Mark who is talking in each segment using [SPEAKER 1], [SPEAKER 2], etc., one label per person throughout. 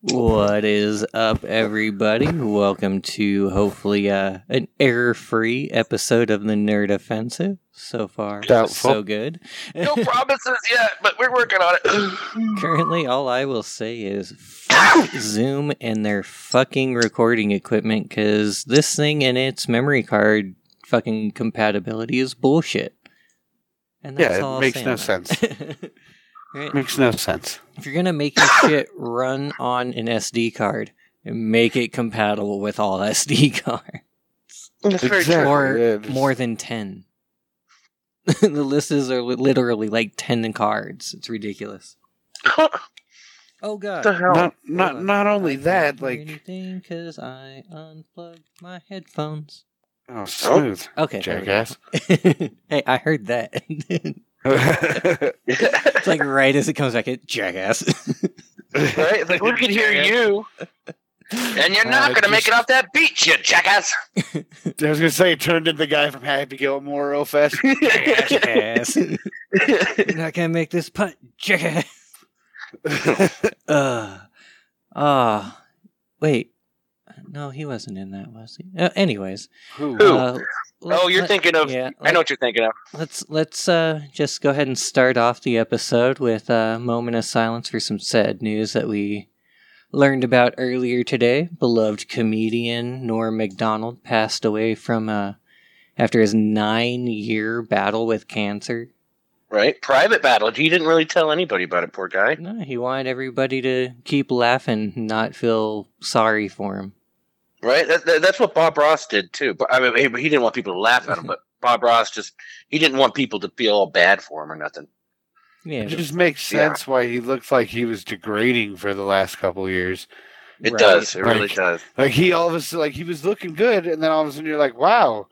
[SPEAKER 1] What is up, everybody? Welcome to hopefully uh, an error free episode of the Nerd Offensive. So far,
[SPEAKER 2] Doubtful.
[SPEAKER 1] so good.
[SPEAKER 3] No promises yet, but we're working on it.
[SPEAKER 1] Currently, all I will say is fuck Zoom and their fucking recording equipment because this thing and its memory card fucking compatibility is bullshit. And
[SPEAKER 2] Yeah,
[SPEAKER 1] that's
[SPEAKER 2] it
[SPEAKER 1] all I'll
[SPEAKER 2] makes
[SPEAKER 1] say
[SPEAKER 2] no
[SPEAKER 1] on that. Right?
[SPEAKER 2] Makes no sense.
[SPEAKER 1] If you're gonna make your shit run on an SD card, make it compatible with all SD cards
[SPEAKER 3] That's very
[SPEAKER 2] Exactly.
[SPEAKER 3] true.
[SPEAKER 1] or
[SPEAKER 2] yeah, just-
[SPEAKER 1] more than ten. the list is are li- literally like ten cards. It's ridiculous.
[SPEAKER 3] what
[SPEAKER 1] Oh god.
[SPEAKER 3] the hell?
[SPEAKER 2] Not not not only that, like
[SPEAKER 1] anything because I unplugged my headphones.
[SPEAKER 2] oh smooth
[SPEAKER 1] Okay. there we go.
[SPEAKER 2] jackass.
[SPEAKER 1] hey, I heard that. it's like right as it comes back, it jackass.
[SPEAKER 3] right? It's Like we can hear you, and you're
[SPEAKER 2] Uh,
[SPEAKER 3] not gonna make
[SPEAKER 2] just-
[SPEAKER 3] it off that beach, you jackass.
[SPEAKER 2] I was gonna say it turned into the guy from Happy Gilmore real fast.
[SPEAKER 1] jackass. not gonna make this putt, jackass. Uh, ah, wait. No, he wasn't in that, was he? Uh, anyways,
[SPEAKER 2] Who?
[SPEAKER 3] Who?
[SPEAKER 1] Uh, let-
[SPEAKER 3] oh, you're
[SPEAKER 1] let-
[SPEAKER 3] thinking of.
[SPEAKER 1] Yeah,
[SPEAKER 3] I know what you're thinking of.
[SPEAKER 1] Let's let's uh, just go ahead and start off the episode with a moment of silence for some sad news that we learned about earlier today. Beloved comedian Norm Macdonald passed away from uh, after his nine-year battle with cancer.
[SPEAKER 3] Right? Private battle. He didn't really tell anybody about it. Poor guy.
[SPEAKER 1] No, he wanted everybody to keep laughing, not feel sorry for him.
[SPEAKER 3] Right? That, that, that's what Bob Ross did too. But I mean, he, he didn't want people to laugh at him. But Bob Ross just he didn't want people to feel all bad for him or nothing.
[SPEAKER 1] Yeah,
[SPEAKER 2] It just makes sense why he looked like he was degrading for the last couple years.
[SPEAKER 3] It
[SPEAKER 1] right.
[SPEAKER 3] does. It really
[SPEAKER 2] Right.
[SPEAKER 3] does.
[SPEAKER 2] Like he all of a sudden, like he was looking good, and then all of a sudden you're like, wow,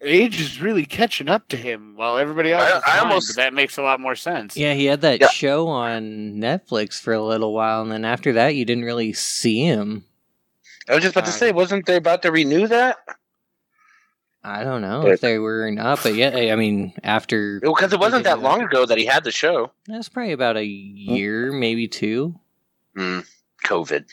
[SPEAKER 2] age is really catching up to him. While everybody else,
[SPEAKER 3] I-
[SPEAKER 2] is
[SPEAKER 3] I
[SPEAKER 2] fine,
[SPEAKER 3] almost-
[SPEAKER 2] but that makes a lot more sense.
[SPEAKER 1] Yeah, he had that
[SPEAKER 3] Yeah.
[SPEAKER 1] show on Netflix for a little while, and then after that, you didn't really see him.
[SPEAKER 3] I was just about to
[SPEAKER 2] Um,
[SPEAKER 3] say, wasn't they about to renew that?
[SPEAKER 1] I don't know
[SPEAKER 3] But-
[SPEAKER 1] if they were or not, but yeah, I I mean, after
[SPEAKER 3] Because it wasn't that long ago that he had the show.
[SPEAKER 1] that's probably about a year, maybe two.
[SPEAKER 3] Mm, COVID.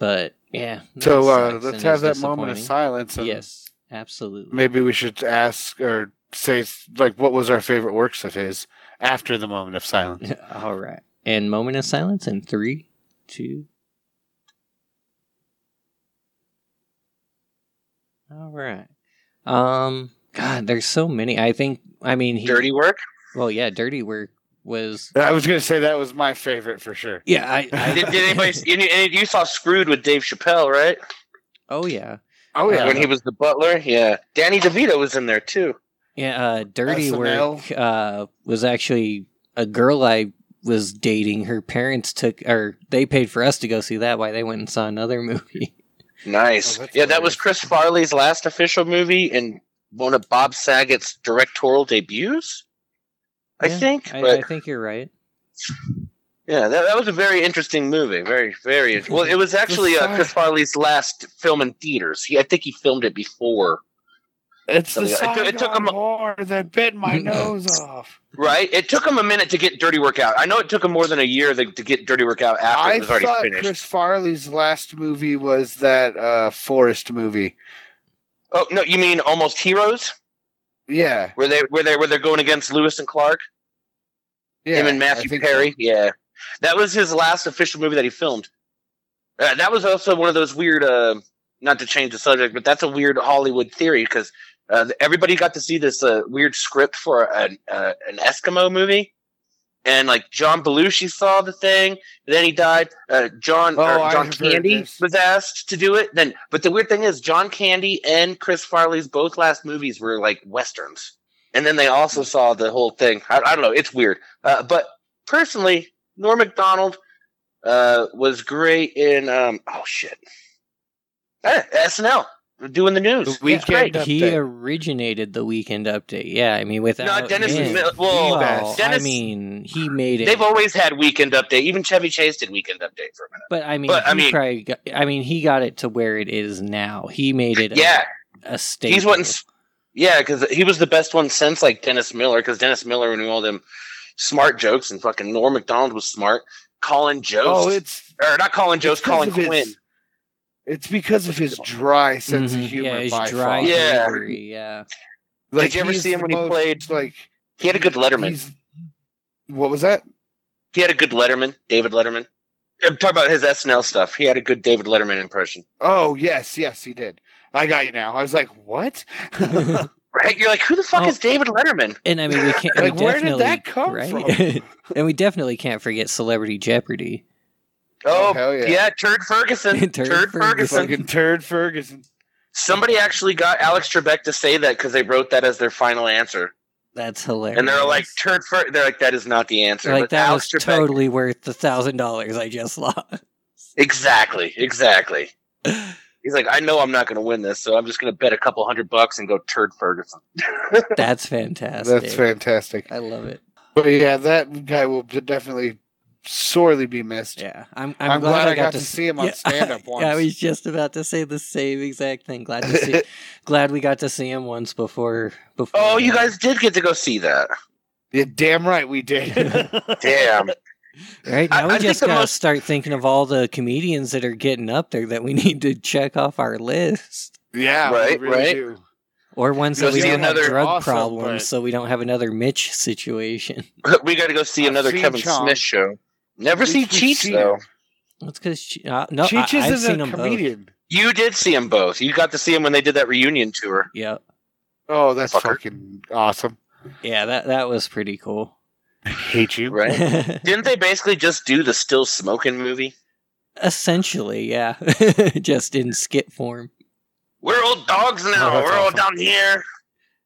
[SPEAKER 1] But yeah, that
[SPEAKER 2] So uh,
[SPEAKER 1] sucks,
[SPEAKER 2] let's
[SPEAKER 1] and
[SPEAKER 2] have
[SPEAKER 1] it's
[SPEAKER 2] that moment of
[SPEAKER 1] disappointing.
[SPEAKER 2] silence. And
[SPEAKER 1] Yes, absolutely.
[SPEAKER 2] Maybe we should ask or say like, what was our favorite works of his after the moment of silence?
[SPEAKER 1] All right, and moment of silence in three, two. All right. Um. God, there's so many. I think. I mean, he,
[SPEAKER 3] Dirty work.
[SPEAKER 1] Well, yeah, dirty work was.
[SPEAKER 2] I was gonna say that was my favorite for sure.
[SPEAKER 1] Yeah, I. I
[SPEAKER 3] Did, did anybody? Any, any, you saw Screwed with Dave Chappelle, right?
[SPEAKER 1] Oh yeah,
[SPEAKER 2] Oh yeah,
[SPEAKER 3] When he was the butler. Yeah. Danny DeVito was in there too.
[SPEAKER 1] yeah. Uh, dirty
[SPEAKER 2] SNL.
[SPEAKER 1] work uh, was actually a girl I was dating. Her parents took, or they paid for us to go see that. Why they went and saw another movie.
[SPEAKER 3] Nice.
[SPEAKER 2] Oh, that's
[SPEAKER 3] yeah, that was
[SPEAKER 2] hilarious.
[SPEAKER 3] Chris Farley's last official movie and one of Bob Saget's directorial debuts. I
[SPEAKER 1] Yeah,
[SPEAKER 3] think.
[SPEAKER 1] I,
[SPEAKER 3] but
[SPEAKER 1] I think you're right.
[SPEAKER 3] yeah, that, that was a very interesting movie. Very, very. int- Well, it was actually uh,
[SPEAKER 2] sad.
[SPEAKER 3] Chris Farley's last film in theaters. He, I think he filmed it before
[SPEAKER 2] it's the
[SPEAKER 3] It took-
[SPEAKER 2] Saigon
[SPEAKER 3] it took him a-
[SPEAKER 2] war that bit my nose off.
[SPEAKER 3] Right? It took him a minute to get Dirty Work out. I know it took him more than a year to, to get Dirty Work out after
[SPEAKER 2] I
[SPEAKER 3] it was already
[SPEAKER 2] thought
[SPEAKER 3] finished.
[SPEAKER 2] Chris Farley's last movie was that uh, forest movie.
[SPEAKER 3] Oh no, you mean Almost Heroes,
[SPEAKER 2] Yeah,
[SPEAKER 3] where they where they where they're going against Lewis and Clark,
[SPEAKER 2] yeah.
[SPEAKER 3] him and
[SPEAKER 2] I
[SPEAKER 3] Matthew
[SPEAKER 2] think
[SPEAKER 3] Perry? Yeah, that was his last official movie that he filmed. Uh, that was also one of those weird. Uh, not to change the subject, but that's a weird Hollywood theory because uh, everybody got to see this uh, weird script for an uh, an Eskimo movie. And like John Belushi saw the thing, then he died. Uh, John
[SPEAKER 2] Oh,
[SPEAKER 3] or
[SPEAKER 2] I
[SPEAKER 3] John
[SPEAKER 2] heard
[SPEAKER 3] Candy
[SPEAKER 2] this.
[SPEAKER 3] was asked to do it. Then, but the weird thing is, John Candy and Chris Farley's both last movies were like westerns, and then they
[SPEAKER 2] Hmm.
[SPEAKER 3] also saw the whole thing. I, I don't know, it's weird. Uh, but personally, Norm Macdonald uh, was great in um, oh shit, Eh, SNL doing
[SPEAKER 2] The
[SPEAKER 3] the news.
[SPEAKER 2] weekend
[SPEAKER 1] he
[SPEAKER 2] update.
[SPEAKER 1] originated the Weekend Update. Yeah, I mean, without
[SPEAKER 3] No, Dennis
[SPEAKER 1] him,
[SPEAKER 3] Mil- well,
[SPEAKER 1] well, I
[SPEAKER 3] Dennis-
[SPEAKER 1] mean, he made it.
[SPEAKER 3] They've always had Weekend Update. Even Chevy Chase did Weekend Update for a minute.
[SPEAKER 1] but I mean,
[SPEAKER 3] but,
[SPEAKER 1] he
[SPEAKER 3] I mean-
[SPEAKER 1] probably. Got, I mean, he got it to where it is now. He made it. a-
[SPEAKER 3] Yeah,
[SPEAKER 1] a staple.
[SPEAKER 3] he's one. Yeah, because he was the best one since like Dennis Miller. Because Dennis Miller knew all them smart jokes, and fucking Norm Macdonald was smart. Colin Jost.
[SPEAKER 2] Oh, it's
[SPEAKER 3] or not Colin
[SPEAKER 2] it's
[SPEAKER 3] Jost, Colin
[SPEAKER 2] because of
[SPEAKER 3] Quinn.
[SPEAKER 2] his- It's because of his dry sense
[SPEAKER 1] Mhm.
[SPEAKER 2] of humor.
[SPEAKER 1] yeah, he's
[SPEAKER 2] by
[SPEAKER 1] dry,
[SPEAKER 2] far.
[SPEAKER 3] Yeah.
[SPEAKER 1] angry, yeah.
[SPEAKER 2] Like,
[SPEAKER 3] Did you ever
[SPEAKER 2] he's
[SPEAKER 3] see him
[SPEAKER 2] the
[SPEAKER 3] when he
[SPEAKER 2] most,
[SPEAKER 3] played-
[SPEAKER 2] Like
[SPEAKER 3] He had a good Letterman.
[SPEAKER 2] he's- What was that?
[SPEAKER 3] He had a good Letterman, David Letterman. I'm talking about his SNL stuff. He had a good David Letterman impression.
[SPEAKER 2] Oh yes, yes, he did. I got you now. I was like, what?
[SPEAKER 3] Right? You're like, who the fuck
[SPEAKER 1] Oh.
[SPEAKER 3] is David Letterman?
[SPEAKER 1] And I mean, we can't.
[SPEAKER 2] Like,
[SPEAKER 1] we
[SPEAKER 2] where did
[SPEAKER 1] definitely,
[SPEAKER 2] that come
[SPEAKER 1] right? and we definitely can't forget Celebrity Jeopardy.
[SPEAKER 3] Oh,
[SPEAKER 2] hell
[SPEAKER 3] yeah.
[SPEAKER 2] yeah.
[SPEAKER 3] Turd Ferguson.
[SPEAKER 1] Turd
[SPEAKER 3] Turd,
[SPEAKER 1] Ferguson.
[SPEAKER 3] Ferguson.
[SPEAKER 2] Fucking turd Ferguson.
[SPEAKER 3] Somebody actually got Alex Trebek to say that because they wrote that as their final answer,
[SPEAKER 1] That's hilarious.
[SPEAKER 3] and they're like, "Turd Fer-" They're like, "That is not the answer."
[SPEAKER 1] Like
[SPEAKER 3] But
[SPEAKER 1] that
[SPEAKER 3] Alex
[SPEAKER 1] was
[SPEAKER 3] Trebek-
[SPEAKER 1] totally worth the thousand dollars I just lost.
[SPEAKER 3] exactly, exactly. He's like, "I know I'm not going to win this, so I'm just going to bet a couple hundred bucks and go Turd Ferguson."
[SPEAKER 1] That's fantastic.
[SPEAKER 2] That's fantastic.
[SPEAKER 1] I love it.
[SPEAKER 2] But yeah, that guy will definitely sorely be missed.
[SPEAKER 1] Yeah, I'm. I'm,
[SPEAKER 2] I'm, glad, I got, to
[SPEAKER 1] s-
[SPEAKER 2] see him on
[SPEAKER 1] Yeah,
[SPEAKER 2] stand up once.
[SPEAKER 1] I was just about to say the same exact thing. Glad to see. glad we got to see him once before. Before.
[SPEAKER 3] Oh, you
[SPEAKER 1] uh,
[SPEAKER 3] guys did get to go see that.
[SPEAKER 2] yeah, damn right we did.
[SPEAKER 3] Damn.
[SPEAKER 1] Right
[SPEAKER 3] I-
[SPEAKER 1] now, we
[SPEAKER 3] I think
[SPEAKER 1] just
[SPEAKER 3] the
[SPEAKER 1] gotta
[SPEAKER 3] most-
[SPEAKER 1] start thinking of all the comedians that are getting up there that we need to check off our list,
[SPEAKER 2] yeah,
[SPEAKER 3] Right,
[SPEAKER 2] we really
[SPEAKER 3] right.
[SPEAKER 2] do.
[SPEAKER 1] or ones
[SPEAKER 3] Go
[SPEAKER 1] that we
[SPEAKER 3] see
[SPEAKER 1] don't have
[SPEAKER 3] another-
[SPEAKER 1] drug
[SPEAKER 2] awesome,
[SPEAKER 1] problems,
[SPEAKER 2] but-
[SPEAKER 1] so we don't have another Mitch situation.
[SPEAKER 3] we got to go see
[SPEAKER 2] I've
[SPEAKER 3] another
[SPEAKER 2] seen
[SPEAKER 3] Kevin
[SPEAKER 2] Chong.
[SPEAKER 3] Smith show. Never
[SPEAKER 2] We've-
[SPEAKER 3] see
[SPEAKER 2] we've
[SPEAKER 3] Cheech
[SPEAKER 2] seen
[SPEAKER 3] though.
[SPEAKER 2] him.
[SPEAKER 1] That's because uh, no, I,
[SPEAKER 2] Cheech
[SPEAKER 1] I've
[SPEAKER 2] isn't
[SPEAKER 1] seen
[SPEAKER 2] a
[SPEAKER 1] them both.
[SPEAKER 2] comedian.
[SPEAKER 3] You did see them both. You got to see them when they did that reunion tour.
[SPEAKER 1] Yeah,
[SPEAKER 2] Oh, that's
[SPEAKER 3] Fucker.
[SPEAKER 2] fucking awesome.
[SPEAKER 1] yeah, that that was pretty cool.
[SPEAKER 2] I hate you.
[SPEAKER 3] Right? Didn't they basically just do the still smoking movie?
[SPEAKER 1] Essentially, yeah, just in skit form.
[SPEAKER 3] We're old dogs now.
[SPEAKER 2] Oh, that's
[SPEAKER 3] We're all
[SPEAKER 2] awesome.
[SPEAKER 3] down here.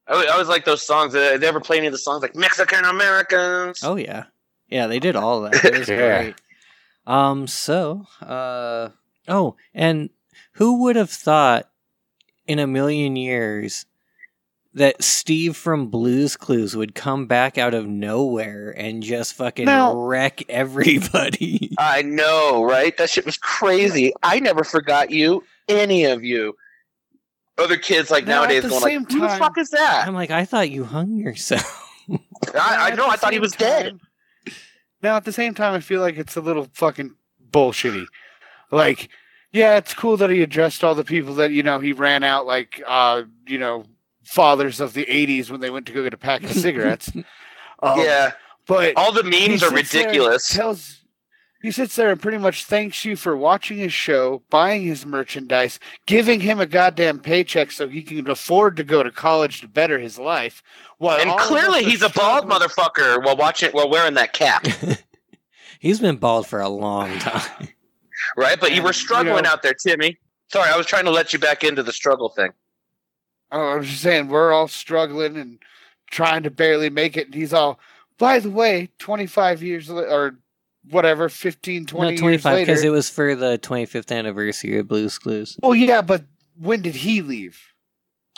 [SPEAKER 3] I always- I always like those songs. Uh, they ever play any of the songs like Mexican Americans?
[SPEAKER 1] Oh yeah, yeah, they did all that. It was
[SPEAKER 2] Yeah.
[SPEAKER 1] great. Um, so, uh, oh, and who would have thought in a million years that Steve from Blues Clues would come back out of nowhere and just fucking
[SPEAKER 2] Now-
[SPEAKER 1] wreck everybody?
[SPEAKER 3] I know, right? That shit was crazy. I never forgot you, any of you. Other kids like
[SPEAKER 2] Now, at
[SPEAKER 3] nowadays
[SPEAKER 2] the
[SPEAKER 3] going like,
[SPEAKER 2] same
[SPEAKER 3] "Who the
[SPEAKER 2] time-
[SPEAKER 3] fuck is that?"
[SPEAKER 1] I'm like, I thought you hung yourself.
[SPEAKER 3] I, I
[SPEAKER 2] At
[SPEAKER 3] know.
[SPEAKER 2] the
[SPEAKER 3] I thought he
[SPEAKER 2] same
[SPEAKER 3] was dead.
[SPEAKER 2] time- Now, at the same time, I feel like it's a little fucking bullshitty. Like, yeah, it's cool that he addressed all the people that, you know, he ran out like, uh, you know, fathers of the 80s when they went to go get a pack of cigarettes. Um,
[SPEAKER 3] yeah,
[SPEAKER 2] But
[SPEAKER 3] all the memes
[SPEAKER 2] He
[SPEAKER 3] are
[SPEAKER 2] sits there and
[SPEAKER 3] ridiculous.
[SPEAKER 2] tells- he sits there and pretty much thanks you for watching his show, buying his merchandise, giving him a goddamn paycheck so he can afford to go to college to better his life. While
[SPEAKER 3] And
[SPEAKER 2] all of us
[SPEAKER 3] clearly,
[SPEAKER 2] are
[SPEAKER 3] he's a bald
[SPEAKER 2] struggling-
[SPEAKER 3] motherfucker while watching while wearing that cap,
[SPEAKER 1] He's been bald for a long time.
[SPEAKER 3] right? But you were
[SPEAKER 2] And, you
[SPEAKER 3] struggling
[SPEAKER 2] know-
[SPEAKER 3] out there, Timmy. Sorry, I was trying to let you back into the struggle thing.
[SPEAKER 2] Oh, I'm just saying, we're all struggling and trying to barely make it. And he's all, by the way, 25 years la- or whatever, 15, 20
[SPEAKER 1] Not
[SPEAKER 2] years
[SPEAKER 1] 25 because
[SPEAKER 2] later.
[SPEAKER 1] it was for the 25th anniversary of Blues Clues.
[SPEAKER 2] well, yeah, but when did he leave?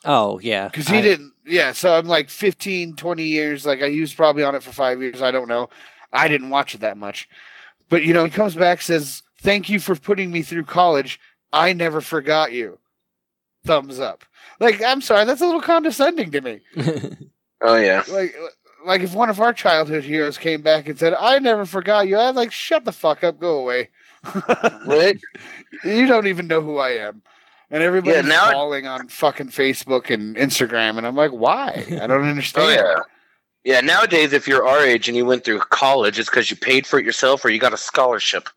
[SPEAKER 1] Oh yeah,
[SPEAKER 2] because he
[SPEAKER 1] I-
[SPEAKER 2] didn't yeah so i'm like 15 20 years like I, he was probably on it for five years i don't know i didn't watch it that much but you know he comes back says thank you for putting me through college i never forgot you thumbs up like i'm sorry that's a little condescending to me
[SPEAKER 3] Oh yeah,
[SPEAKER 2] like like if one of our childhood heroes came back and said i never forgot you i'd like shut the fuck up go away
[SPEAKER 3] right?
[SPEAKER 2] you don't even know who i am and everybody's
[SPEAKER 3] now-
[SPEAKER 2] falling on fucking Facebook and Instagram, and I'm like, why? I don't understand.
[SPEAKER 3] Oh yeah, yeah. Nowadays, if you're our age and you went through college, it's because you paid for it yourself or you got a scholarship.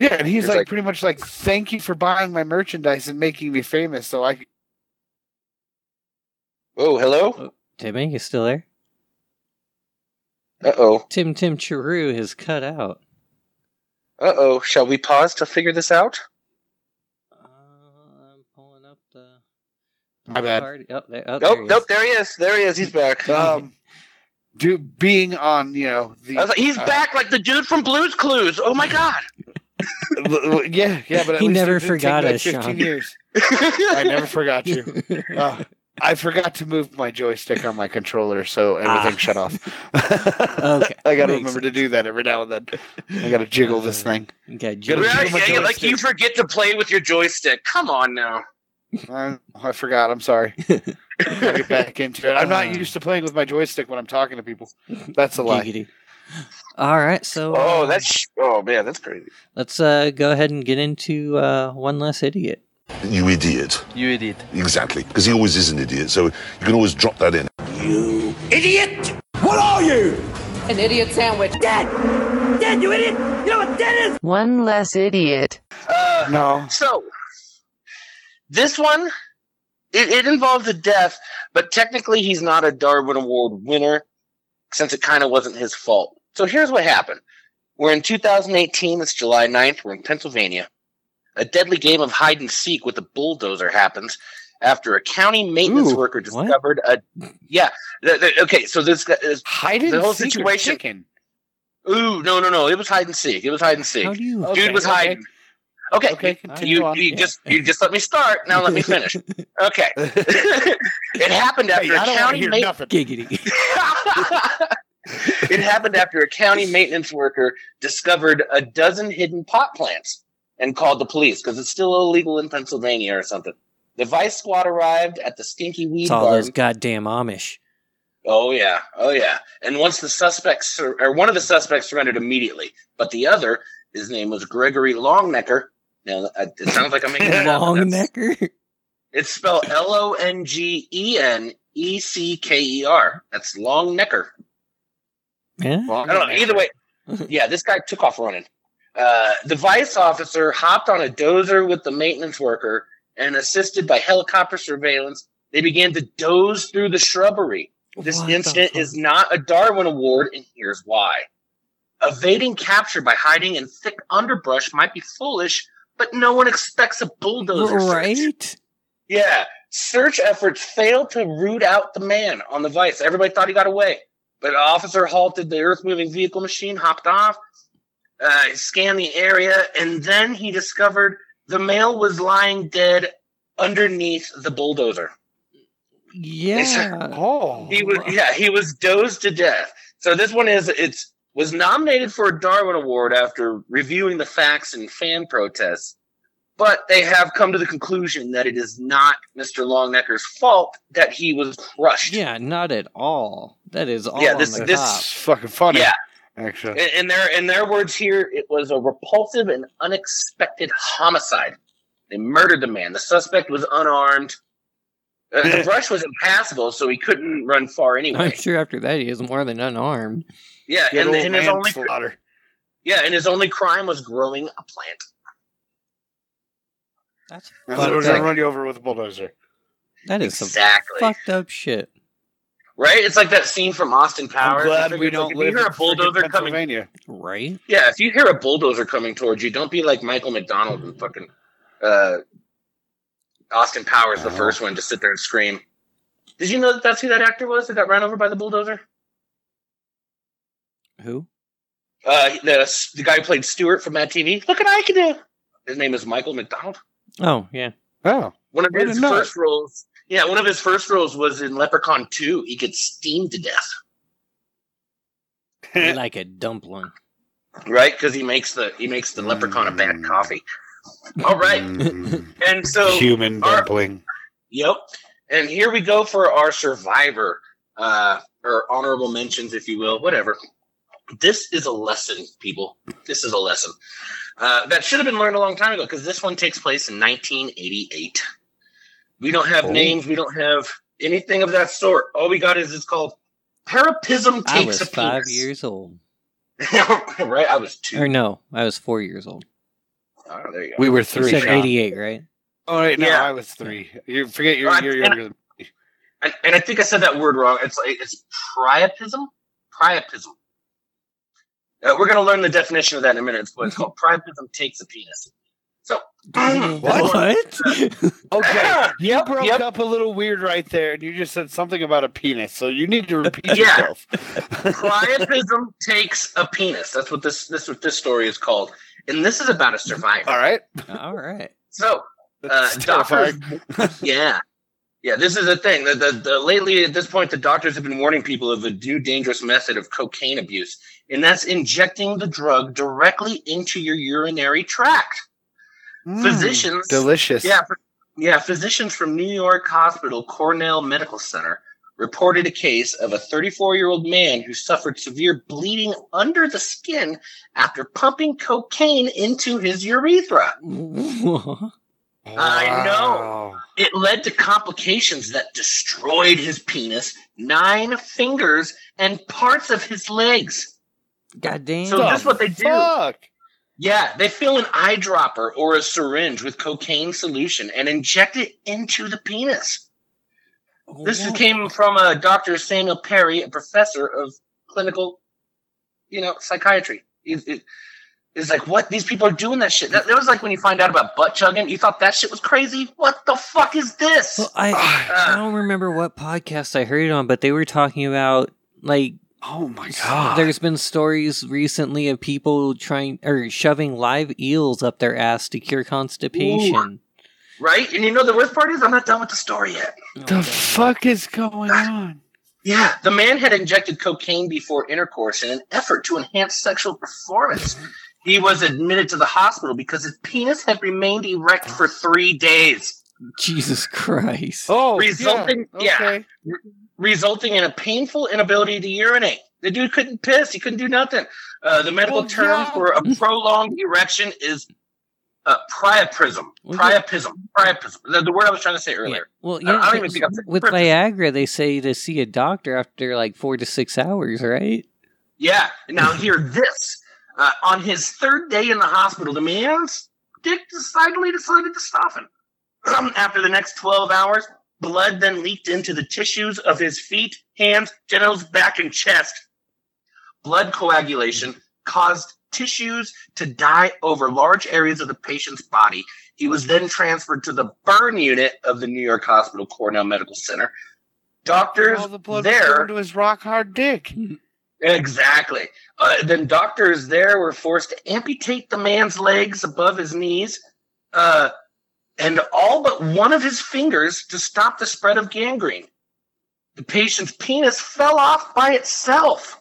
[SPEAKER 2] Yeah, and he's,
[SPEAKER 3] He's
[SPEAKER 2] like,
[SPEAKER 3] like-
[SPEAKER 2] pretty much like, thank you for buying my merchandise and making me famous. So I, could-"
[SPEAKER 3] Oh, hello.
[SPEAKER 1] Timmy, you still there?
[SPEAKER 3] Uh oh.
[SPEAKER 1] Tim Tim Chiru has cut out.
[SPEAKER 3] Uh oh. Shall we pause to figure this out?
[SPEAKER 1] Uh, I'm pulling up the.
[SPEAKER 2] My bad.
[SPEAKER 1] Party. Oh, there, oh,
[SPEAKER 3] Nope.
[SPEAKER 1] there he
[SPEAKER 3] nope.
[SPEAKER 1] is.
[SPEAKER 3] There he is. There he is. He's back.
[SPEAKER 2] um, do being on, you know, the
[SPEAKER 3] I was like, he's
[SPEAKER 2] uh,
[SPEAKER 3] back like the dude from Blues Clues. Oh my god.
[SPEAKER 2] l- l- yeah, yeah, but at
[SPEAKER 1] He
[SPEAKER 2] least it
[SPEAKER 1] never
[SPEAKER 2] did take
[SPEAKER 1] forgot
[SPEAKER 2] me
[SPEAKER 1] us,
[SPEAKER 2] 15
[SPEAKER 1] Sean.
[SPEAKER 2] years. I never forgot you. Uh, I forgot to move my joystick on my controller, so everything
[SPEAKER 1] Ah.
[SPEAKER 2] shut off. okay, I gotta
[SPEAKER 1] makes
[SPEAKER 2] remember to do that every now and then. I gotta jiggle this thing.
[SPEAKER 1] Okay,
[SPEAKER 2] Gotta
[SPEAKER 1] Jim.
[SPEAKER 3] Right?
[SPEAKER 2] jiggle my
[SPEAKER 3] Yeah, like you
[SPEAKER 2] joystick.
[SPEAKER 3] forget to play with your joystick. Come on now.
[SPEAKER 2] I, Uh, I forgot. I'm sorry. I'll get back into it. I'm not used to playing with my joystick when I'm talking to people. That's a lie.
[SPEAKER 1] Giggity. All right, so uh,
[SPEAKER 3] Oh, that's oh man, that's crazy.
[SPEAKER 1] let's uh, go ahead and get into uh, one less idiot.
[SPEAKER 4] You idiot.
[SPEAKER 5] You idiot.
[SPEAKER 4] Exactly. Because he always is an idiot. So you can always drop that in.
[SPEAKER 6] An idiot sandwich.
[SPEAKER 7] One less idiot.
[SPEAKER 3] Uh,
[SPEAKER 2] No.
[SPEAKER 3] so this one it, it involves a death, but technically he's not a Darwin Award winner since it kind of wasn't his fault. So here's what happened. We're in 2018, it's July 9th, we're in Pennsylvania. A deadly game of hide and seek with a bulldozer happens after a county maintenance
[SPEAKER 2] Ooh,
[SPEAKER 3] worker
[SPEAKER 1] what?
[SPEAKER 3] discovered a yeah, th- th- okay, so this guy is
[SPEAKER 2] Hide and
[SPEAKER 3] The whole
[SPEAKER 2] seek or
[SPEAKER 3] situation-
[SPEAKER 2] chicken?
[SPEAKER 3] ooh, no, no, no, it was hide and seek. It was hide and seek.
[SPEAKER 1] How do you?
[SPEAKER 3] Dude
[SPEAKER 2] Okay,
[SPEAKER 3] was
[SPEAKER 2] okay.
[SPEAKER 3] hiding. Okay,
[SPEAKER 2] Okay, continue
[SPEAKER 3] you,
[SPEAKER 2] on.
[SPEAKER 3] you
[SPEAKER 1] yeah.
[SPEAKER 3] just you just let me start. Now let me finish. Okay, it happened after
[SPEAKER 2] Hey, I don't want
[SPEAKER 3] a
[SPEAKER 2] to
[SPEAKER 3] county
[SPEAKER 2] hear
[SPEAKER 3] ma-
[SPEAKER 2] nothing.
[SPEAKER 1] Giggity.
[SPEAKER 3] it happened after a county maintenance worker discovered a dozen hidden pot plants and called the police because it's still illegal in Pennsylvania or something. The vice squad arrived at the stinky weed
[SPEAKER 1] It's all
[SPEAKER 3] garden.
[SPEAKER 1] those goddamn Amish.
[SPEAKER 3] Oh yeah, oh yeah. And once the suspects sur- or one of the suspects surrendered immediately, but the other, his name was Gregory Longnecker. Now uh, it sounds like I'm making it up, but
[SPEAKER 1] Long
[SPEAKER 3] that's-
[SPEAKER 1] necker.
[SPEAKER 3] It's spelled L O N G E N E C K E R. That's long necker.
[SPEAKER 1] Yeah.
[SPEAKER 2] Well,
[SPEAKER 3] I don't know. Either way, yeah, this guy took off running. Uh, the vice officer hopped on a dozer with the maintenance worker and, assisted by helicopter surveillance, they began to doze through the shrubbery. This
[SPEAKER 1] What the
[SPEAKER 3] incident
[SPEAKER 1] fuck?
[SPEAKER 3] is not a Darwin Award, and here's why. Evading capture by hiding in thick underbrush might be foolish, but no one expects a bulldozer. search.
[SPEAKER 1] right.
[SPEAKER 3] Yeah. Search efforts failed to root out the man on the vice. Everybody thought he got away. But an officer halted the earth moving vehicle machine, hopped off, uh, scanned the area, and then he discovered the male was lying dead underneath the bulldozer.
[SPEAKER 1] Yeah.
[SPEAKER 2] Oh,
[SPEAKER 3] He was yeah, he was dozed to death. So this one is it's was nominated for a Darwin Award after reviewing the facts and fan protests, but they have come to the conclusion that it is not Mr. Longnecker's fault that he was crushed.
[SPEAKER 1] Yeah. Not at all. That is all
[SPEAKER 3] Yeah,
[SPEAKER 1] on
[SPEAKER 3] this-
[SPEAKER 1] the
[SPEAKER 3] this-
[SPEAKER 1] top.
[SPEAKER 2] It's fucking funny.
[SPEAKER 3] Yeah.
[SPEAKER 2] Actually.
[SPEAKER 3] In, in their in their words here, it was a repulsive and unexpected homicide. They murdered the man. The suspect was unarmed. Uh, the brush was impassable, so he couldn't run far
[SPEAKER 1] I'm
[SPEAKER 3] anyway.
[SPEAKER 1] sure after that he is more than unarmed.
[SPEAKER 3] Yeah,
[SPEAKER 2] Good
[SPEAKER 3] and,
[SPEAKER 2] old
[SPEAKER 3] and his only
[SPEAKER 2] manslaughter.
[SPEAKER 3] Yeah, and his only crime was growing a plant.
[SPEAKER 1] That's
[SPEAKER 2] I'm
[SPEAKER 1] But
[SPEAKER 2] going
[SPEAKER 1] like-
[SPEAKER 2] to run you over with a bulldozer.
[SPEAKER 1] that is some
[SPEAKER 3] Exactly.
[SPEAKER 1] fucked up shit.
[SPEAKER 3] Right? It's like that scene from Austin Powers.
[SPEAKER 2] I'm glad
[SPEAKER 3] It's
[SPEAKER 2] we
[SPEAKER 3] like,
[SPEAKER 2] don't
[SPEAKER 3] if
[SPEAKER 2] live
[SPEAKER 3] you hear
[SPEAKER 2] in
[SPEAKER 3] a bulldozer
[SPEAKER 2] freaking
[SPEAKER 3] coming.
[SPEAKER 2] Pennsylvania.
[SPEAKER 1] Right.
[SPEAKER 3] Yeah, if you hear a bulldozer coming towards you, don't be like Michael McDonald in fucking uh, Austin Powers, the
[SPEAKER 2] Oh.
[SPEAKER 3] first one, just sit there and scream. Did you know that that's who that actor was that got ran over by the bulldozer?
[SPEAKER 1] Who?
[SPEAKER 3] Uh, the, the guy who played Stewart from Mad TV. Look at I can do. His name is Michael McDonald.
[SPEAKER 1] Oh yeah.
[SPEAKER 2] Oh,
[SPEAKER 3] One of
[SPEAKER 2] I
[SPEAKER 3] his
[SPEAKER 2] didn't know
[SPEAKER 3] first roles. Yeah, one of his first roles was in Leprechaun 2. He gets steamed to death.
[SPEAKER 1] like a dumpling.
[SPEAKER 3] right? Because he makes the he makes the leprechaun a bad
[SPEAKER 2] Mm.
[SPEAKER 3] coffee. All right,
[SPEAKER 2] Mm.
[SPEAKER 3] and so
[SPEAKER 2] Human
[SPEAKER 3] our-
[SPEAKER 2] dumpling.
[SPEAKER 3] yep, and here we go for our survivor uh, or honorable mentions, if you will, whatever. This is a lesson, people. This is a lesson uh, that should have been learned a long time ago because this one takes place in 1988. We don't have
[SPEAKER 4] Oh.
[SPEAKER 3] names. We don't have anything of that sort. All we got is it's called Parapism
[SPEAKER 1] I
[SPEAKER 3] takes
[SPEAKER 1] was
[SPEAKER 3] a
[SPEAKER 1] five
[SPEAKER 3] penis.
[SPEAKER 1] years old.
[SPEAKER 3] right? I was two.
[SPEAKER 1] Or no, I was four years old.
[SPEAKER 3] Oh, there you go.
[SPEAKER 2] We were
[SPEAKER 1] You
[SPEAKER 2] three.
[SPEAKER 1] said
[SPEAKER 2] Sean.
[SPEAKER 1] eighty-eight, right?
[SPEAKER 2] Oh, wait, no,
[SPEAKER 3] Yeah.
[SPEAKER 2] I was three. You forget you're,
[SPEAKER 3] Alright,
[SPEAKER 2] you're
[SPEAKER 3] and-
[SPEAKER 2] younger than
[SPEAKER 3] and, and I think I said that word wrong. It's like it's priapism. Priapism. Uh, we're going to learn the definition of that in a minute. It's what it's called. Priapism takes a penis. So
[SPEAKER 2] Mm-hmm.
[SPEAKER 1] What?
[SPEAKER 2] Okay. You broke
[SPEAKER 3] yep.
[SPEAKER 2] up a little weird right there, and you just said something about a penis, so you need to repeat
[SPEAKER 3] Yeah.
[SPEAKER 2] yourself.
[SPEAKER 3] priapism takes a penis. That's what this this what this story is called, and this is about a survivor.
[SPEAKER 2] All right.
[SPEAKER 1] All right.
[SPEAKER 3] So uh,
[SPEAKER 2] That's
[SPEAKER 3] doctors
[SPEAKER 2] terrifying.
[SPEAKER 3] yeah. Yeah, this is the thing. The, the, the, lately, at this point, the doctors have been warning people of a new dangerous method of cocaine abuse, and that's injecting the drug directly into your urinary tract.
[SPEAKER 2] Mm,
[SPEAKER 3] Physicians.
[SPEAKER 2] Delicious.
[SPEAKER 3] Yeah, ph- yeah, physicians from New York Hospital Cornell Medical Center reported a case of a 34 year old man who suffered severe bleeding under the skin after pumping cocaine into his urethra. I know.
[SPEAKER 2] Wow.
[SPEAKER 3] It led to complications that destroyed his penis, nine fingers, and parts of his legs.
[SPEAKER 1] God damn.
[SPEAKER 3] So that's what they do.
[SPEAKER 2] Fuck.
[SPEAKER 3] Yeah, they fill an eyedropper or a syringe with cocaine solution and inject it into the penis. This
[SPEAKER 1] What?
[SPEAKER 3] came from uh, Dr. Samuel Perry, a professor of clinical, you know, psychiatry. It- it- it's like, what? These people are doing that shit. That, that was like when you find out about butt chugging. You thought that shit was crazy? What the fuck is this?
[SPEAKER 1] Well, I, I
[SPEAKER 3] Ah.
[SPEAKER 1] don't remember what podcast I heard it on, but they were talking about like
[SPEAKER 2] Oh my
[SPEAKER 1] s-
[SPEAKER 2] god.
[SPEAKER 1] there's been stories recently of people trying or shoving live eels up their ass to cure constipation.
[SPEAKER 3] right? And you know the worst part is I'm not done with the story yet.
[SPEAKER 2] the fuck is going on?
[SPEAKER 3] Yeah, the man had injected cocaine before intercourse in an effort to enhance sexual performance.
[SPEAKER 1] Mm-hmm.
[SPEAKER 3] He was admitted to the hospital because his penis had remained erect for three days,
[SPEAKER 1] Jesus Christ.
[SPEAKER 2] Oh,
[SPEAKER 3] Resulting- yeah.
[SPEAKER 2] Okay.
[SPEAKER 3] resulting in a painful inability to urinate. The dude couldn't piss. He couldn't do nothing. Uh, the medical
[SPEAKER 2] Well,
[SPEAKER 3] term
[SPEAKER 2] yeah.
[SPEAKER 3] for a prolonged erection is uh, priapism.
[SPEAKER 1] Well, yeah.
[SPEAKER 3] Priapism. Priapism. The, the word I was trying to say
[SPEAKER 1] Yeah.
[SPEAKER 3] earlier.
[SPEAKER 1] Well,
[SPEAKER 3] I-
[SPEAKER 1] yeah,
[SPEAKER 3] I don't even
[SPEAKER 1] it's-
[SPEAKER 3] think I've said
[SPEAKER 1] with
[SPEAKER 3] purpose.
[SPEAKER 1] Viagra, they say to see a doctor after like four to six hours, right?
[SPEAKER 3] Yeah. Now hear this. Uh, on his third day in the hospital, the man's dick decidedly decided to soften. After the next 12 hours, blood then leaked into the tissues of his feet, hands, genitals, back, and chest. Blood coagulation caused tissues to die over large areas of the patient's body. He was then transferred to the burn unit of the New York Hospital Cornell Medical Center. Doctors
[SPEAKER 2] All the blood was
[SPEAKER 3] there
[SPEAKER 2] going to his rock hard dick.
[SPEAKER 3] Exactly. Uh, then doctors there were forced to amputate the man's legs above his knees, uh, and all but one of his fingers to stop the spread of gangrene. The patient's penis fell off by itself.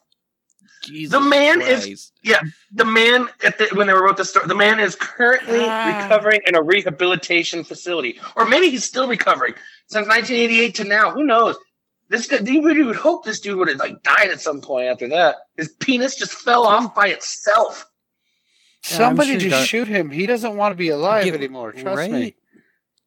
[SPEAKER 1] Jesus
[SPEAKER 3] man is-
[SPEAKER 1] Christ.
[SPEAKER 3] The man, at the, when they wrote the story, the man is currently recovering in a rehabilitation facility, or maybe he's still recovering since 1988 to now. Who knows? This guy, you would you would hope this dude would have like died at some point after that. His penis just fell off by itself.
[SPEAKER 1] Yeah, I'm
[SPEAKER 2] Somebody
[SPEAKER 1] sure
[SPEAKER 2] just
[SPEAKER 1] that-
[SPEAKER 2] shoot him. He doesn't want to be alive
[SPEAKER 1] Yeah,
[SPEAKER 2] anymore. Trust
[SPEAKER 1] right?
[SPEAKER 2] me.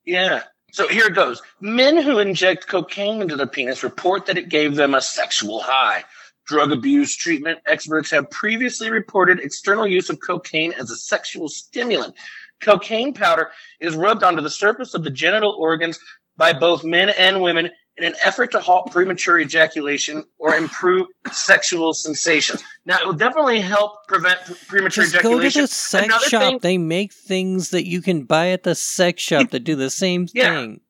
[SPEAKER 3] Yeah. So here it goes. Men who inject cocaine into their penis report that it gave them a sexual high. Drug abuse treatment experts have previously reported external use of cocaine as a sexual stimulant. Cocaine powder is rubbed onto the surface of the genital organs by both men and women in an effort to halt premature ejaculation or improve sexual sensations. Now, it will definitely help prevent premature
[SPEAKER 1] Just go to
[SPEAKER 3] ejaculation.
[SPEAKER 1] the sex
[SPEAKER 3] Another
[SPEAKER 1] shop.
[SPEAKER 3] thing-
[SPEAKER 1] They make things that you can buy at the sex shop that do the same
[SPEAKER 3] Yeah.
[SPEAKER 1] thing.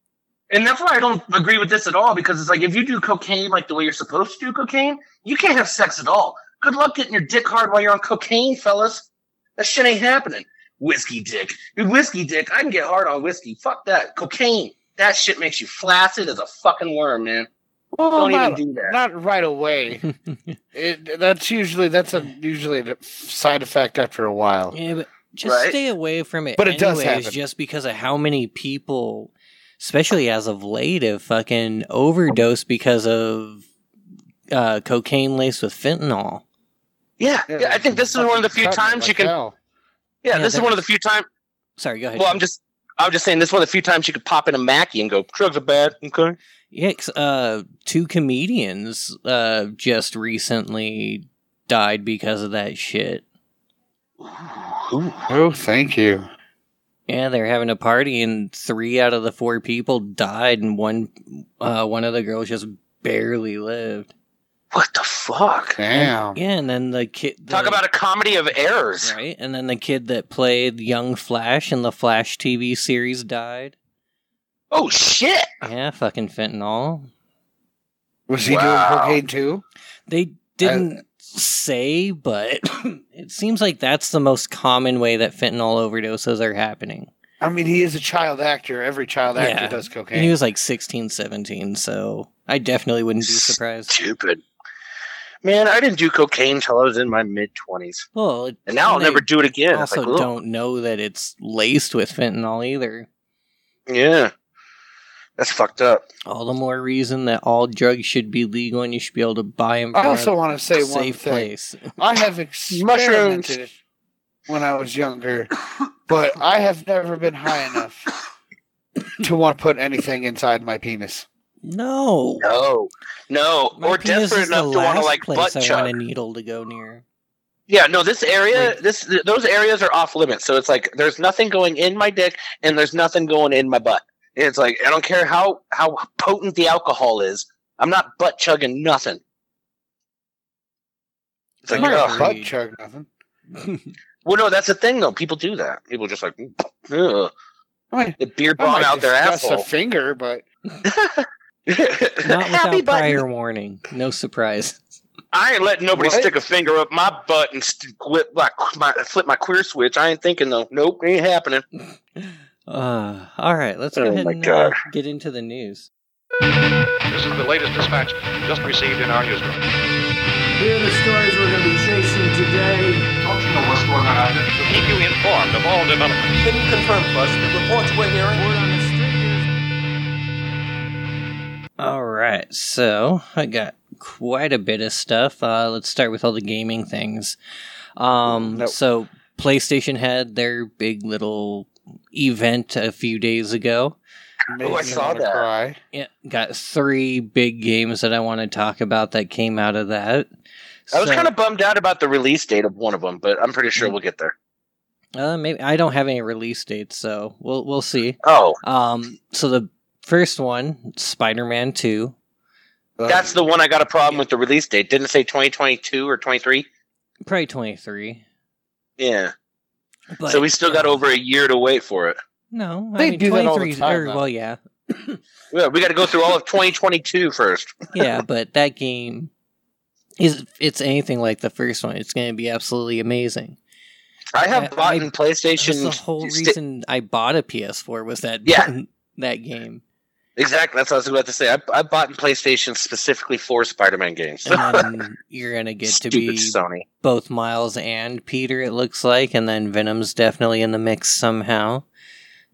[SPEAKER 3] And that's why I don't agree with this at all because it's like if you do cocaine like the way you're supposed to do cocaine, you can't have sex at all. Good luck getting your dick hard while you're on cocaine, fellas. That shit ain't happening. Whiskey dick. Dude, whiskey dick. I can get hard on whiskey. Fuck that. Cocaine. That shit makes you flaccid as a fucking worm, man.
[SPEAKER 2] Well,
[SPEAKER 3] Don't
[SPEAKER 2] not,
[SPEAKER 3] even do that.
[SPEAKER 2] not right away. It, that's usually that's a usually a side effect after a while.
[SPEAKER 1] Yeah, but just
[SPEAKER 3] Right?
[SPEAKER 1] stay away from it.
[SPEAKER 2] But it does
[SPEAKER 1] anyways,
[SPEAKER 2] happen.
[SPEAKER 1] just because of how many people, especially as of late, have fucking overdosed because of uh, cocaine laced with fentanyl.
[SPEAKER 3] Yeah, yeah, I think this is one of the few
[SPEAKER 2] Cut me
[SPEAKER 3] times
[SPEAKER 2] like
[SPEAKER 3] you can.
[SPEAKER 2] hell.
[SPEAKER 3] Yeah,
[SPEAKER 1] Yeah,
[SPEAKER 3] this is
[SPEAKER 1] that-
[SPEAKER 3] one of the few times.
[SPEAKER 1] Sorry, go ahead.
[SPEAKER 3] Well, I'm just. I'm just saying this is one of the few times you could pop in a Mackie and go, drugs are bad. Okay.
[SPEAKER 1] Yeah, 'cause, uh, two comedians uh, just recently died because of that shit.
[SPEAKER 2] Oh, thank you.
[SPEAKER 1] Yeah, they're having a party, and three out of the four people died, and one uh, one of the girls just barely lived.
[SPEAKER 3] What the fuck?
[SPEAKER 2] Damn.
[SPEAKER 1] Yeah, and then the kid
[SPEAKER 3] Talk about a comedy of errors.
[SPEAKER 1] right, and then the kid that played young Flash in the Flash TV series died.
[SPEAKER 3] Oh shit!
[SPEAKER 1] Yeah, fucking fentanyl.
[SPEAKER 2] Was he
[SPEAKER 3] Wow.
[SPEAKER 2] doing cocaine too?
[SPEAKER 1] They didn't say, but it seems like that's the most common way that fentanyl overdoses are happening.
[SPEAKER 2] I mean, he is a child actor. Every child actor
[SPEAKER 1] Yeah.
[SPEAKER 2] does
[SPEAKER 1] And he
[SPEAKER 2] cocaine.
[SPEAKER 1] was like 16, 17, so I definitely wouldn't be surprised.
[SPEAKER 3] Stupid. Man, I didn't do cocaine until I was in my mid twenties,
[SPEAKER 1] Well, it-
[SPEAKER 3] and now I'll
[SPEAKER 1] they
[SPEAKER 3] never do it again. It's
[SPEAKER 1] also
[SPEAKER 3] like, ugh.
[SPEAKER 1] don't know that it's laced with fentanyl either.
[SPEAKER 3] Yeah. That's fucked up.
[SPEAKER 1] All the more reason that all drugs should be legal and you should be able to buy them.
[SPEAKER 2] I also want to say
[SPEAKER 1] safe
[SPEAKER 2] one thing.
[SPEAKER 1] place.
[SPEAKER 2] I have
[SPEAKER 3] Mushrooms.
[SPEAKER 2] experimented when I was younger, but I have never been high enough to want to put anything inside my penis.
[SPEAKER 1] No.
[SPEAKER 3] No, no,
[SPEAKER 1] My
[SPEAKER 3] or
[SPEAKER 1] penis
[SPEAKER 3] desperate
[SPEAKER 1] is the
[SPEAKER 3] enough to want
[SPEAKER 1] last
[SPEAKER 3] to like butt
[SPEAKER 1] place I want
[SPEAKER 3] chug.
[SPEAKER 1] a needle to go near.
[SPEAKER 3] Yeah, no, this area,
[SPEAKER 1] Like-
[SPEAKER 3] this th- those areas are off limits. So it's like there's nothing going in my dick, and there's nothing going in my butt. And it's like I don't care how how potent the alcohol is, I'm not butt chugging nothing. It's
[SPEAKER 2] I'm
[SPEAKER 3] like,
[SPEAKER 1] Right.
[SPEAKER 2] not a
[SPEAKER 3] ugh.
[SPEAKER 2] butt chug nothing.
[SPEAKER 3] well, no, that's the thing though. People do that. People just like, ugh.
[SPEAKER 2] I mean,
[SPEAKER 3] the beer
[SPEAKER 2] I
[SPEAKER 3] brought
[SPEAKER 2] might
[SPEAKER 3] out their
[SPEAKER 2] discuss
[SPEAKER 3] asshole.
[SPEAKER 2] a finger, but
[SPEAKER 1] Not
[SPEAKER 3] Happy
[SPEAKER 1] without
[SPEAKER 3] button.
[SPEAKER 1] prior warning. No surprise.
[SPEAKER 3] I ain't letting nobody
[SPEAKER 2] What?
[SPEAKER 3] stick a finger up my butt and st- whip my, my, flip my queer switch. I ain't thinking though. Nope, ain't happening.
[SPEAKER 1] Uh, all right, let's go
[SPEAKER 3] Oh
[SPEAKER 1] ahead
[SPEAKER 3] my
[SPEAKER 1] and uh,
[SPEAKER 3] God.
[SPEAKER 1] get into the news.
[SPEAKER 5] This is the latest dispatch just received in our newsroom.
[SPEAKER 8] Here are the stories we're going to be chasing today.
[SPEAKER 5] To keep you informed of all developments,
[SPEAKER 9] Can you confirm to us the reports we're hearing?
[SPEAKER 8] Word on the street
[SPEAKER 1] All right, so I got quite a bit of stuff. Uh, let's start with all the gaming things. Um,
[SPEAKER 2] Nope.
[SPEAKER 1] So PlayStation had their big little event a few days ago.
[SPEAKER 2] makes me
[SPEAKER 3] saw
[SPEAKER 2] wanna
[SPEAKER 3] that.
[SPEAKER 2] Cry.
[SPEAKER 1] Yeah, got three big games that I want to talk about that came out of that.
[SPEAKER 3] I was
[SPEAKER 1] So-
[SPEAKER 3] kind of bummed out about the release date of one of them, but I'm pretty sure we'll get there.
[SPEAKER 1] Uh, maybe I don't have any release dates, so we'll we'll see.
[SPEAKER 3] Oh,
[SPEAKER 1] Um, so the first one, Spider-Man Two.
[SPEAKER 3] that's the one I got a problem with the release date. Didn't it say 2022 or 23.
[SPEAKER 1] probably 23
[SPEAKER 3] Yeah,
[SPEAKER 1] but
[SPEAKER 3] so we still got over a year to wait for it.
[SPEAKER 1] no i
[SPEAKER 2] They
[SPEAKER 1] mean
[SPEAKER 2] do that all the
[SPEAKER 1] 23 's-
[SPEAKER 2] time,
[SPEAKER 1] or,
[SPEAKER 2] though.
[SPEAKER 1] well yeah
[SPEAKER 3] Yeah, we got to go through all of 2022 first.
[SPEAKER 1] yeah but that game is it's anything like the first one it's going to be absolutely amazing
[SPEAKER 3] I have
[SPEAKER 1] I-
[SPEAKER 3] bought
[SPEAKER 1] I-
[SPEAKER 3] in
[SPEAKER 1] That's
[SPEAKER 3] PlayStation.
[SPEAKER 1] the whole
[SPEAKER 3] sta-
[SPEAKER 1] reason i bought a ps4 was that
[SPEAKER 3] Yeah.
[SPEAKER 1] that game
[SPEAKER 3] Exactly, that's what I was about to say. I, I bought in PlayStation specifically for Spider-Man games.
[SPEAKER 1] and then you're going to get to
[SPEAKER 3] Stupid
[SPEAKER 1] be
[SPEAKER 3] Sony.
[SPEAKER 1] both miles and peter it looks like and then venom's definitely in the mix somehow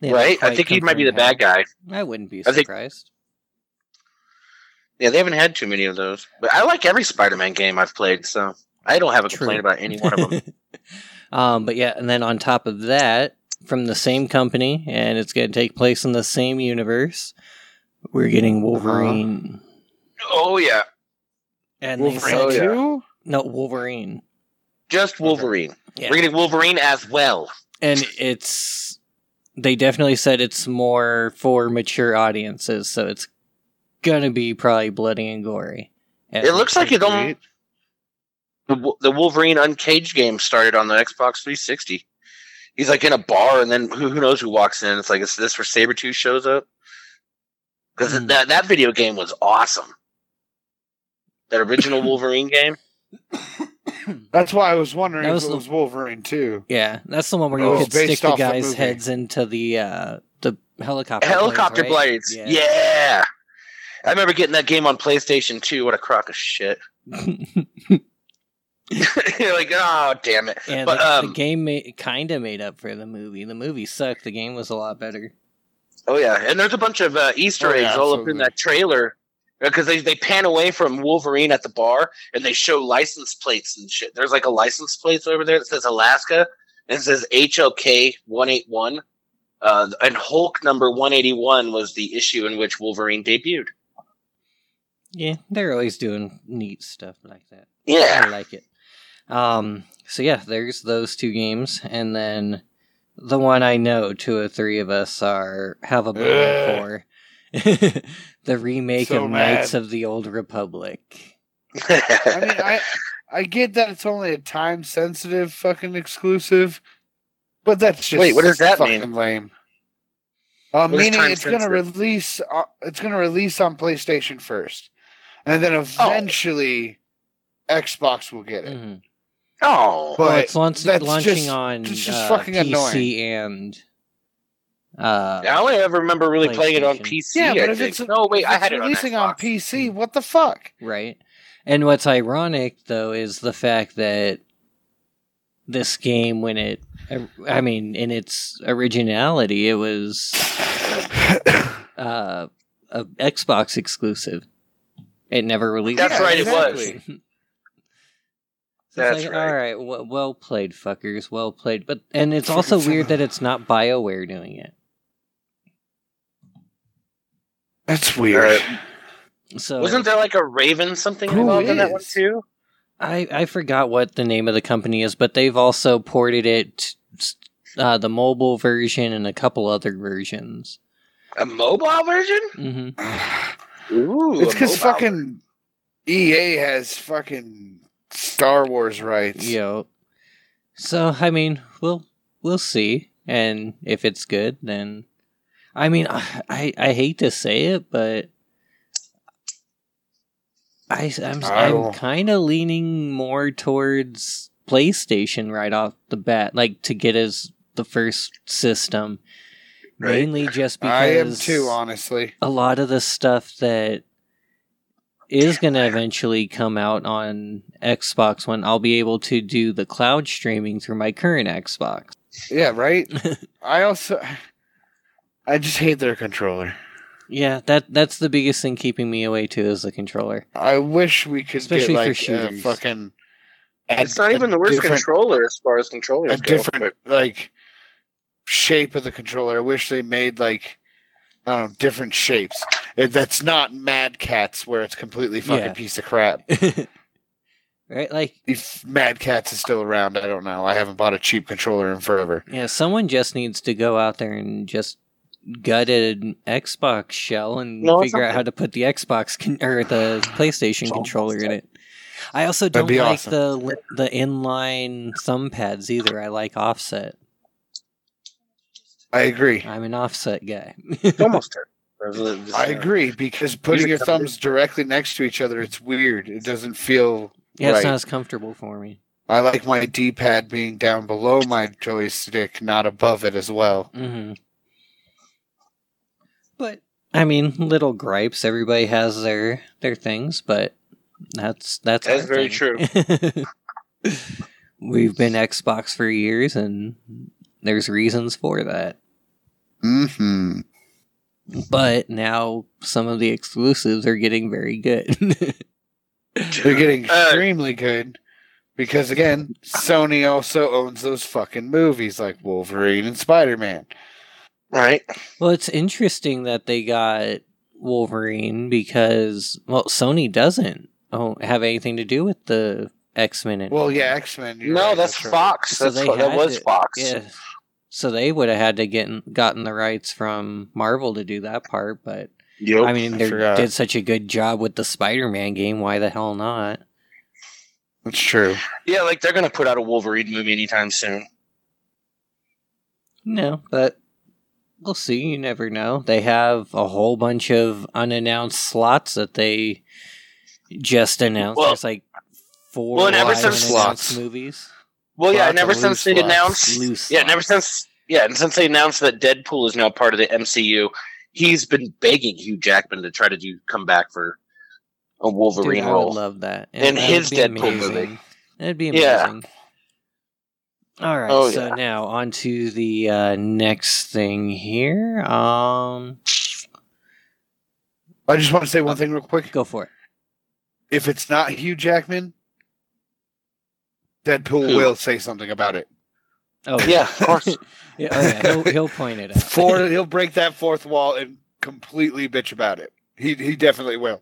[SPEAKER 1] They haven't
[SPEAKER 3] right? I
[SPEAKER 1] quite
[SPEAKER 3] think he might be the
[SPEAKER 1] confirmed
[SPEAKER 3] bad guy.
[SPEAKER 1] how. i wouldn't be
[SPEAKER 3] I think-
[SPEAKER 1] surprised
[SPEAKER 3] Yeah, they haven't had too many of those. But I like every Spider-Man game I've played, so I don't have a complaint about any one of them.
[SPEAKER 1] um, but yeah, and then on top of that, from the same company, and it's going to take place in the same universe, we're getting Wolverine.
[SPEAKER 3] oh yeah,
[SPEAKER 1] And they
[SPEAKER 2] Wolverine
[SPEAKER 1] said,
[SPEAKER 3] oh, yeah.
[SPEAKER 2] two?
[SPEAKER 1] no, Wolverine.
[SPEAKER 3] just Wolverine.
[SPEAKER 1] Yeah.
[SPEAKER 3] We're getting Wolverine as well.
[SPEAKER 1] And it's. They definitely said it's more for mature audiences, so it's going to be probably bloody and gory.
[SPEAKER 3] It looks like it almost the Wo- the Wolverine Uncaged game started on the Xbox 360. He's like in a bar, and then who, who knows who walks in? It's like is this where Sabretooth shows up? Because
[SPEAKER 1] Hmm.
[SPEAKER 3] that that video game was awesome. That original Wolverine game.
[SPEAKER 2] That's why I was wondering
[SPEAKER 1] That
[SPEAKER 2] if
[SPEAKER 1] was
[SPEAKER 2] it
[SPEAKER 1] the-
[SPEAKER 2] was Wolverine two.
[SPEAKER 1] Yeah, that's the one where
[SPEAKER 2] Oh,
[SPEAKER 1] you
[SPEAKER 2] it's
[SPEAKER 1] could stick
[SPEAKER 2] based
[SPEAKER 1] the
[SPEAKER 2] off the
[SPEAKER 1] guys'
[SPEAKER 2] movie.
[SPEAKER 1] heads into the uh, the helicopter
[SPEAKER 3] Helicopter
[SPEAKER 1] blades,
[SPEAKER 3] blades.
[SPEAKER 1] right?
[SPEAKER 3] Yeah. I remember getting that game on PlayStation 2. What a crock of shit. You're like, oh, damn it.
[SPEAKER 1] Yeah,
[SPEAKER 3] but,
[SPEAKER 1] the, the
[SPEAKER 3] um,
[SPEAKER 1] game ma- kind of made up for the movie. The movie sucked. The game was a lot better.
[SPEAKER 3] Oh, yeah. And there's a bunch of uh, Easter
[SPEAKER 2] Oh,
[SPEAKER 3] eggs
[SPEAKER 2] yeah,
[SPEAKER 3] all up in
[SPEAKER 2] absolutely.
[SPEAKER 3] that trailer because they, they pan away from Wolverine at the bar and they show license plates and shit. There's like a license plate over there that says Alaska and it says HLK 181. Uh, and Hulk number 181 was the issue in which Wolverine debuted.
[SPEAKER 1] Yeah, they're always doing neat stuff like that. I
[SPEAKER 3] Yeah.
[SPEAKER 1] like it. Um, so yeah, there's those two games, and then the one I know two or three of us are have a
[SPEAKER 2] Ugh.
[SPEAKER 1] bone for the remake
[SPEAKER 2] So
[SPEAKER 1] of
[SPEAKER 2] mad.
[SPEAKER 1] Knights of the Old Republic.
[SPEAKER 2] I mean, I I get that it's only a time sensitive fucking exclusive, but that's just
[SPEAKER 3] Wait, what does that
[SPEAKER 2] fucking
[SPEAKER 3] mean?
[SPEAKER 2] Lame. Uh,
[SPEAKER 3] What is
[SPEAKER 2] meaning
[SPEAKER 3] time
[SPEAKER 2] it's going to
[SPEAKER 3] sensitive?
[SPEAKER 2] release. Uh, it's going to release on PlayStation first, and
[SPEAKER 3] Oh.
[SPEAKER 2] then eventually Xbox will get it.
[SPEAKER 1] Mhm.
[SPEAKER 3] oh.
[SPEAKER 1] Well,
[SPEAKER 2] But
[SPEAKER 1] it's launch-
[SPEAKER 2] that's
[SPEAKER 1] launching
[SPEAKER 2] just-
[SPEAKER 1] on
[SPEAKER 2] it's just
[SPEAKER 1] uh,
[SPEAKER 2] fucking
[SPEAKER 1] PC
[SPEAKER 2] annoying.
[SPEAKER 1] and uh,
[SPEAKER 3] I only ever remember really playing it on
[SPEAKER 1] PlayStation.
[SPEAKER 3] PC.
[SPEAKER 2] Yeah, but
[SPEAKER 3] I
[SPEAKER 2] if it's
[SPEAKER 3] think. no, wait,
[SPEAKER 2] if
[SPEAKER 3] I
[SPEAKER 2] it's
[SPEAKER 3] had it on
[SPEAKER 2] releasing
[SPEAKER 3] Xbox.
[SPEAKER 2] on PC. What the fuck?
[SPEAKER 1] Right. And what's ironic, though, is the fact that this game, when it, I mean, in its originality, it was uh, a Xbox exclusive. It never released.
[SPEAKER 3] That's right, it was.
[SPEAKER 1] was.
[SPEAKER 3] That's
[SPEAKER 1] like,
[SPEAKER 3] right.
[SPEAKER 1] All right, well, well played, fuckers. Well played. But and it's also weird that it's not BioWare doing it.
[SPEAKER 2] That's weird.
[SPEAKER 1] So
[SPEAKER 3] Wasn't there like a Raven something
[SPEAKER 2] Who
[SPEAKER 3] involved in that
[SPEAKER 2] is?
[SPEAKER 3] one too?
[SPEAKER 1] I I forgot what the name of the company is, but they've also ported it uh, the mobile version and a couple other versions.
[SPEAKER 3] A mobile version?
[SPEAKER 1] hmm
[SPEAKER 3] Ooh,
[SPEAKER 2] it's
[SPEAKER 3] a
[SPEAKER 2] because
[SPEAKER 3] mobile.
[SPEAKER 2] fucking EA has fucking Star Wars rights.
[SPEAKER 1] Yo. So I mean, we'll we'll see, and if it's good, then I mean, I I, I hate to say it, but I I'm
[SPEAKER 2] I
[SPEAKER 1] I'm
[SPEAKER 2] will-
[SPEAKER 1] kind of leaning more towards PlayStation right off the bat, like to get as the first system,
[SPEAKER 3] Right.
[SPEAKER 1] mainly just because
[SPEAKER 2] I am too, honestly.
[SPEAKER 1] a lot of the stuff that is going to eventually come out on Xbox when I'll be able to do the cloud streaming through my current Xbox.
[SPEAKER 2] Yeah, right. I also, I just hate their controller.
[SPEAKER 1] Yeah, that that's the biggest thing keeping me away too is the controller.
[SPEAKER 2] I wish we could
[SPEAKER 1] Especially for
[SPEAKER 2] get like a
[SPEAKER 1] shooters.
[SPEAKER 2] fucking.
[SPEAKER 3] It's not even the worst
[SPEAKER 2] different-
[SPEAKER 3] controller as far as controllers
[SPEAKER 2] a
[SPEAKER 3] go.
[SPEAKER 2] different like shape of the controller. I wish they made like I don't know, different shapes. It, that's not Mad Cats where it's completely fucking
[SPEAKER 1] Yeah.
[SPEAKER 2] piece of crap.
[SPEAKER 1] right? Like,
[SPEAKER 2] If Mad Cats is still around, I don't know. I haven't bought a cheap controller in forever.
[SPEAKER 1] yeah, someone just needs to go out there and just gut an Xbox shell and
[SPEAKER 3] No, it's
[SPEAKER 1] figure out
[SPEAKER 3] okay.
[SPEAKER 1] how to put the Xbox con- or the PlayStation controller in it. I also
[SPEAKER 2] That'd
[SPEAKER 1] don't
[SPEAKER 2] be
[SPEAKER 1] like
[SPEAKER 2] awesome.
[SPEAKER 1] the the inline thumb pads either. I like offset.
[SPEAKER 2] I agree.
[SPEAKER 1] I'm an offset guy.
[SPEAKER 3] It's almost terrible.
[SPEAKER 2] I agree because putting your thumbs directly next to each other, it's weird. It doesn't feel.
[SPEAKER 1] Yeah,
[SPEAKER 2] right.
[SPEAKER 1] it's not as comfortable for me.
[SPEAKER 2] I like my D-pad being down below my joystick, not above it as well.
[SPEAKER 1] hmm But I mean, little gripes. Everybody has their their things, but that's that's
[SPEAKER 3] That's
[SPEAKER 1] our
[SPEAKER 3] very
[SPEAKER 1] thing. We've been Xbox for years, and there's reasons for that.
[SPEAKER 2] Mm-hmm.
[SPEAKER 1] But now some of the exclusives are getting very good.
[SPEAKER 2] They're getting
[SPEAKER 3] Uh,
[SPEAKER 2] extremely good because again, Sony also owns those fucking movies like Wolverine and Spider Man.
[SPEAKER 3] Right.
[SPEAKER 1] well, it's interesting that they got Wolverine because well, Sony doesn't oh, have anything to do with the X Men.
[SPEAKER 2] Well, yeah, X Men.
[SPEAKER 3] no, that's Fox.
[SPEAKER 1] So
[SPEAKER 3] That's
[SPEAKER 1] they
[SPEAKER 3] Fo- that
[SPEAKER 1] had
[SPEAKER 3] was
[SPEAKER 1] to-
[SPEAKER 3] Fox.
[SPEAKER 1] Yeah. So they would have had to get in- gotten the rights from Marvel to do that part, but
[SPEAKER 3] Yep.
[SPEAKER 1] I mean,
[SPEAKER 2] I
[SPEAKER 1] they
[SPEAKER 2] forgot.
[SPEAKER 1] did such a good job with the Spider-Man game. Why the hell not?
[SPEAKER 2] That's true.
[SPEAKER 3] yeah, like they're gonna put out a Wolverine movie anytime soon.
[SPEAKER 1] No, but we'll see. You never know. They have a whole bunch of unannounced slots that they just announced.
[SPEAKER 3] Well-
[SPEAKER 1] There's like four
[SPEAKER 3] Well, and ever
[SPEAKER 1] live
[SPEAKER 3] since-
[SPEAKER 1] unannounced
[SPEAKER 2] Slots.
[SPEAKER 1] movies.
[SPEAKER 3] Well, yeah,
[SPEAKER 2] Lots
[SPEAKER 3] and ever
[SPEAKER 2] of
[SPEAKER 3] since they
[SPEAKER 2] loose
[SPEAKER 3] announced,
[SPEAKER 1] Loose
[SPEAKER 3] yeah, and ever
[SPEAKER 1] slots.
[SPEAKER 3] since, yeah, and since they announced that Deadpool is now part of the MCU, he's been begging Hugh Jackman to try to do come back for a
[SPEAKER 1] Dude,
[SPEAKER 3] Wolverine
[SPEAKER 1] I would
[SPEAKER 3] role.
[SPEAKER 1] love that.
[SPEAKER 3] And
[SPEAKER 1] that
[SPEAKER 3] his
[SPEAKER 1] would be
[SPEAKER 3] Deadpool movie.
[SPEAKER 1] amazing. That'd be
[SPEAKER 3] Yeah.
[SPEAKER 1] amazing. All right,
[SPEAKER 3] Oh,
[SPEAKER 1] so
[SPEAKER 3] yeah.
[SPEAKER 1] now on to the uh, next thing here. Um,
[SPEAKER 2] I just want to say one thing real quick.
[SPEAKER 1] go for it.
[SPEAKER 2] If it's not Hugh Jackman, Deadpool
[SPEAKER 3] Who?
[SPEAKER 2] will say something about it.
[SPEAKER 1] Oh
[SPEAKER 3] Yeah, of course.
[SPEAKER 1] yeah, oh, yeah, He'll, he'll point it out.
[SPEAKER 2] Four, he'll break that fourth wall and completely bitch about it. He he definitely will.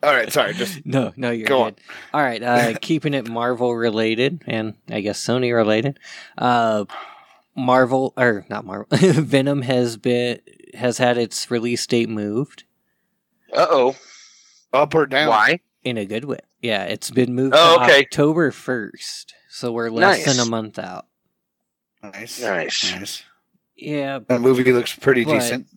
[SPEAKER 2] All right, sorry. Just
[SPEAKER 1] no, no, you're
[SPEAKER 2] Go
[SPEAKER 1] good. All right, uh, keeping it Marvel related and I guess Sony related. Uh, Marvel or not Marvel? Venom has been has had its release date moved
[SPEAKER 3] Uh oh.
[SPEAKER 2] up or down.
[SPEAKER 3] Why?
[SPEAKER 1] in a good way. Yeah, it's been moved
[SPEAKER 3] Oh,
[SPEAKER 1] to
[SPEAKER 3] okay.
[SPEAKER 1] October first, so we're less
[SPEAKER 3] Nice.
[SPEAKER 1] than a month out.
[SPEAKER 2] Nice.
[SPEAKER 3] Nice.
[SPEAKER 2] Nice.
[SPEAKER 1] Yeah,
[SPEAKER 2] That movie looks pretty
[SPEAKER 1] But-
[SPEAKER 2] decent.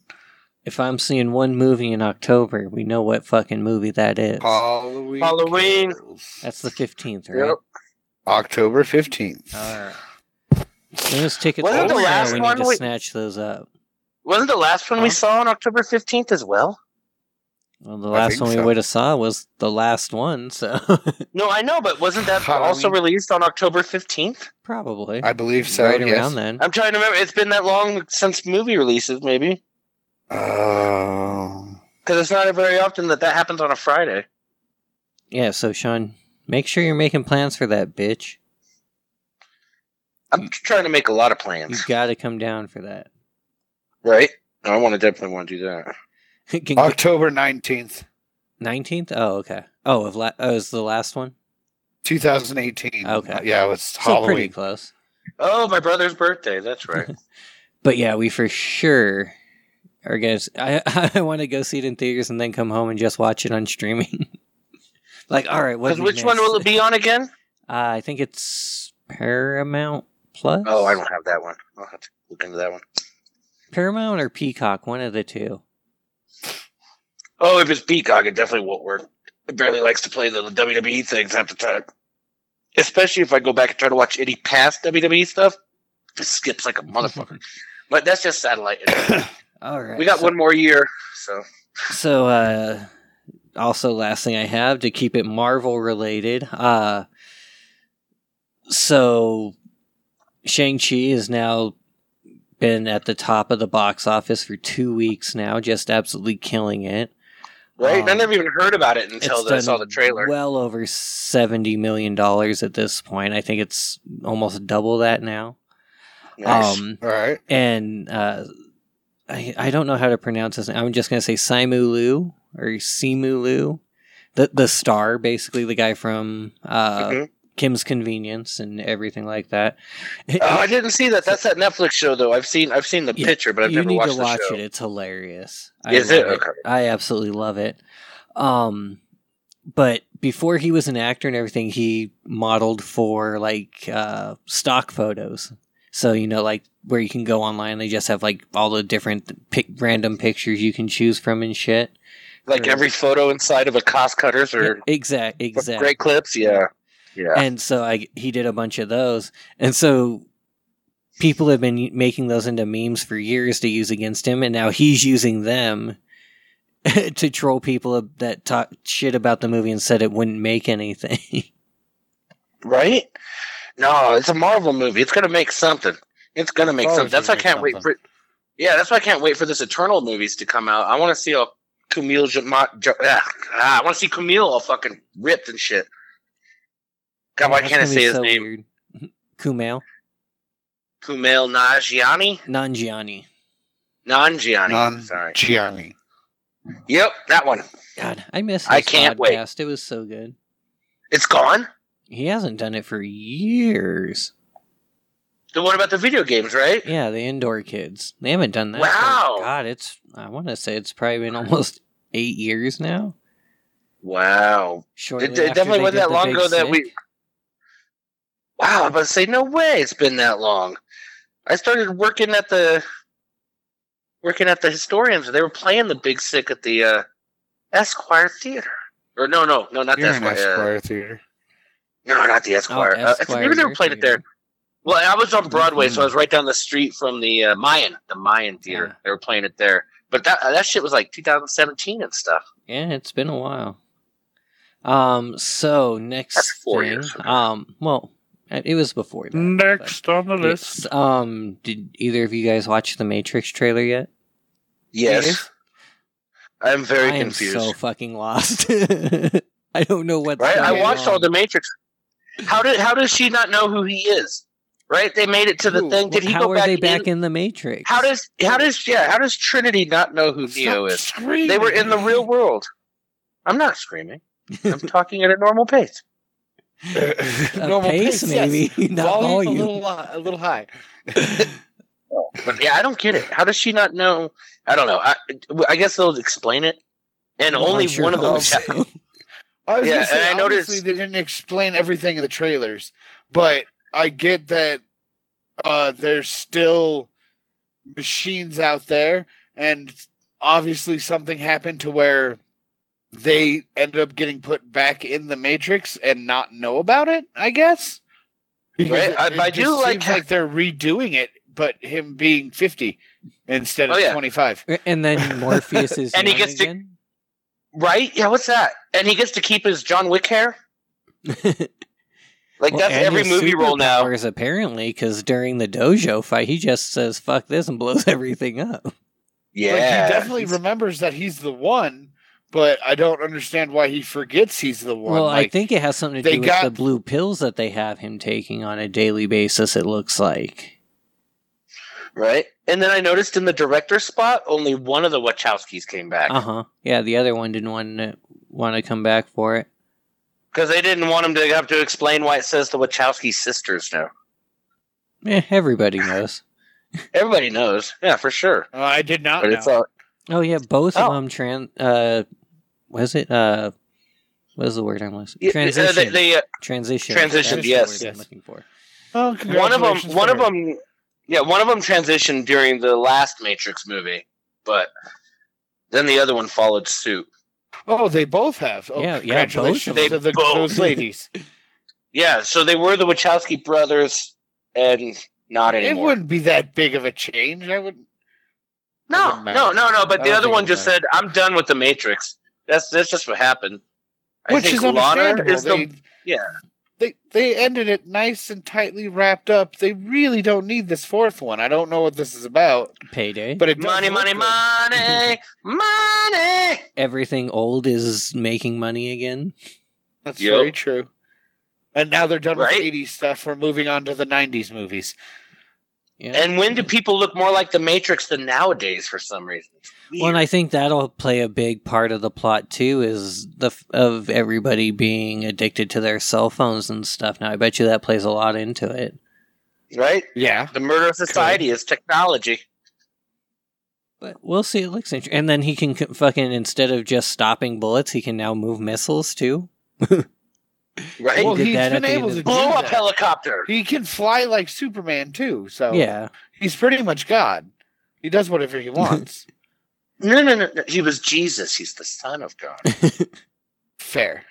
[SPEAKER 1] if I'm seeing one movie in October, we know what fucking movie that is.
[SPEAKER 2] Halloween.
[SPEAKER 3] Halloween.
[SPEAKER 2] Kills.
[SPEAKER 1] That's the 15th, right?
[SPEAKER 3] Yep.
[SPEAKER 2] October 15th.
[SPEAKER 1] Alright. As soon as tickets
[SPEAKER 3] Wasn't
[SPEAKER 1] are
[SPEAKER 3] the
[SPEAKER 1] sold,
[SPEAKER 3] last
[SPEAKER 1] we
[SPEAKER 3] one
[SPEAKER 1] need to
[SPEAKER 3] we-
[SPEAKER 1] snatch those up.
[SPEAKER 3] Wasn't the last one we saw on October fifteenth as well?
[SPEAKER 1] Well, the
[SPEAKER 2] I
[SPEAKER 1] last
[SPEAKER 2] think
[SPEAKER 1] one we
[SPEAKER 2] so.
[SPEAKER 1] would have saw was the last one, so
[SPEAKER 3] No, I know, but wasn't that
[SPEAKER 2] Halloween.
[SPEAKER 3] also released on October fifteenth?
[SPEAKER 1] probably
[SPEAKER 2] I believe so.
[SPEAKER 1] right
[SPEAKER 2] yes.
[SPEAKER 1] around then.
[SPEAKER 3] I'm trying to remember. It's been that long since movie releases, maybe.
[SPEAKER 2] Oh.
[SPEAKER 3] Because it's not very often that that happens on a Friday.
[SPEAKER 1] Yeah, so Sean, make sure you're making plans for that bitch.
[SPEAKER 3] I'm trying to make a lot of
[SPEAKER 1] You
[SPEAKER 3] plans,
[SPEAKER 1] gotta come down for that.
[SPEAKER 3] right? I want to definitely want to do that.
[SPEAKER 1] Can-
[SPEAKER 2] October 19th,
[SPEAKER 1] 19th? Oh, okay. Oh, of la- oh, is the last one?
[SPEAKER 2] 2018.
[SPEAKER 1] Okay.
[SPEAKER 2] Yeah, it was
[SPEAKER 1] So pretty
[SPEAKER 2] Halloween.
[SPEAKER 1] close.
[SPEAKER 3] Oh, my brother's birthday. That's right.
[SPEAKER 1] But yeah, we for sure are gonna. s- I, I want to go see it in theaters and then come home and just watch it on streaming. like, all right, what?
[SPEAKER 3] Because which one will it be on again?
[SPEAKER 1] Uh, I think it's Paramount Plus.
[SPEAKER 3] Oh, I don't have that one. I'll have to look into that one.
[SPEAKER 1] Paramount or Peacock, one of the two.
[SPEAKER 3] Oh, if it's Peacock, it definitely won't work. It barely likes to play the WWE things half the time. Especially if I go back and try to watch any past WWE stuff, it skips like a motherfucker. but that's just satellite.
[SPEAKER 1] All right,
[SPEAKER 3] we got
[SPEAKER 1] so,
[SPEAKER 3] one more year, so
[SPEAKER 1] So, uh, also last thing I have to keep it Marvel related. Uh, so Shang Chi has now been at the top of the box office for two weeks now, just absolutely killing it.
[SPEAKER 3] right. I
[SPEAKER 1] Um,
[SPEAKER 3] never even heard about it
[SPEAKER 1] It's
[SPEAKER 3] until I saw
[SPEAKER 1] done
[SPEAKER 3] the trailer.
[SPEAKER 1] Well over seventy million dollars at this point. I think it's almost double that now.
[SPEAKER 3] Nice.
[SPEAKER 1] Um,
[SPEAKER 2] All right.
[SPEAKER 1] and uh, I I don't know how to pronounce his name. I'm just gonna say Simu Liu or Simu Liu, the the star basically, the guy from uh,
[SPEAKER 3] Mhm.
[SPEAKER 1] Kim's Convenience and everything like that.
[SPEAKER 3] oh, I didn't see that. That's that Netflix show though. I've seen I've seen the
[SPEAKER 1] Yeah,
[SPEAKER 3] picture, but I've
[SPEAKER 1] you
[SPEAKER 3] never
[SPEAKER 1] need
[SPEAKER 3] watched
[SPEAKER 1] to
[SPEAKER 3] the
[SPEAKER 1] watch
[SPEAKER 3] show.
[SPEAKER 1] it. It's hilarious.
[SPEAKER 3] Is
[SPEAKER 1] love
[SPEAKER 3] it? Okay.
[SPEAKER 1] I absolutely love it. Um, but before he was an actor and everything, he modeled for like uh, stock photos. So you know, like where you can go online, they just have like all the different pic- random pictures you can choose from and shit.
[SPEAKER 3] Like every photo inside of a cost cutters or
[SPEAKER 1] exact, exact.
[SPEAKER 3] great clips. Yeah, yeah.
[SPEAKER 1] and so I he did a bunch of those, and so people have been making those into memes for years to use against him, and now he's using them to troll people that talk shit about the movie and said it wouldn't make anything.
[SPEAKER 3] Right? No, it's a Marvel movie. It's gonna make something. It's gonna make
[SPEAKER 2] Always
[SPEAKER 3] something. That's why I
[SPEAKER 2] gonna
[SPEAKER 3] can't
[SPEAKER 2] make
[SPEAKER 3] wait for. Yeah, that's why I can't wait for this Eternal movies to come out. I want to see how Camille Jamot. Ja- ah, ah, I want to see Camille all fucking ripped and shit. God, why
[SPEAKER 1] That's
[SPEAKER 3] can't I
[SPEAKER 1] gonna be
[SPEAKER 3] say his
[SPEAKER 1] so
[SPEAKER 3] name?
[SPEAKER 1] weird. Kumail
[SPEAKER 3] Kumail Nanjiani.
[SPEAKER 1] Nanjiani.
[SPEAKER 3] Nanjiani.
[SPEAKER 2] Non
[SPEAKER 3] Sorry.
[SPEAKER 2] Gianni.
[SPEAKER 3] Yep, that one.
[SPEAKER 1] God, I miss. His
[SPEAKER 3] I can't wait.
[SPEAKER 1] podcast. It was so good.
[SPEAKER 3] It's gone.
[SPEAKER 1] He hasn't done it for years.
[SPEAKER 3] The one about the video games, right?
[SPEAKER 1] Yeah, the indoor kids. They haven't done that. for-
[SPEAKER 3] Wow.
[SPEAKER 1] God, it's. I want to say it's probably been almost eight years now.
[SPEAKER 3] Wow.
[SPEAKER 1] Shortly
[SPEAKER 3] It, it definitely wasn't that long ago that we. Wow, I was about to say, no way, it's been that long. I started working at the working at the historians, and they were playing the Big Sick at the uh, Esquire Theater. Or no, no, no, not the
[SPEAKER 2] You're in
[SPEAKER 3] Esquire. uh,
[SPEAKER 2] Esquire Theater.
[SPEAKER 3] no, not the Esquire.
[SPEAKER 1] Oh,
[SPEAKER 3] Uh, it's-
[SPEAKER 1] Esquire
[SPEAKER 3] maybe they were
[SPEAKER 1] is
[SPEAKER 3] playing it there.
[SPEAKER 1] theater.
[SPEAKER 3] Well, I was on Broadway, so
[SPEAKER 1] Mhm.
[SPEAKER 3] I was right down the street from the uh, Mayan, the Mayan Theater.
[SPEAKER 1] Yeah.
[SPEAKER 3] They were playing it there, but that that shit was like 2017 and stuff.
[SPEAKER 1] Yeah, it's been a while. Um. So next
[SPEAKER 3] That's four
[SPEAKER 1] thing.
[SPEAKER 3] years from
[SPEAKER 1] Um. Well, it it was before that.
[SPEAKER 2] Next on the
[SPEAKER 1] but-
[SPEAKER 2] list.
[SPEAKER 1] Yes, Um. Did either of you guys watch the Matrix trailer yet?
[SPEAKER 3] Yes,
[SPEAKER 2] Yes.
[SPEAKER 3] I'm very
[SPEAKER 1] I am
[SPEAKER 3] confused.
[SPEAKER 1] so fucking lost. I don't know what's
[SPEAKER 3] Right? I
[SPEAKER 1] going
[SPEAKER 3] watched
[SPEAKER 1] on.
[SPEAKER 3] all the Matrix. How did how does she not know who he is? Right? They made it to the
[SPEAKER 2] Who?
[SPEAKER 3] thing. Did he
[SPEAKER 1] How
[SPEAKER 3] go
[SPEAKER 1] are
[SPEAKER 3] back,
[SPEAKER 1] they back
[SPEAKER 3] in?
[SPEAKER 1] in, the Matrix?
[SPEAKER 3] How does how does yeah, how does Trinity not know who Neo
[SPEAKER 2] Stop
[SPEAKER 3] is?
[SPEAKER 2] screaming.
[SPEAKER 3] They were in the real world. I'm not screaming. I'm talking at a normal pace.
[SPEAKER 1] A
[SPEAKER 2] normal
[SPEAKER 1] pace,
[SPEAKER 2] pace, yes.
[SPEAKER 1] maybe not
[SPEAKER 2] Volume's
[SPEAKER 1] volume.
[SPEAKER 2] A little, li- a little high.
[SPEAKER 3] But yeah, I don't get it. How does she not know? I don't know. I, I guess they'll explain it. And
[SPEAKER 1] Well, I'm
[SPEAKER 3] only
[SPEAKER 1] sure
[SPEAKER 3] one of
[SPEAKER 1] I'll
[SPEAKER 3] those.
[SPEAKER 1] say.
[SPEAKER 2] I was
[SPEAKER 3] Yeah,
[SPEAKER 2] gonna say,
[SPEAKER 3] and I
[SPEAKER 2] obviously
[SPEAKER 3] noticed-
[SPEAKER 2] they didn't explain everything in the trailers, but I get that uh, there's still machines out there, and obviously something happened to where they ended up getting put back in the Matrix and not know about it. I guess. Because
[SPEAKER 3] Right, I- but I do
[SPEAKER 2] just
[SPEAKER 3] like
[SPEAKER 2] seems
[SPEAKER 3] how-
[SPEAKER 2] like they're redoing it, but him being fifty instead of
[SPEAKER 3] Oh, yeah.
[SPEAKER 2] twenty-five.
[SPEAKER 1] And then Morpheus is
[SPEAKER 3] And he
[SPEAKER 1] young
[SPEAKER 3] gets to-
[SPEAKER 1] again.
[SPEAKER 3] Right? Yeah, what's that? And he gets to keep his John Wick hair? Like
[SPEAKER 1] Well,
[SPEAKER 3] that's
[SPEAKER 1] and
[SPEAKER 3] every
[SPEAKER 1] his
[SPEAKER 3] movie role now.
[SPEAKER 1] superpowers, apparently, because during the dojo fight, he just says "fuck this" and blows everything up.
[SPEAKER 3] Yeah,
[SPEAKER 2] Like, he definitely remembers that he's the one, but I don't understand why he forgets he's the one.
[SPEAKER 1] Well, I
[SPEAKER 2] Like,
[SPEAKER 1] think it has something to
[SPEAKER 2] they
[SPEAKER 1] do
[SPEAKER 2] got-
[SPEAKER 1] with the blue pills that they have him taking on a daily basis. It looks like.
[SPEAKER 3] right. And then I noticed in the director spot, only one of the Wachowskis came back
[SPEAKER 1] Uh huh. Yeah, the other one didn't want to want to come back for it.
[SPEAKER 3] because they didn't want him to have to explain why it says the Wachowski sisters now.
[SPEAKER 1] Eh, everybody knows.
[SPEAKER 3] Everybody knows, yeah, for sure.
[SPEAKER 2] Uh, I did not.
[SPEAKER 3] But
[SPEAKER 2] know.
[SPEAKER 3] it's all
[SPEAKER 1] Oh yeah, both of
[SPEAKER 3] Oh.
[SPEAKER 1] them trans. Uh, was it uh, what is the word I'm listening?
[SPEAKER 3] yeah,
[SPEAKER 1] Transition.
[SPEAKER 3] Uh, they, they, uh,
[SPEAKER 1] transition.
[SPEAKER 3] Transition,
[SPEAKER 1] That's the
[SPEAKER 3] yes.
[SPEAKER 1] word I'm
[SPEAKER 2] Yes.
[SPEAKER 1] looking for.
[SPEAKER 2] Oh,
[SPEAKER 3] one of
[SPEAKER 2] congratulations
[SPEAKER 3] them. One
[SPEAKER 2] for
[SPEAKER 3] of
[SPEAKER 2] her.
[SPEAKER 3] them. Yeah, one of them transitioned during the last Matrix movie, but then the other one followed suit.
[SPEAKER 2] Oh, they both have. Oh,
[SPEAKER 1] Yeah, yeah, both
[SPEAKER 2] congratulations
[SPEAKER 3] of
[SPEAKER 2] to
[SPEAKER 3] them.
[SPEAKER 2] the,
[SPEAKER 3] Both.
[SPEAKER 2] those ladies.
[SPEAKER 3] Yeah, so they were the Wachowski brothers, and not
[SPEAKER 2] it
[SPEAKER 3] anymore.
[SPEAKER 2] wouldn't be that big of a change. I would.
[SPEAKER 3] no,
[SPEAKER 2] wouldn't matter.
[SPEAKER 3] no, no, no. But
[SPEAKER 2] I
[SPEAKER 3] the
[SPEAKER 2] don't
[SPEAKER 3] other
[SPEAKER 2] think
[SPEAKER 3] one
[SPEAKER 2] it
[SPEAKER 3] just
[SPEAKER 2] matters.
[SPEAKER 3] said, "I'm done with the Matrix." That's that's just what happened. I
[SPEAKER 2] Which
[SPEAKER 3] think
[SPEAKER 2] is
[SPEAKER 3] Lana
[SPEAKER 2] understandable.
[SPEAKER 3] is the-
[SPEAKER 2] they,
[SPEAKER 3] yeah.
[SPEAKER 2] They they ended it nice and tightly wrapped up. They really don't need this fourth one. I don't know what this is about,
[SPEAKER 1] Payday.
[SPEAKER 2] but it does
[SPEAKER 3] money,
[SPEAKER 2] look
[SPEAKER 3] money,
[SPEAKER 2] good.
[SPEAKER 3] money, money.
[SPEAKER 1] Everything old is making money again.
[SPEAKER 2] That's
[SPEAKER 3] Yep.
[SPEAKER 2] very true. And now they're done
[SPEAKER 3] Right?
[SPEAKER 2] with 80s stuff. We're moving on to the 90s movies.
[SPEAKER 1] Yeah.
[SPEAKER 3] And when do people look more like the Matrix than nowadays? For some reason, It's
[SPEAKER 1] Well, and
[SPEAKER 3] weird.
[SPEAKER 1] I think that'll play a big part of the plot too, is the f- of everybody being addicted to their cell phones and stuff. Now, I bet you that plays a lot into it.
[SPEAKER 3] right?
[SPEAKER 2] Yeah.
[SPEAKER 3] The murder of society is technology.
[SPEAKER 1] But we'll see. It looks interesting. And then he can c- fucking instead of just stopping bullets, he can now move missiles too.
[SPEAKER 3] Right?
[SPEAKER 2] well,
[SPEAKER 1] did
[SPEAKER 2] he's
[SPEAKER 1] that at
[SPEAKER 2] been
[SPEAKER 1] the end
[SPEAKER 2] able
[SPEAKER 1] of
[SPEAKER 2] to
[SPEAKER 1] the-
[SPEAKER 2] do
[SPEAKER 3] Blow up
[SPEAKER 2] that.
[SPEAKER 3] helicopter.
[SPEAKER 2] He can fly like Superman, too.
[SPEAKER 3] Oh.
[SPEAKER 2] So
[SPEAKER 1] Yeah,
[SPEAKER 2] he's pretty much God. He does whatever he wants.
[SPEAKER 3] No, no, no, no. He was Jesus. He's the Son of God.
[SPEAKER 2] Fair.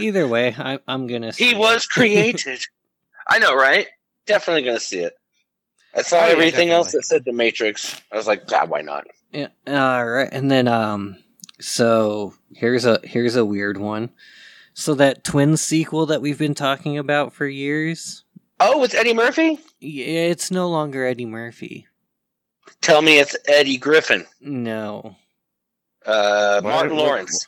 [SPEAKER 1] Either way, I, I'm gonna. see
[SPEAKER 3] he
[SPEAKER 1] it.
[SPEAKER 3] was created. I know, right? Definitely going to see it. I saw
[SPEAKER 2] Oh, yeah,
[SPEAKER 3] everything else
[SPEAKER 2] definitely.
[SPEAKER 3] that said The Matrix. I was like, God, why not?
[SPEAKER 1] Yeah. All right. And then um so here's a here's a weird one. So that twin sequel that we've been talking about for years,
[SPEAKER 3] Oh, it's Eddie Murphy?
[SPEAKER 1] y- it's no longer Eddie Murphy.
[SPEAKER 3] Tell me it's Eddie Griffin.
[SPEAKER 1] No.
[SPEAKER 3] Uh,
[SPEAKER 2] What?
[SPEAKER 3] Martin
[SPEAKER 2] What-
[SPEAKER 3] Lawrence.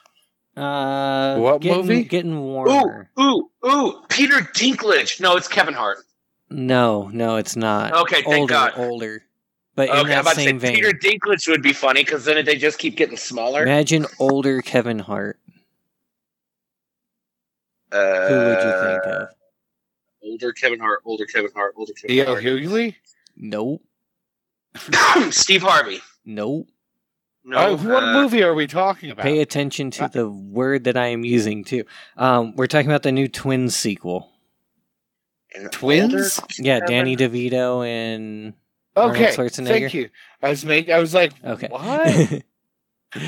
[SPEAKER 1] Uh
[SPEAKER 2] What
[SPEAKER 1] getting,
[SPEAKER 2] movie?
[SPEAKER 1] Getting warmer.
[SPEAKER 3] Ooh, ooh, ooh. Peter Dinklage. No, it's Kevin Hart.
[SPEAKER 1] No, no, it's not.
[SPEAKER 3] Okay, thank
[SPEAKER 1] older,
[SPEAKER 3] God.
[SPEAKER 1] Older. But in
[SPEAKER 3] Okay, I'm
[SPEAKER 1] that
[SPEAKER 3] about to say
[SPEAKER 1] same vein,
[SPEAKER 3] Peter Dinklage would be funny because then they just keep getting smaller.
[SPEAKER 1] imagine older Kevin Hart. Who would you think of?
[SPEAKER 3] Uh, Older Kevin Hart, older Kevin Hart, older Kevin
[SPEAKER 2] D.L. Hughley?
[SPEAKER 1] Nope.
[SPEAKER 3] Hart. Steve Harvey.
[SPEAKER 1] Nope.
[SPEAKER 3] No,
[SPEAKER 2] Oh, what
[SPEAKER 3] uh,
[SPEAKER 2] movie are we talking about?
[SPEAKER 1] Pay attention to the word that I am using too. Um, we're talking about the new twin sequel.
[SPEAKER 3] an
[SPEAKER 2] Twins?
[SPEAKER 3] older
[SPEAKER 1] Yeah,
[SPEAKER 3] Kevin-
[SPEAKER 1] Danny DeVito and Arnold
[SPEAKER 2] Okay.
[SPEAKER 1] Schwarzenegger?
[SPEAKER 2] Thank you. I was make, I was like,
[SPEAKER 1] okay.
[SPEAKER 2] what?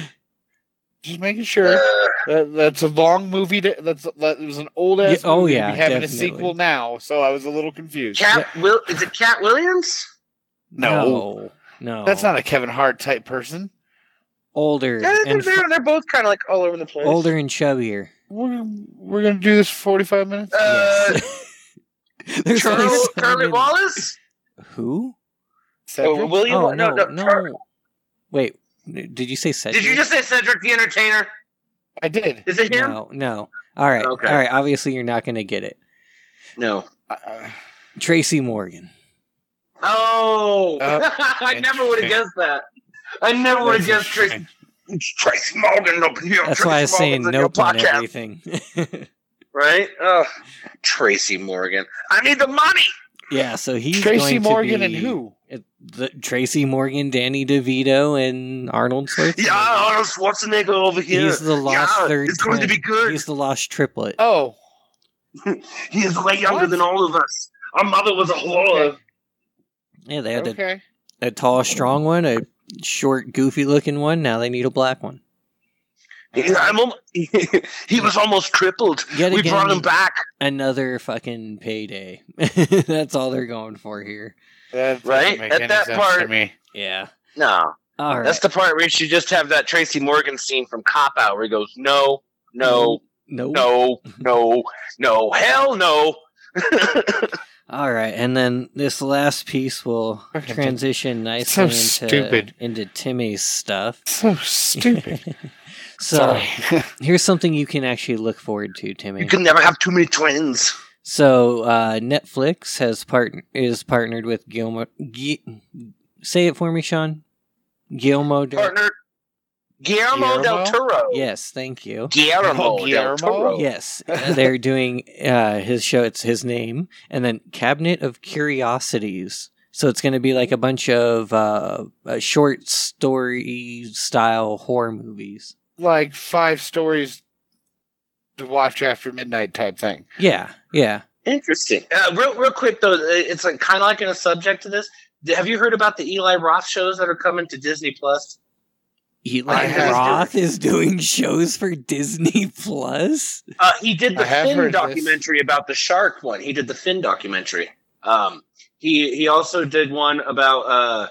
[SPEAKER 2] Just making sure.
[SPEAKER 3] Uh,
[SPEAKER 2] That, that's a long movie. To, that's that was an old ass.
[SPEAKER 1] Yeah, oh,
[SPEAKER 2] movie to
[SPEAKER 1] yeah,
[SPEAKER 2] be having
[SPEAKER 1] definitely.
[SPEAKER 2] a sequel now, so I was a little confused.
[SPEAKER 3] Cat Will is it Cat Williams?
[SPEAKER 1] no, no,
[SPEAKER 2] that's not a Kevin Hart type person.
[SPEAKER 1] older
[SPEAKER 3] Yeah, they're,
[SPEAKER 1] and
[SPEAKER 3] they're, they're both kind of like all over the place.
[SPEAKER 1] older and chubbier.
[SPEAKER 2] We're we're gonna do this for forty five minutes.
[SPEAKER 3] Uh,
[SPEAKER 1] There's
[SPEAKER 3] Charles-
[SPEAKER 1] only so
[SPEAKER 3] Charlie
[SPEAKER 1] many-
[SPEAKER 3] Wallace?
[SPEAKER 1] Who?
[SPEAKER 2] Cedric?
[SPEAKER 3] Oh, William?
[SPEAKER 1] Oh
[SPEAKER 3] no, no, Char-
[SPEAKER 1] Wait, n- did you say Cedric?
[SPEAKER 3] Did you just say Cedric the Entertainer?
[SPEAKER 2] I did.
[SPEAKER 3] Is it him?
[SPEAKER 1] No, no. All right,
[SPEAKER 3] Okay.
[SPEAKER 1] all right. Obviously, you're not going to get it.
[SPEAKER 3] No.
[SPEAKER 2] Uh,
[SPEAKER 1] Tracy Morgan.
[SPEAKER 3] Oh,
[SPEAKER 2] Uh,
[SPEAKER 3] I never would have guessed that. I never would have guessed Tracy, Tracy Morgan up in here.
[SPEAKER 1] That's
[SPEAKER 3] Tracy
[SPEAKER 1] why I was saying
[SPEAKER 3] Morgan's in your
[SPEAKER 1] nope on
[SPEAKER 3] podcast.
[SPEAKER 1] everything.
[SPEAKER 3] right? Oh, Tracy Morgan. I need the money.
[SPEAKER 1] yeah, so he's
[SPEAKER 2] Tracy
[SPEAKER 1] going to
[SPEAKER 2] Morgan and
[SPEAKER 1] be-
[SPEAKER 2] who?
[SPEAKER 1] It- the, Tracy Morgan, Danny DeVito, and Arnold Schwarzenegger.
[SPEAKER 3] Yeah, Arnold Schwarzenegger over here.
[SPEAKER 1] He's the lost
[SPEAKER 3] yeah,
[SPEAKER 1] third.
[SPEAKER 3] It's going to
[SPEAKER 1] twin.
[SPEAKER 3] be good.
[SPEAKER 1] He's the lost triplet.
[SPEAKER 2] Oh,
[SPEAKER 3] He is way younger
[SPEAKER 2] What?
[SPEAKER 3] than all of us. Our mother was a whore.
[SPEAKER 1] Yeah, they had
[SPEAKER 2] okay.
[SPEAKER 1] a, a tall, strong one, a short, goofy looking one. Now they need a black one.
[SPEAKER 3] Yeah, I'm almo- he was almost tripled.
[SPEAKER 1] Yet
[SPEAKER 3] we
[SPEAKER 1] again,
[SPEAKER 3] brought him back.
[SPEAKER 1] another fucking payday. That's all they're going for here.
[SPEAKER 2] That doesn't
[SPEAKER 3] Right?
[SPEAKER 2] make
[SPEAKER 3] At
[SPEAKER 2] any
[SPEAKER 3] that
[SPEAKER 2] sense
[SPEAKER 3] part-
[SPEAKER 2] to me.
[SPEAKER 1] Yeah.
[SPEAKER 3] No,
[SPEAKER 1] All right.
[SPEAKER 3] that's the part where you should just have that Tracy Morgan scene from Cop Out where he goes, no, no,
[SPEAKER 1] no.
[SPEAKER 3] no, no, no, hell no.
[SPEAKER 1] All right, and then this last piece will
[SPEAKER 2] Fucking
[SPEAKER 1] transition
[SPEAKER 2] so
[SPEAKER 1] nicely into
[SPEAKER 2] stupid.
[SPEAKER 1] into Timmy's stuff.
[SPEAKER 2] So stupid.
[SPEAKER 1] So here's something you can actually look forward to, Timmy.
[SPEAKER 3] You can never have too many twins.
[SPEAKER 1] So uh, Netflix has part is partnered with Gilmo. G- say it for me, Sean. Gilmo. Del-
[SPEAKER 3] Partner Guillermo,
[SPEAKER 2] Guillermo?
[SPEAKER 3] del Toro.
[SPEAKER 1] yes, thank you.
[SPEAKER 3] Guillermo,
[SPEAKER 2] Oh,
[SPEAKER 3] del
[SPEAKER 2] Guillermo?
[SPEAKER 3] Toro.
[SPEAKER 1] Yes, they're doing uh, his show. It's his name, and then Cabinet of Curiosities. So it's going to be like a bunch of uh, uh, short story style horror movies.
[SPEAKER 2] like five stories to watch after midnight type thing.
[SPEAKER 1] Yeah, yeah.
[SPEAKER 3] Interesting. Uh, real, real quick though, uh, it's like kind of like in a subject to this. Have you heard about the Eli Roth shows that are coming to Disney Plus? I
[SPEAKER 1] Eli
[SPEAKER 3] have-
[SPEAKER 1] Roth is doing shows for Disney Plus.
[SPEAKER 3] Uh, he did the
[SPEAKER 2] I have
[SPEAKER 3] Finn
[SPEAKER 2] heard this.
[SPEAKER 3] documentary about the shark one. He did the Finn documentary. Um, he he also did one about uh,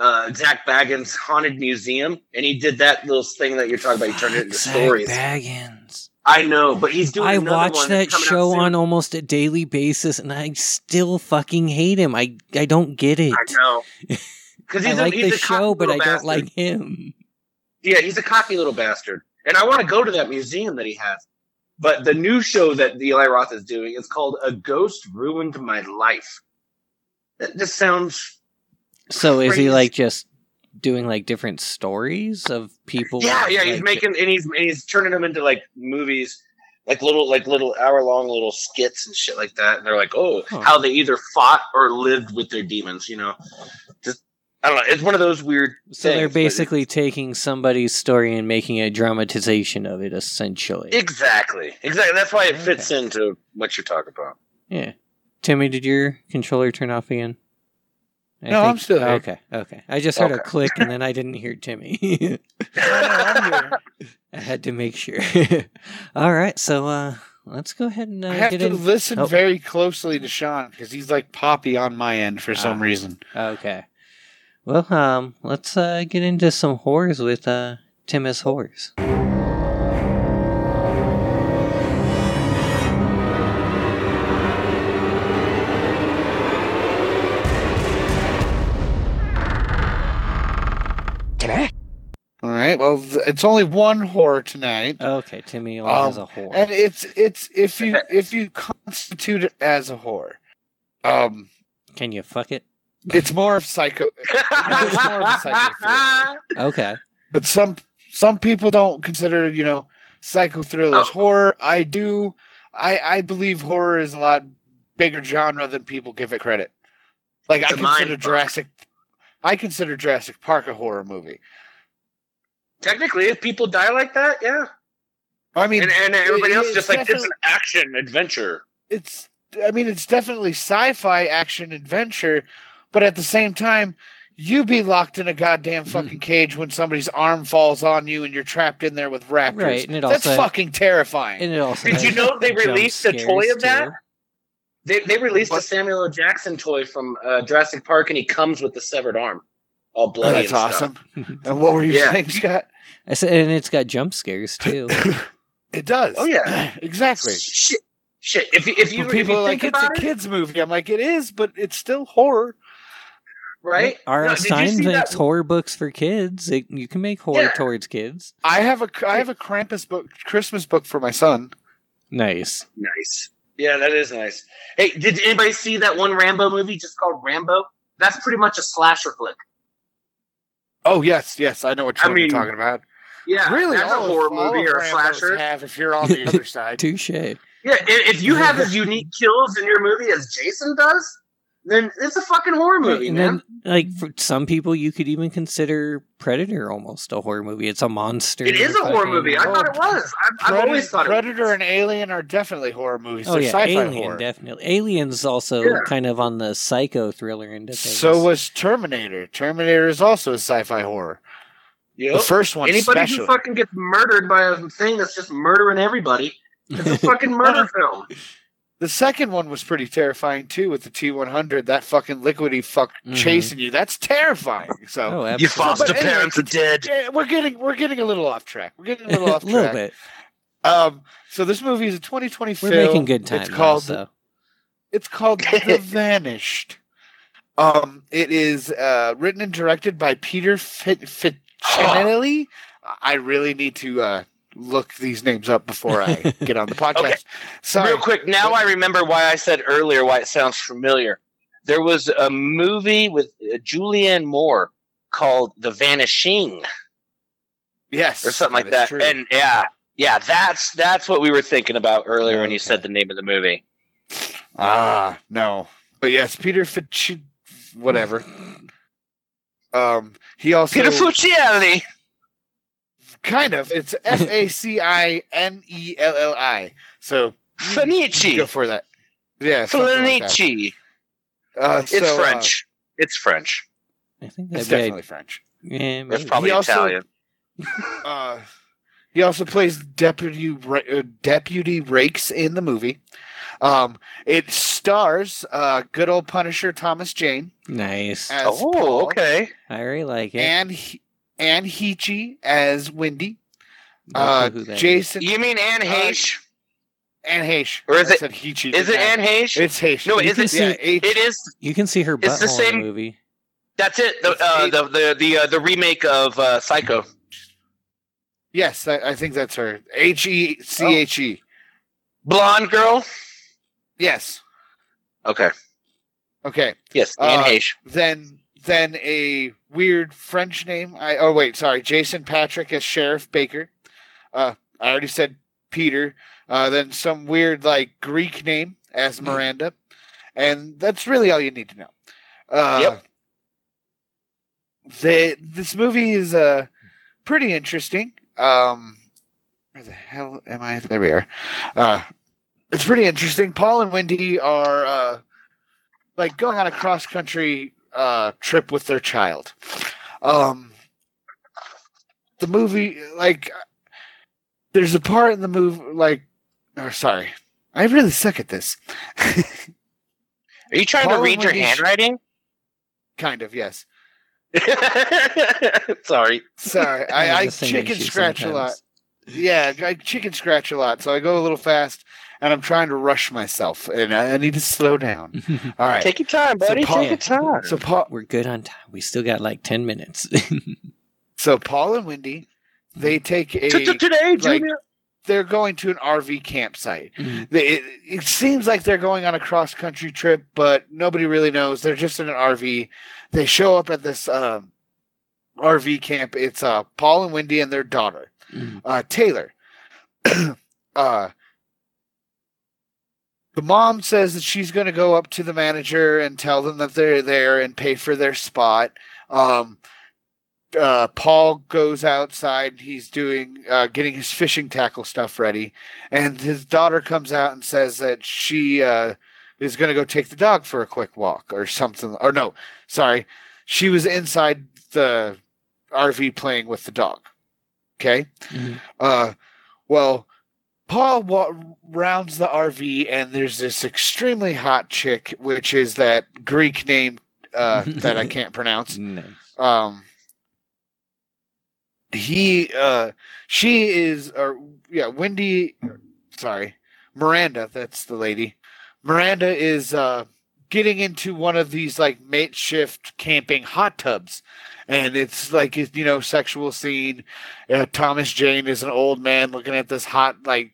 [SPEAKER 3] uh, Zach Bagans' haunted museum, and he did that little thing that you're talking about. He turned it into
[SPEAKER 1] Zach
[SPEAKER 3] stories.
[SPEAKER 1] Baggins.
[SPEAKER 3] I know, but he's doing.
[SPEAKER 1] I
[SPEAKER 3] another
[SPEAKER 1] watch
[SPEAKER 3] one
[SPEAKER 1] that
[SPEAKER 3] that's coming out
[SPEAKER 1] show
[SPEAKER 3] soon.
[SPEAKER 1] on almost a daily basis, and I still fucking hate him. I I don't get it.
[SPEAKER 3] I know. Because
[SPEAKER 1] I
[SPEAKER 3] he's
[SPEAKER 1] like
[SPEAKER 3] a, he's
[SPEAKER 1] the
[SPEAKER 3] a cocky
[SPEAKER 1] show, but
[SPEAKER 3] little
[SPEAKER 1] I don't
[SPEAKER 3] bastard.
[SPEAKER 1] like him.
[SPEAKER 3] Yeah, he's a cocky little bastard, and I want to go to that museum that he has. But the new show that Eli Roth is doing is called "A Ghost Ruined My Life." That just sounds
[SPEAKER 1] So is he
[SPEAKER 3] crazy.
[SPEAKER 1] like just doing like different stories of people?
[SPEAKER 3] Yeah, yeah, he's
[SPEAKER 1] like-
[SPEAKER 3] making and he's and he's turning them into like movies, like little like little hour long little skits and shit like that. And they're like, oh,
[SPEAKER 1] Huh.
[SPEAKER 3] how they either fought or lived with their demons, you know. Just I don't know. It's one of those weird.
[SPEAKER 1] So they're
[SPEAKER 3] things, but-
[SPEAKER 1] basically taking somebody's story and making a dramatization of it, essentially.
[SPEAKER 3] exactly exactly. That's why it fits into what you're talking about.
[SPEAKER 1] yeah. Timmy, did your controller turn off again? I
[SPEAKER 2] No, I'm still here.
[SPEAKER 1] Okay, okay. I just heard a
[SPEAKER 3] Okay.
[SPEAKER 1] click and then I didn't hear Timmy. I had to make sure. All right, so uh let's go ahead and uh,
[SPEAKER 2] I have
[SPEAKER 1] get
[SPEAKER 2] to
[SPEAKER 1] in.
[SPEAKER 2] listen
[SPEAKER 1] Oh.
[SPEAKER 2] very closely to Sean because he's like poppy on my end for some
[SPEAKER 1] Ah.
[SPEAKER 2] reason.
[SPEAKER 1] Okay. Well, um, let's uh, get into some horrors with uh, Tim as horrors.
[SPEAKER 2] All right. Well, th- it's only one horror tonight,
[SPEAKER 1] Okay, Timmy
[SPEAKER 2] Um,
[SPEAKER 1] has a horror.
[SPEAKER 2] and it's it's if you if you constitute it as a horror, um,
[SPEAKER 1] Can you fuck it?
[SPEAKER 2] it's more of psycho. It's more of a psycho thriller.
[SPEAKER 1] Okay.
[SPEAKER 2] But some some people don't consider you know psycho thrillers
[SPEAKER 3] Oh.
[SPEAKER 2] horror. I do. I I believe horror is a lot bigger genre than people give it credit. Like I
[SPEAKER 3] It's a mind
[SPEAKER 2] consider
[SPEAKER 3] fuck.
[SPEAKER 2] Jurassic. I consider Jurassic Park a horror movie.
[SPEAKER 3] Technically, if people die like that, yeah,
[SPEAKER 2] I mean,
[SPEAKER 3] and, and everybody
[SPEAKER 2] it-
[SPEAKER 3] else
[SPEAKER 2] it's
[SPEAKER 3] just like it's
[SPEAKER 2] definitely-
[SPEAKER 3] an action adventure.
[SPEAKER 2] it's I mean it's definitely sci-fi action adventure, but at the same time, you be locked in a goddamn
[SPEAKER 3] Mm-hmm.
[SPEAKER 2] fucking cage when somebody's arm falls on you and you're trapped in there with raptors.
[SPEAKER 1] Right, and it
[SPEAKER 2] That's
[SPEAKER 1] also-
[SPEAKER 2] fucking terrifying.
[SPEAKER 1] And it also
[SPEAKER 3] Did you
[SPEAKER 1] has
[SPEAKER 3] know they
[SPEAKER 1] jump
[SPEAKER 3] released a toy
[SPEAKER 1] scares,
[SPEAKER 3] of that?
[SPEAKER 1] too.
[SPEAKER 3] They, they released a
[SPEAKER 2] What?
[SPEAKER 3] Samuel L. Jackson toy from uh, Jurassic Park, and he comes with the severed arm, all
[SPEAKER 2] Oh,
[SPEAKER 3] bloody.
[SPEAKER 2] that's
[SPEAKER 3] and stuff.
[SPEAKER 2] awesome. and what were you
[SPEAKER 3] Yeah.
[SPEAKER 2] saying, Scott?
[SPEAKER 1] I said, and it's got jump scares too.
[SPEAKER 2] It does.
[SPEAKER 3] Oh, yeah.
[SPEAKER 2] exactly.
[SPEAKER 3] Shit, shit. If you if you,
[SPEAKER 2] But
[SPEAKER 3] if
[SPEAKER 2] people
[SPEAKER 3] you
[SPEAKER 2] are like
[SPEAKER 3] think
[SPEAKER 2] it's a
[SPEAKER 3] about it,
[SPEAKER 2] kids movie. I'm like it is, but it's still horror.
[SPEAKER 3] right?
[SPEAKER 1] R.L.
[SPEAKER 3] No, did you
[SPEAKER 1] Stein
[SPEAKER 3] see
[SPEAKER 1] makes
[SPEAKER 3] that-
[SPEAKER 1] horror books for kids. It, you can make horror
[SPEAKER 3] Yeah.
[SPEAKER 1] towards kids.
[SPEAKER 2] I have a I have a Krampus book Christmas book for my son.
[SPEAKER 1] Nice.
[SPEAKER 3] Nice. Yeah, that is nice. Hey, did anybody see that one Rambo movie just called Rambo? That's pretty much a slasher flick.
[SPEAKER 2] Oh yes, yes, I know what
[SPEAKER 3] I
[SPEAKER 2] you're
[SPEAKER 3] mean,
[SPEAKER 2] talking about.
[SPEAKER 3] Yeah,
[SPEAKER 2] really, Oh,
[SPEAKER 3] that's a
[SPEAKER 2] all of-
[SPEAKER 3] horror
[SPEAKER 2] all
[SPEAKER 3] movie
[SPEAKER 2] of
[SPEAKER 3] or a
[SPEAKER 2] Rambo's
[SPEAKER 3] slasher.
[SPEAKER 2] Have if you're on the other side.
[SPEAKER 1] Touche.
[SPEAKER 3] Yeah, i- if you have as unique kills in your movie as Jason does, then it's a fucking horror movie,
[SPEAKER 1] and
[SPEAKER 3] man.
[SPEAKER 1] then, like for some people, you could even consider Predator almost a horror movie. It's a monster.
[SPEAKER 3] It is a horror
[SPEAKER 1] fucking-
[SPEAKER 3] movie. I thought it was. I've, I've
[SPEAKER 2] Predator,
[SPEAKER 3] always thought it
[SPEAKER 2] Predator
[SPEAKER 3] was.
[SPEAKER 2] and Alien are definitely horror movies.
[SPEAKER 1] Oh
[SPEAKER 2] They're
[SPEAKER 1] yeah,
[SPEAKER 2] sci-fi
[SPEAKER 1] Alien
[SPEAKER 2] horror.
[SPEAKER 1] definitely. Alien's also
[SPEAKER 3] Yeah.
[SPEAKER 1] kind of on the psycho thriller end of things.
[SPEAKER 2] so was Terminator. Terminator is also a sci-fi horror. The
[SPEAKER 3] Yep.
[SPEAKER 2] first one,
[SPEAKER 3] Anybody
[SPEAKER 2] especially.
[SPEAKER 3] who fucking gets murdered by a thing that's just murdering everybody, it's a fucking murder film.
[SPEAKER 2] the second one was pretty terrifying too, with the T100. That fucking liquidy fuck
[SPEAKER 1] Mhm.
[SPEAKER 2] chasing you. That's terrifying. So
[SPEAKER 1] oh,
[SPEAKER 3] Your
[SPEAKER 1] absolutely.
[SPEAKER 2] foster anyway, parents
[SPEAKER 3] are dead.
[SPEAKER 2] yeah, we're getting we're getting a little off track. We're getting a little off
[SPEAKER 1] a little
[SPEAKER 2] track.
[SPEAKER 1] bit.
[SPEAKER 2] Um, so this movie is a 2020
[SPEAKER 1] We're
[SPEAKER 2] film.
[SPEAKER 1] making good time.
[SPEAKER 2] It's called
[SPEAKER 1] though,
[SPEAKER 2] It's called The Vanished. Um, it is uh, written and directed by Peter Fit- Ficcinelli. I really need to uh, look these names up before I get on the podcast.
[SPEAKER 3] Okay.
[SPEAKER 2] Sorry.
[SPEAKER 3] Real quick, now I remember why I said earlier why it sounds familiar. There was a movie with uh, Julianne Moore called The Vanishing
[SPEAKER 2] yes,
[SPEAKER 3] or something like
[SPEAKER 2] is
[SPEAKER 3] that.
[SPEAKER 2] true.
[SPEAKER 3] And yeah, yeah, that's that's what we were thinking about earlier when you said the name of the movie.
[SPEAKER 2] Ah, no. But yes, Peter Fitch, whatever. Um, he also
[SPEAKER 3] Peter Fuccielli.
[SPEAKER 2] kind of it's F A C I N E L L I. So go
[SPEAKER 3] Fenici.
[SPEAKER 2] for that. Yeah, something like that.
[SPEAKER 3] Fenici.
[SPEAKER 2] Uh,
[SPEAKER 3] It's
[SPEAKER 2] so, uh,
[SPEAKER 3] French. it's French.
[SPEAKER 1] I think
[SPEAKER 2] it's
[SPEAKER 1] that'd
[SPEAKER 2] definitely
[SPEAKER 1] be.
[SPEAKER 2] French.
[SPEAKER 1] Yeah,
[SPEAKER 3] It's
[SPEAKER 1] maybe.
[SPEAKER 3] probably
[SPEAKER 2] Mm, He also-
[SPEAKER 3] Italian.
[SPEAKER 2] Uh, he also plays deputy Ra- uh, deputy Rakes in the movie. Um, it stars uh, good old Punisher Thomas Jane
[SPEAKER 1] nice.
[SPEAKER 2] as
[SPEAKER 3] Oh,
[SPEAKER 2] Paul,
[SPEAKER 3] okay.
[SPEAKER 1] I really like it.
[SPEAKER 2] and he- and Heechee as Wendy.
[SPEAKER 1] I don't
[SPEAKER 2] Uh,
[SPEAKER 1] know who that is.
[SPEAKER 2] Jason
[SPEAKER 3] You mean Anne
[SPEAKER 2] Uh,
[SPEAKER 3] Heche?
[SPEAKER 2] Anne Heche.
[SPEAKER 3] E- Or is
[SPEAKER 2] I
[SPEAKER 3] it-
[SPEAKER 2] said Heechee.
[SPEAKER 3] Is it Anne Heche?
[SPEAKER 2] It's Heche.
[SPEAKER 3] No, is
[SPEAKER 2] can
[SPEAKER 3] it-
[SPEAKER 2] see- Yeah, H-
[SPEAKER 3] It is
[SPEAKER 1] You can see her butthole
[SPEAKER 3] It's the
[SPEAKER 1] in
[SPEAKER 3] same-
[SPEAKER 1] the movie.
[SPEAKER 3] That's it. The uh, the the the, uh, the remake of uh, Psycho.
[SPEAKER 2] Yes, I, I think that's her. H E C H
[SPEAKER 3] Oh.
[SPEAKER 2] E.
[SPEAKER 3] Blonde girl.
[SPEAKER 2] Yes.
[SPEAKER 3] Okay.
[SPEAKER 2] Okay.
[SPEAKER 3] Yes. Anne
[SPEAKER 2] Uh,
[SPEAKER 3] Heche.
[SPEAKER 2] Then then a weird French name. I oh wait, sorry. Jason Patrick as Sheriff Baker. Uh I already said Peter. Uh then some weird like Greek name as Miranda. And that's really all you need to know. Uh
[SPEAKER 3] Yep.
[SPEAKER 2] the this movie is uh pretty interesting. Um where the hell am I? There we are. Uh it's pretty interesting. Paul and Wendy are uh like going on a cross country uh trip with their child. Um the movie like there's a part in the movie like or sorry. I really suck at this.
[SPEAKER 3] Are you trying
[SPEAKER 2] Paul
[SPEAKER 3] to read your
[SPEAKER 2] Wendy Sh-
[SPEAKER 3] handwriting?
[SPEAKER 2] kind of, yes.
[SPEAKER 3] Sorry.
[SPEAKER 2] Sorry.
[SPEAKER 1] have
[SPEAKER 2] I, I
[SPEAKER 1] the same
[SPEAKER 2] chicken
[SPEAKER 1] issue
[SPEAKER 2] scratch a lot.
[SPEAKER 1] sometimes.
[SPEAKER 2] Yeah, I chicken scratch a lot, so I go a little fast, and I'm trying to rush myself, and I, I need to slow down.
[SPEAKER 1] Mm.
[SPEAKER 2] All right.
[SPEAKER 3] Take your time,
[SPEAKER 2] So
[SPEAKER 3] buddy.
[SPEAKER 2] Paul-
[SPEAKER 3] Take your time.
[SPEAKER 2] so Paul,
[SPEAKER 1] We're good on time. We still got like ten minutes.
[SPEAKER 2] so Paul and Wendy, they take
[SPEAKER 3] T- t-
[SPEAKER 2] a.
[SPEAKER 3] Today,
[SPEAKER 2] like-
[SPEAKER 3] Junior.
[SPEAKER 2] They're going to an RV campsite.
[SPEAKER 1] Mhm.
[SPEAKER 2] They, it, it seems like they're going on a cross country trip, but nobody really knows. They're just in an RV. They show up at this um, RV camp. It's uh, Paul and Wendy and their daughter.
[SPEAKER 1] Mm.
[SPEAKER 2] uh, Taylor. uh, the mom says that she's going to go up to the manager and tell them that they're there and pay for their spot. Um, uh, Paul goes outside. He's doing uh, getting his fishing tackle stuff ready, and his daughter comes out and says that she uh, is going to go take the dog for a quick walk or something. Or no, sorry, she was inside the RV playing with the dog. Okay.
[SPEAKER 1] Mhm.
[SPEAKER 2] Uh, well, Paul wa- rounds the RV, and there's this extremely hot chick, which is that Greek name uh, that I can't pronounce.
[SPEAKER 1] Nice.
[SPEAKER 2] Um, he, uh, she is, or yeah, Wendy. Sorry, Miranda. That's the lady. Miranda is uh, getting into one of these like makeshift camping hot tubs, and it's like you know sexual scene. Uh, Thomas Jane is an old man looking at this hot like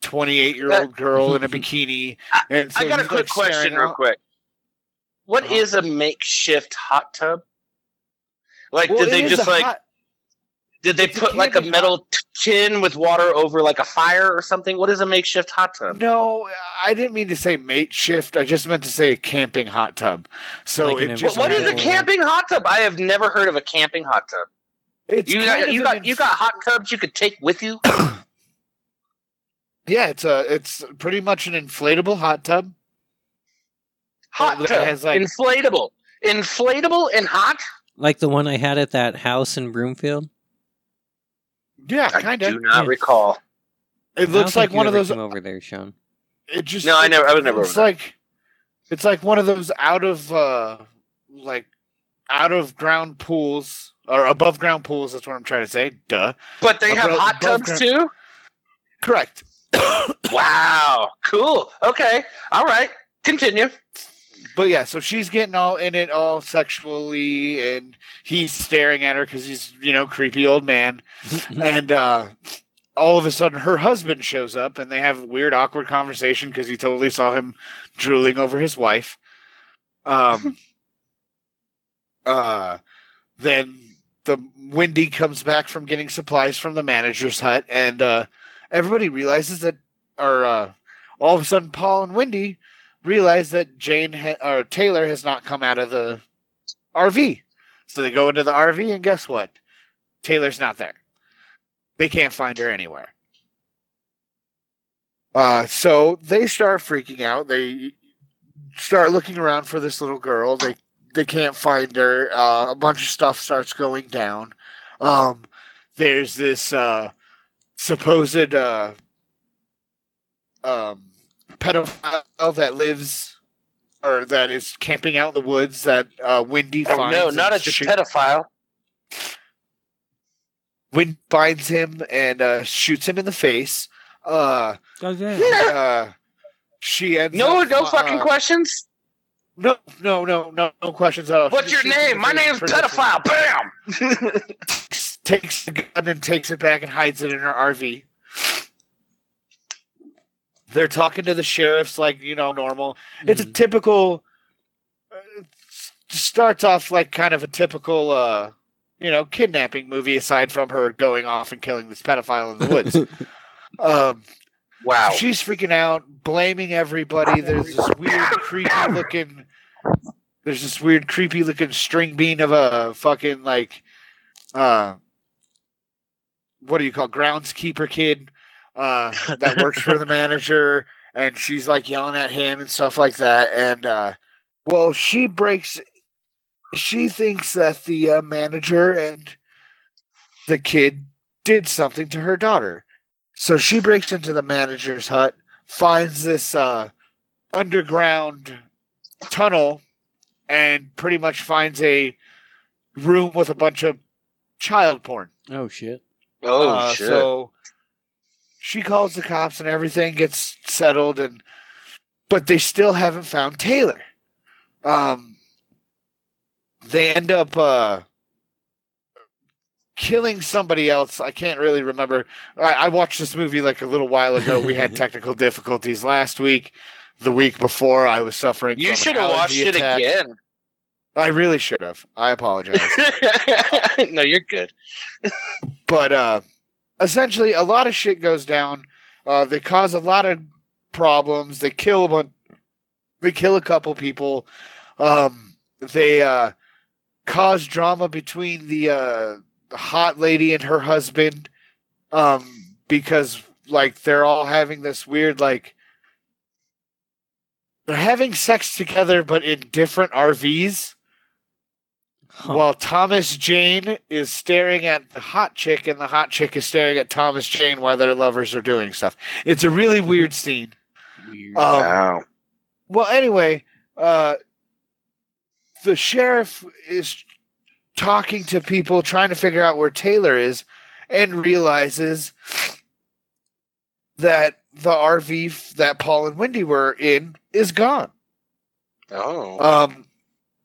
[SPEAKER 2] twenty eight year old girl in a bikini. And so
[SPEAKER 3] I got a
[SPEAKER 2] he's,
[SPEAKER 3] quick
[SPEAKER 2] like, staring
[SPEAKER 3] question, real
[SPEAKER 2] out-
[SPEAKER 3] quick. What is
[SPEAKER 2] Uh-huh.
[SPEAKER 3] a makeshift hot tub? Like,
[SPEAKER 2] Well,
[SPEAKER 3] did
[SPEAKER 2] it
[SPEAKER 3] they
[SPEAKER 2] is
[SPEAKER 3] just
[SPEAKER 2] a
[SPEAKER 3] like?
[SPEAKER 2] hot-
[SPEAKER 3] Did they
[SPEAKER 2] It's a
[SPEAKER 3] put like a
[SPEAKER 2] camping
[SPEAKER 3] metal t- tin with water over like a fire or something? What is a makeshift hot tub?
[SPEAKER 2] No, I didn't mean to say mate shift. I just meant to say a camping hot tub. So
[SPEAKER 1] Like an
[SPEAKER 2] it
[SPEAKER 3] What,
[SPEAKER 2] just
[SPEAKER 3] what is a
[SPEAKER 1] Yeah.
[SPEAKER 3] camping hot tub? I have never heard of a camping hot tub.
[SPEAKER 2] It's
[SPEAKER 3] You
[SPEAKER 2] kind
[SPEAKER 3] got,
[SPEAKER 2] of
[SPEAKER 3] you
[SPEAKER 2] an
[SPEAKER 3] got
[SPEAKER 2] inf-
[SPEAKER 3] you got hot tubs you could take with you.
[SPEAKER 2] yeah. It's a it's pretty much an inflatable hot tub.
[SPEAKER 3] Hot
[SPEAKER 2] That
[SPEAKER 3] tub,
[SPEAKER 2] has, like-
[SPEAKER 3] inflatable, inflatable and hot.
[SPEAKER 1] Like the one I had at that house in Broomfield.
[SPEAKER 2] Yeah,
[SPEAKER 3] I
[SPEAKER 2] kind
[SPEAKER 3] do
[SPEAKER 2] of.
[SPEAKER 3] not
[SPEAKER 1] Yeah.
[SPEAKER 3] recall.
[SPEAKER 2] It
[SPEAKER 1] I don't
[SPEAKER 2] looks like
[SPEAKER 1] think you
[SPEAKER 2] one of
[SPEAKER 1] ever
[SPEAKER 2] those.
[SPEAKER 1] came over there, Sean.
[SPEAKER 2] It just
[SPEAKER 3] No, I never- I was never
[SPEAKER 2] It's
[SPEAKER 3] over there.
[SPEAKER 2] like it's like one of those out of uh like out of ground pools or above ground pools. That's what I'm trying to say. Duh.
[SPEAKER 3] But they have
[SPEAKER 2] Above-
[SPEAKER 3] hot
[SPEAKER 2] above ground.
[SPEAKER 3] tubs too.
[SPEAKER 2] Correct.
[SPEAKER 3] Wow, cool. Okay, all right. Continue.
[SPEAKER 2] But yeah, so she's getting all in it, all sexually, and he's staring at her because he's you know creepy old man, and uh, all of a sudden her husband shows up, and they have a weird, awkward conversation because he totally saw him drooling over his wife. Um. uh, then the Wendy comes back from getting supplies from the manager's hut, and uh, everybody realizes that, or uh, all of a sudden, Paul and Wendy realize that Jane ha- or Taylor has not come out of the RV. So they go into the RV, and guess what? Taylor's not there. They can't find her anywhere. Uh, so they start freaking out. They start looking around for this little girl. They they can't find her. Uh, a bunch of stuff starts going down. Um, there's this uh, supposed uh, um, pedophile that lives or that is camping out in the woods that uh, Wendy
[SPEAKER 3] Oh,
[SPEAKER 2] finds.
[SPEAKER 3] no,
[SPEAKER 2] and
[SPEAKER 3] not a
[SPEAKER 2] shoots-
[SPEAKER 3] pedophile.
[SPEAKER 2] Wendy finds him and uh, shoots him in the face. Uh, uh, she ends
[SPEAKER 3] No,
[SPEAKER 2] up,
[SPEAKER 3] no
[SPEAKER 2] uh,
[SPEAKER 3] fucking questions.
[SPEAKER 2] No, no, no, no, no questions at all.
[SPEAKER 3] What's
[SPEAKER 2] She
[SPEAKER 3] your
[SPEAKER 2] shoots him in the
[SPEAKER 3] name? My
[SPEAKER 2] face
[SPEAKER 3] name's
[SPEAKER 2] for nothing.
[SPEAKER 3] pedophile. Bam.
[SPEAKER 2] takes the gun and takes it back and hides it in her RV. They're talking to the sheriffs like you know normal. It's a
[SPEAKER 1] Mm.
[SPEAKER 2] typical. uh, s- starts off like kind of a typical, uh, you know, kidnapping movie. Aside from her going off and killing this pedophile in the woods, um,
[SPEAKER 3] Wow.
[SPEAKER 2] she's freaking out, blaming everybody. There's this weird, creepy looking. There's this weird, creepy looking string bean of a fucking like, uh, what do you call groundskeeper kid uh, that works for the manager, and she's like yelling at him and stuff like that. And uh, well, she breaks. She thinks that the uh, manager and the kid did something to her daughter. So she breaks into the manager's hut, finds this uh, underground tunnel, and pretty much finds a room with a bunch of child porn.
[SPEAKER 1] Oh shit.
[SPEAKER 3] Oh
[SPEAKER 2] Uh,
[SPEAKER 3] shit.
[SPEAKER 2] So she calls the cops, and everything gets settled, and but they still haven't found Taylor. Um, they end up uh, killing somebody else. I can't really remember. I, I watched this movie like a little while ago. We had technical difficulties last week. The week before, I was suffering.
[SPEAKER 3] you
[SPEAKER 2] from
[SPEAKER 3] should
[SPEAKER 2] an
[SPEAKER 3] have watched
[SPEAKER 2] allergy
[SPEAKER 3] it
[SPEAKER 2] attack.
[SPEAKER 3] again.
[SPEAKER 2] I really should have. I apologize.
[SPEAKER 3] no, you're good.
[SPEAKER 2] but uh, essentially a lot of shit goes down. Uh, they cause a lot of problems. They kill a bunch, they kill a couple people. Um, they uh, cause drama between the uh, the hot lady and her husband um, because like they're all having this weird like they're having sex together but in different RVs.
[SPEAKER 1] Huh.
[SPEAKER 2] While Thomas Jane is staring at the hot chick, and the hot chick is staring at Thomas Jane while their lovers are doing stuff. It's a really weird scene.
[SPEAKER 1] Weird.
[SPEAKER 2] Um,
[SPEAKER 3] wow.
[SPEAKER 2] well, anyway, uh, the sheriff is talking to people trying to figure out where Taylor is and realizes that the RV f- that Paul and Wendy were in is gone.
[SPEAKER 3] Oh.
[SPEAKER 2] Um,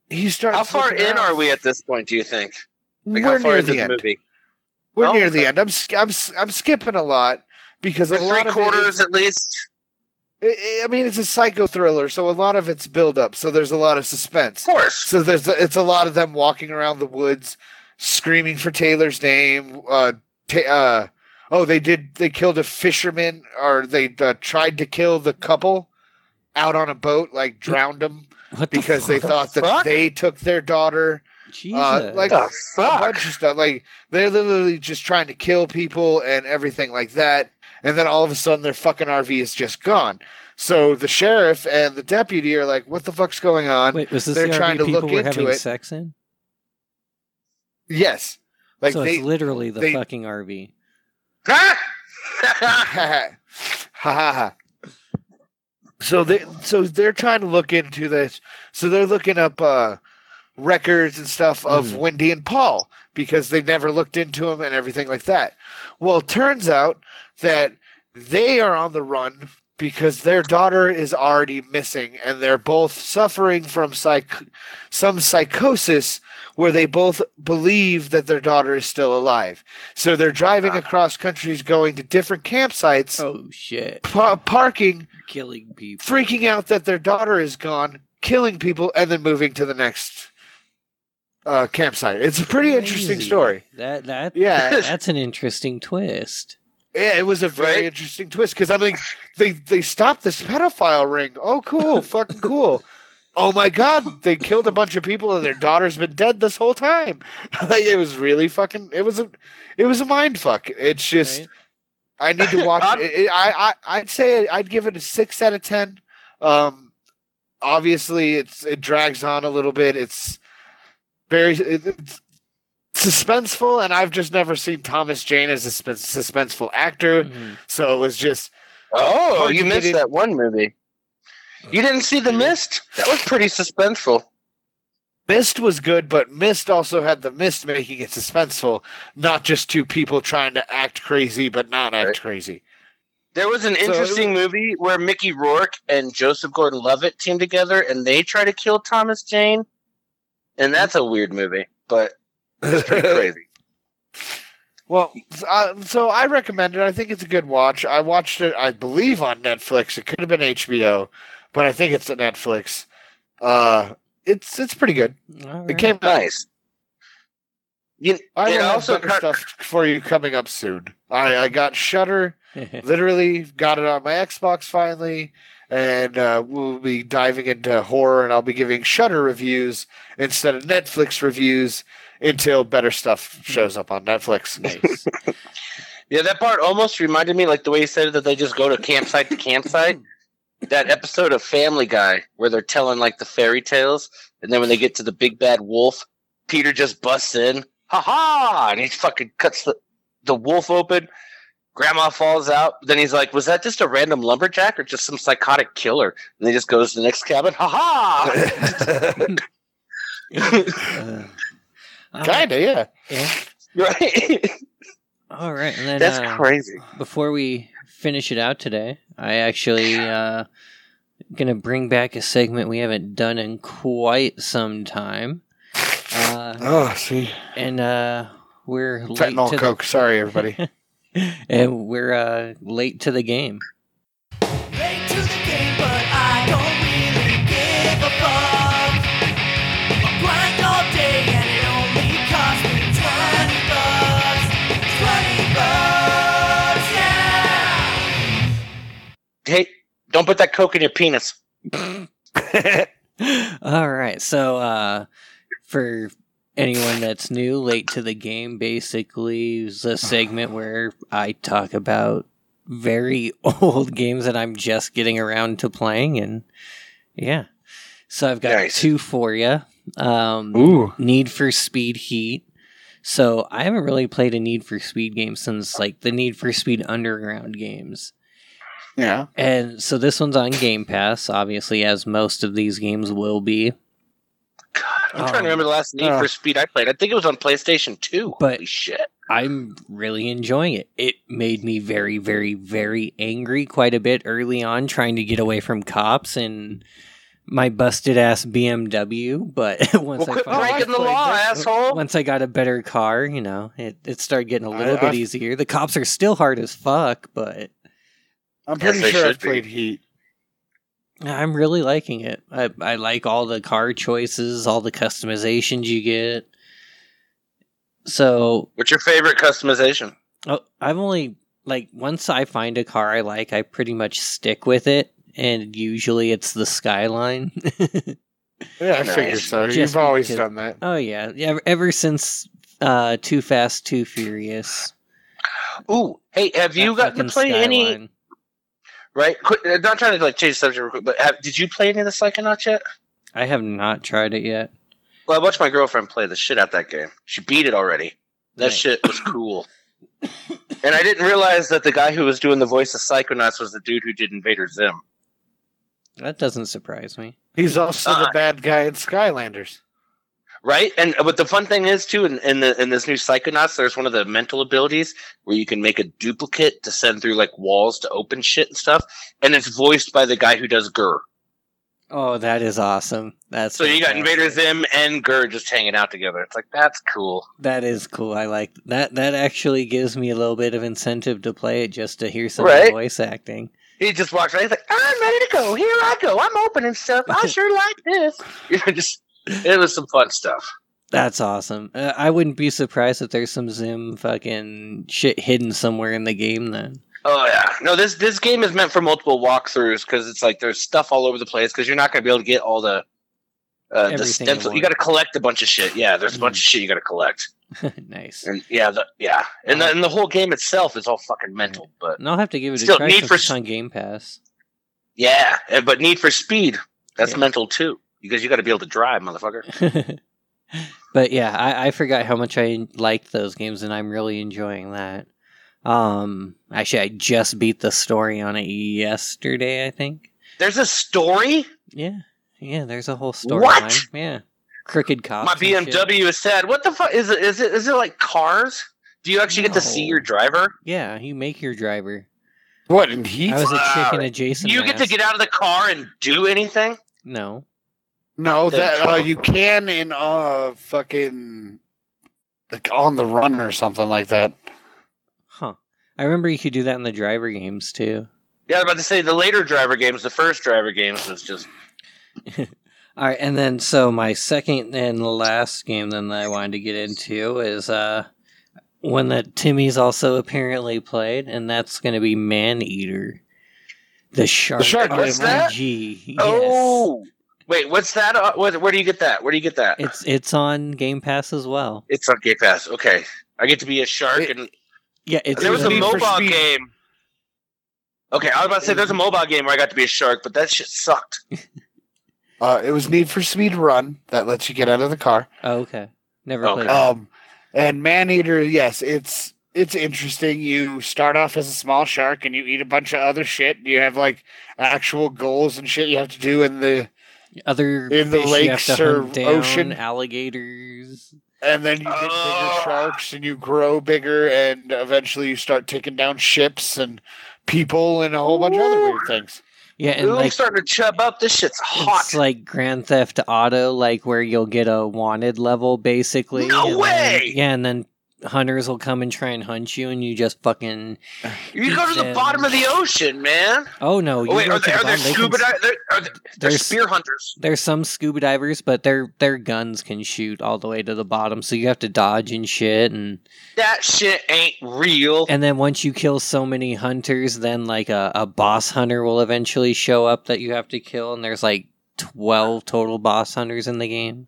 [SPEAKER 2] he starts.
[SPEAKER 3] how far
[SPEAKER 2] looking
[SPEAKER 3] in
[SPEAKER 2] around.
[SPEAKER 3] are we at this point? Do you think? Like,
[SPEAKER 2] We're
[SPEAKER 3] how far
[SPEAKER 2] near
[SPEAKER 3] into
[SPEAKER 2] the end.
[SPEAKER 3] movie?
[SPEAKER 2] We're
[SPEAKER 3] Oh,
[SPEAKER 2] near the
[SPEAKER 3] okay.
[SPEAKER 2] end. I'm sk- I'm s- I'm skipping a lot because a lot
[SPEAKER 3] Three
[SPEAKER 2] of it is-
[SPEAKER 3] quarters at least.
[SPEAKER 2] I I- I mean, it's a psycho thriller, so a lot of it's build up. So there's a lot of suspense.
[SPEAKER 3] Of course.
[SPEAKER 2] So there's it's a lot of them walking around the woods, screaming for Taylor's name. Uh, ta- uh, oh, they did. They killed a fisherman, or they uh, tried to kill the couple out on a boat, like drowned them
[SPEAKER 1] what the
[SPEAKER 2] because they
[SPEAKER 1] fuck?
[SPEAKER 2] thought that
[SPEAKER 3] Fuck?
[SPEAKER 2] they took their daughter.
[SPEAKER 1] Jesus.
[SPEAKER 2] Uh, like
[SPEAKER 3] The
[SPEAKER 2] a bunch of stuff. Like they're literally just trying to kill people and everything like that. And then all of a sudden, their fucking RV is just gone. So the sheriff and the deputy are like, "What the fuck's going on?"
[SPEAKER 1] Wait, was this
[SPEAKER 2] they're
[SPEAKER 1] the RV
[SPEAKER 2] trying to
[SPEAKER 1] people
[SPEAKER 2] look
[SPEAKER 1] were
[SPEAKER 2] into
[SPEAKER 1] having
[SPEAKER 2] it.
[SPEAKER 1] sex in?
[SPEAKER 2] Yes, like
[SPEAKER 1] so
[SPEAKER 2] they.
[SPEAKER 1] it's literally the
[SPEAKER 2] they-
[SPEAKER 1] fucking RV.
[SPEAKER 3] Huh?
[SPEAKER 2] ha ha ha. So they so they're trying to look into this. So they're looking up uh records and stuff of
[SPEAKER 1] Mhm.
[SPEAKER 2] Wendy and Paul because they never looked into them and everything like that. Well, it turns out that they are on the run because their daughter is already missing and they're both suffering from psych- some psychosis where they both believe that their daughter is still alive. So they're driving across countries going to different campsites,
[SPEAKER 1] Oh shit!
[SPEAKER 2] pa- parking,
[SPEAKER 1] Killing people.
[SPEAKER 2] freaking out that their daughter is gone, killing people, and then moving to the next uh, campsite. It's a pretty interesting
[SPEAKER 1] Crazy.
[SPEAKER 2] story.
[SPEAKER 1] That that
[SPEAKER 2] Yeah.
[SPEAKER 1] that's an interesting twist.
[SPEAKER 2] Yeah, it was a very
[SPEAKER 3] Right?
[SPEAKER 2] interesting twist because I'm like, they they stopped this pedophile ring. Oh, cool, fucking cool. Oh my god, they killed a bunch of people and their daughter's been dead this whole time. like, it was really fucking. It was a, it was a mind fuck. It's just,
[SPEAKER 1] Right?
[SPEAKER 2] I need to watch.
[SPEAKER 3] I'm-
[SPEAKER 2] it. I I I'd say I'd give it a six out of ten. Um, obviously it's it drags on a little bit. It's very it, it's suspenseful, and I've just never seen Thomas Jane as a suspen- suspenseful actor.
[SPEAKER 1] Mhm.
[SPEAKER 2] So it was just
[SPEAKER 3] Oh, you
[SPEAKER 2] Hard to get
[SPEAKER 3] missed
[SPEAKER 2] in.
[SPEAKER 3] that one movie. You didn't see The Mist? That was pretty suspenseful.
[SPEAKER 2] Mist was good, but Mist also had the mist making it suspenseful, not just two people trying to act crazy but not act
[SPEAKER 3] Right.
[SPEAKER 2] crazy.
[SPEAKER 3] There was an
[SPEAKER 2] it was-
[SPEAKER 3] interesting movie where Mickey Rourke and Joseph Gordon-Levitt team together, and they try to kill Thomas Jane. And that's a weird movie, but it's pretty crazy.
[SPEAKER 2] Well, uh, so I recommend it. I think it's a good watch. I watched it, I believe, on Netflix. It could have been HBO, but I think it's at Netflix. Uh, it's it's pretty good.
[SPEAKER 1] All
[SPEAKER 2] It
[SPEAKER 1] right.
[SPEAKER 2] came.
[SPEAKER 3] Nice. You,
[SPEAKER 2] I
[SPEAKER 3] it
[SPEAKER 2] will have
[SPEAKER 3] also
[SPEAKER 2] better
[SPEAKER 3] cut-
[SPEAKER 2] stuff for you coming up soon. I I got Shutter. Literally got it on my Xbox finally, and uh, we'll be diving into horror. And I'll be giving Shutter reviews instead of Netflix reviews until better stuff shows up on Netflix.
[SPEAKER 1] nice.
[SPEAKER 3] yeah, that part almost reminded me, like the way you said that they just go to campsite to campsite. That episode of Family Guy where they're telling like the fairy tales, and then when they get to the big bad wolf, Peter just busts in, ha ha, and he fucking cuts the, the wolf open. Grandma falls out. Then he's like, "Was that just a random lumberjack or just some psychotic killer?" And he just goes to the next cabin. Ha ha!
[SPEAKER 1] Uh, all right.
[SPEAKER 2] Kinda, yeah.
[SPEAKER 1] Yeah.
[SPEAKER 3] right?
[SPEAKER 1] All right, and then
[SPEAKER 3] That's
[SPEAKER 1] uh,
[SPEAKER 3] crazy.
[SPEAKER 1] before we finish it out today, I actually uh gonna bring back a segment we haven't done in quite some time. Uh,
[SPEAKER 2] Oh, see,
[SPEAKER 1] and uh we're late
[SPEAKER 2] fentanyl
[SPEAKER 1] to the-
[SPEAKER 2] coke. Sorry, everybody.
[SPEAKER 1] and we're uh late to the game.
[SPEAKER 10] Late to the game, but I don't really give a fuck. I'm grind all day and it only cost me 20 bucks. 20 bucks, yeah.
[SPEAKER 3] Hey, don't put that coke in your penis.
[SPEAKER 1] All right. So, uh, for anyone that's new, late to the game, basically, is a segment where I talk about very old games that I'm just getting around to playing. And yeah. So I've got
[SPEAKER 3] Nice.
[SPEAKER 1] two for you. Um,
[SPEAKER 2] Ooh.
[SPEAKER 1] Need for Speed Heat. So I haven't really played a Need for Speed game since like the Need for Speed Underground games.
[SPEAKER 2] Yeah.
[SPEAKER 1] And so this one's on Game Pass, obviously, as most of these games will be.
[SPEAKER 3] God, I'm trying
[SPEAKER 1] Um,
[SPEAKER 3] to remember the last Need
[SPEAKER 2] uh.
[SPEAKER 3] for Speed I played. I think it was on PlayStation 2.
[SPEAKER 1] But-
[SPEAKER 3] Holy shit.
[SPEAKER 1] I'm really enjoying it. It made me very, very, very angry quite a bit early on trying to get away from cops and my busted ass BMW. But once
[SPEAKER 3] Well,
[SPEAKER 1] I
[SPEAKER 3] quit
[SPEAKER 1] finally-
[SPEAKER 3] breaking the law, asshole.
[SPEAKER 1] Once I got a better car, you know, it, it started getting a
[SPEAKER 2] I-
[SPEAKER 1] little bit
[SPEAKER 2] I-
[SPEAKER 1] easier. The cops are still hard as fuck, but
[SPEAKER 2] I'm
[SPEAKER 3] Yes,
[SPEAKER 2] pretty
[SPEAKER 3] they
[SPEAKER 2] sure
[SPEAKER 3] should
[SPEAKER 2] I've
[SPEAKER 3] be.
[SPEAKER 2] played Heat.
[SPEAKER 1] I'm really liking it. I, I like all the car choices, all the customizations you get. So
[SPEAKER 3] What's your favorite customization?
[SPEAKER 1] Oh, I've only like once I find a car I like, I pretty much stick with it, and usually it's the Skyline.
[SPEAKER 2] Yeah, I
[SPEAKER 3] Nice.
[SPEAKER 2] figure so.
[SPEAKER 1] Just
[SPEAKER 2] You've always
[SPEAKER 1] because-
[SPEAKER 2] done that.
[SPEAKER 1] oh yeah, ever, ever since uh, Too Fast, Too Furious.
[SPEAKER 3] Ooh, hey, have you
[SPEAKER 1] that
[SPEAKER 3] gotten to
[SPEAKER 1] fucking
[SPEAKER 3] play any?
[SPEAKER 1] Skyline.
[SPEAKER 3] Right, quick, uh, not trying to like change the subject real quick, but have, did you play any of the Psychonauts yet?
[SPEAKER 1] I have not tried it yet.
[SPEAKER 3] Well, I watched my girlfriend play the shit out that game. She beat it already. That
[SPEAKER 1] Right.
[SPEAKER 3] shit was cool. and I didn't realize that the guy who was doing the voice of Psychonauts was the dude who did Invader Zim.
[SPEAKER 1] That doesn't surprise me.
[SPEAKER 2] He's also
[SPEAKER 3] Uh-uh.
[SPEAKER 2] the bad guy in Skylanders.
[SPEAKER 3] right? And but the fun thing is too, in, in the in this new Psychonauts, there's one of the mental abilities where you can make a duplicate to send through like walls to open shit and stuff, and it's voiced by the guy who does Gurr.
[SPEAKER 1] Oh, that is awesome. That's
[SPEAKER 3] So you got
[SPEAKER 1] fantastic.
[SPEAKER 3] Invader Zim and Gurr just hanging out together. It's like that's cool.
[SPEAKER 1] That is cool. I like that. That actually gives me a little bit of incentive to play it just to hear some of the
[SPEAKER 3] Right.
[SPEAKER 1] voice acting.
[SPEAKER 3] He just walks right. He's like, I'm ready to go. Here I go. I'm opening stuff. I sure like this. You know, just it was some fun stuff.
[SPEAKER 1] That's awesome. Uh, I wouldn't be surprised if there's some Zim fucking shit hidden somewhere in the game. Then
[SPEAKER 3] Oh yeah, no this this game is meant for multiple walkthroughs because it's like there's stuff all over the place because you're not gonna be able to get all the uh, the
[SPEAKER 1] Everything Mm-hmm. at
[SPEAKER 3] stencil. You
[SPEAKER 1] once.
[SPEAKER 3] got to collect a bunch of shit. Yeah, there's a bunch of shit you got to collect.
[SPEAKER 1] nice.
[SPEAKER 3] And yeah, the, yeah, and
[SPEAKER 1] Uh-huh.
[SPEAKER 3] the, and the whole game itself is all fucking mental. But
[SPEAKER 1] And I'll have to give it
[SPEAKER 3] Still,
[SPEAKER 1] a try
[SPEAKER 3] Need
[SPEAKER 1] since
[SPEAKER 3] for
[SPEAKER 1] it's
[SPEAKER 3] S-
[SPEAKER 1] on Game Pass.
[SPEAKER 3] yeah, eh, but Need for Speed that's
[SPEAKER 1] Yeah.
[SPEAKER 3] mental too because you got to be able to drive, motherfucker.
[SPEAKER 1] but yeah, I, I forgot how much I liked those games, and I'm really enjoying that. Um, actually, I just beat the story on it yesterday. I think.
[SPEAKER 3] There's a story.
[SPEAKER 1] Yeah, yeah. There's a whole storyline.
[SPEAKER 3] What?
[SPEAKER 1] Yeah, crooked cops.
[SPEAKER 3] My
[SPEAKER 1] and shit.
[SPEAKER 3] BMW is sad. What the fuck is it? Is it is it like cars? Do you actually get to see
[SPEAKER 1] No.
[SPEAKER 3] your driver?
[SPEAKER 1] Yeah, you make your driver.
[SPEAKER 2] What and he?
[SPEAKER 1] I was a
[SPEAKER 3] Wow.
[SPEAKER 1] chicken adjacent.
[SPEAKER 3] you get to
[SPEAKER 1] mask.
[SPEAKER 3] get out of the car and do anything.
[SPEAKER 1] no.
[SPEAKER 2] No,
[SPEAKER 3] the
[SPEAKER 2] that uh,
[SPEAKER 3] trouble.
[SPEAKER 2] you can in uh fucking like on the run or something like that.
[SPEAKER 1] Huh. I remember you could do that in the driver games too.
[SPEAKER 3] Yeah, I was about to say the later driver games, the first driver games was just
[SPEAKER 1] All right, and then so my second and last game then that I wanted to get into is uh one that Timmy's also apparently played, and that's going to be Man Eater, the shark,
[SPEAKER 2] shark,
[SPEAKER 3] what's that?
[SPEAKER 1] RPG. Yes.
[SPEAKER 3] oh wait, what's that? Uh, where, where do you get that? Where do you get that? It's,
[SPEAKER 1] it's it's on Game Pass as well.
[SPEAKER 3] on Game Pass. Okay, I get to be a shark.
[SPEAKER 2] It-
[SPEAKER 3] and
[SPEAKER 1] Yeah, it's
[SPEAKER 3] there was a
[SPEAKER 2] Need for
[SPEAKER 3] mobile
[SPEAKER 2] Speed.
[SPEAKER 3] game. Okay, I was about to say there's a mobile game where I got to be a shark, but that shit sucked.
[SPEAKER 2] Uh, it was Need for Speed Run that lets you get out of the car.
[SPEAKER 1] oh, okay. Never
[SPEAKER 3] Okay.
[SPEAKER 1] played. it.
[SPEAKER 2] Um, and man eater, yes, it's it's interesting. You start off as a small shark and you eat a bunch of other shit. You have like actual goals and shit you have to do in the
[SPEAKER 1] Other
[SPEAKER 2] in the
[SPEAKER 1] fish you have
[SPEAKER 2] lakes
[SPEAKER 1] to
[SPEAKER 2] or
[SPEAKER 1] hunt down,
[SPEAKER 2] ocean.
[SPEAKER 1] alligators.
[SPEAKER 2] and then you get
[SPEAKER 3] Oh.
[SPEAKER 2] bigger sharks and you grow bigger and eventually you start taking down ships and people and a whole bunch of other weird things.
[SPEAKER 1] Yeah, and
[SPEAKER 3] Ooh, I'm
[SPEAKER 1] like
[SPEAKER 3] starting to chub up. This shit's hot.
[SPEAKER 1] It's like Grand Theft Auto, like where you'll get a wanted level basically.
[SPEAKER 3] No
[SPEAKER 1] and then-
[SPEAKER 3] way!
[SPEAKER 1] yeah, and then hunters will come and try and hunt you, and you just fucking.
[SPEAKER 3] you go to the
[SPEAKER 1] Ethan.
[SPEAKER 3] bottom of the ocean, man.
[SPEAKER 1] Oh no! You
[SPEAKER 3] Oh, wait,
[SPEAKER 1] go
[SPEAKER 3] are
[SPEAKER 1] to
[SPEAKER 3] there,
[SPEAKER 1] the
[SPEAKER 3] are there
[SPEAKER 1] bottom, they can-
[SPEAKER 3] scuba? Di- there, are there, they're
[SPEAKER 1] There's-
[SPEAKER 3] spear hunters.
[SPEAKER 1] There's some scuba divers, but their their guns can shoot all the way to the bottom, so you have to dodge and shit. And
[SPEAKER 3] That shit ain't real.
[SPEAKER 1] and then once you kill so many hunters, then like a, a boss hunter will eventually show up that you have to kill, and there's like twelve total boss hunters in the game.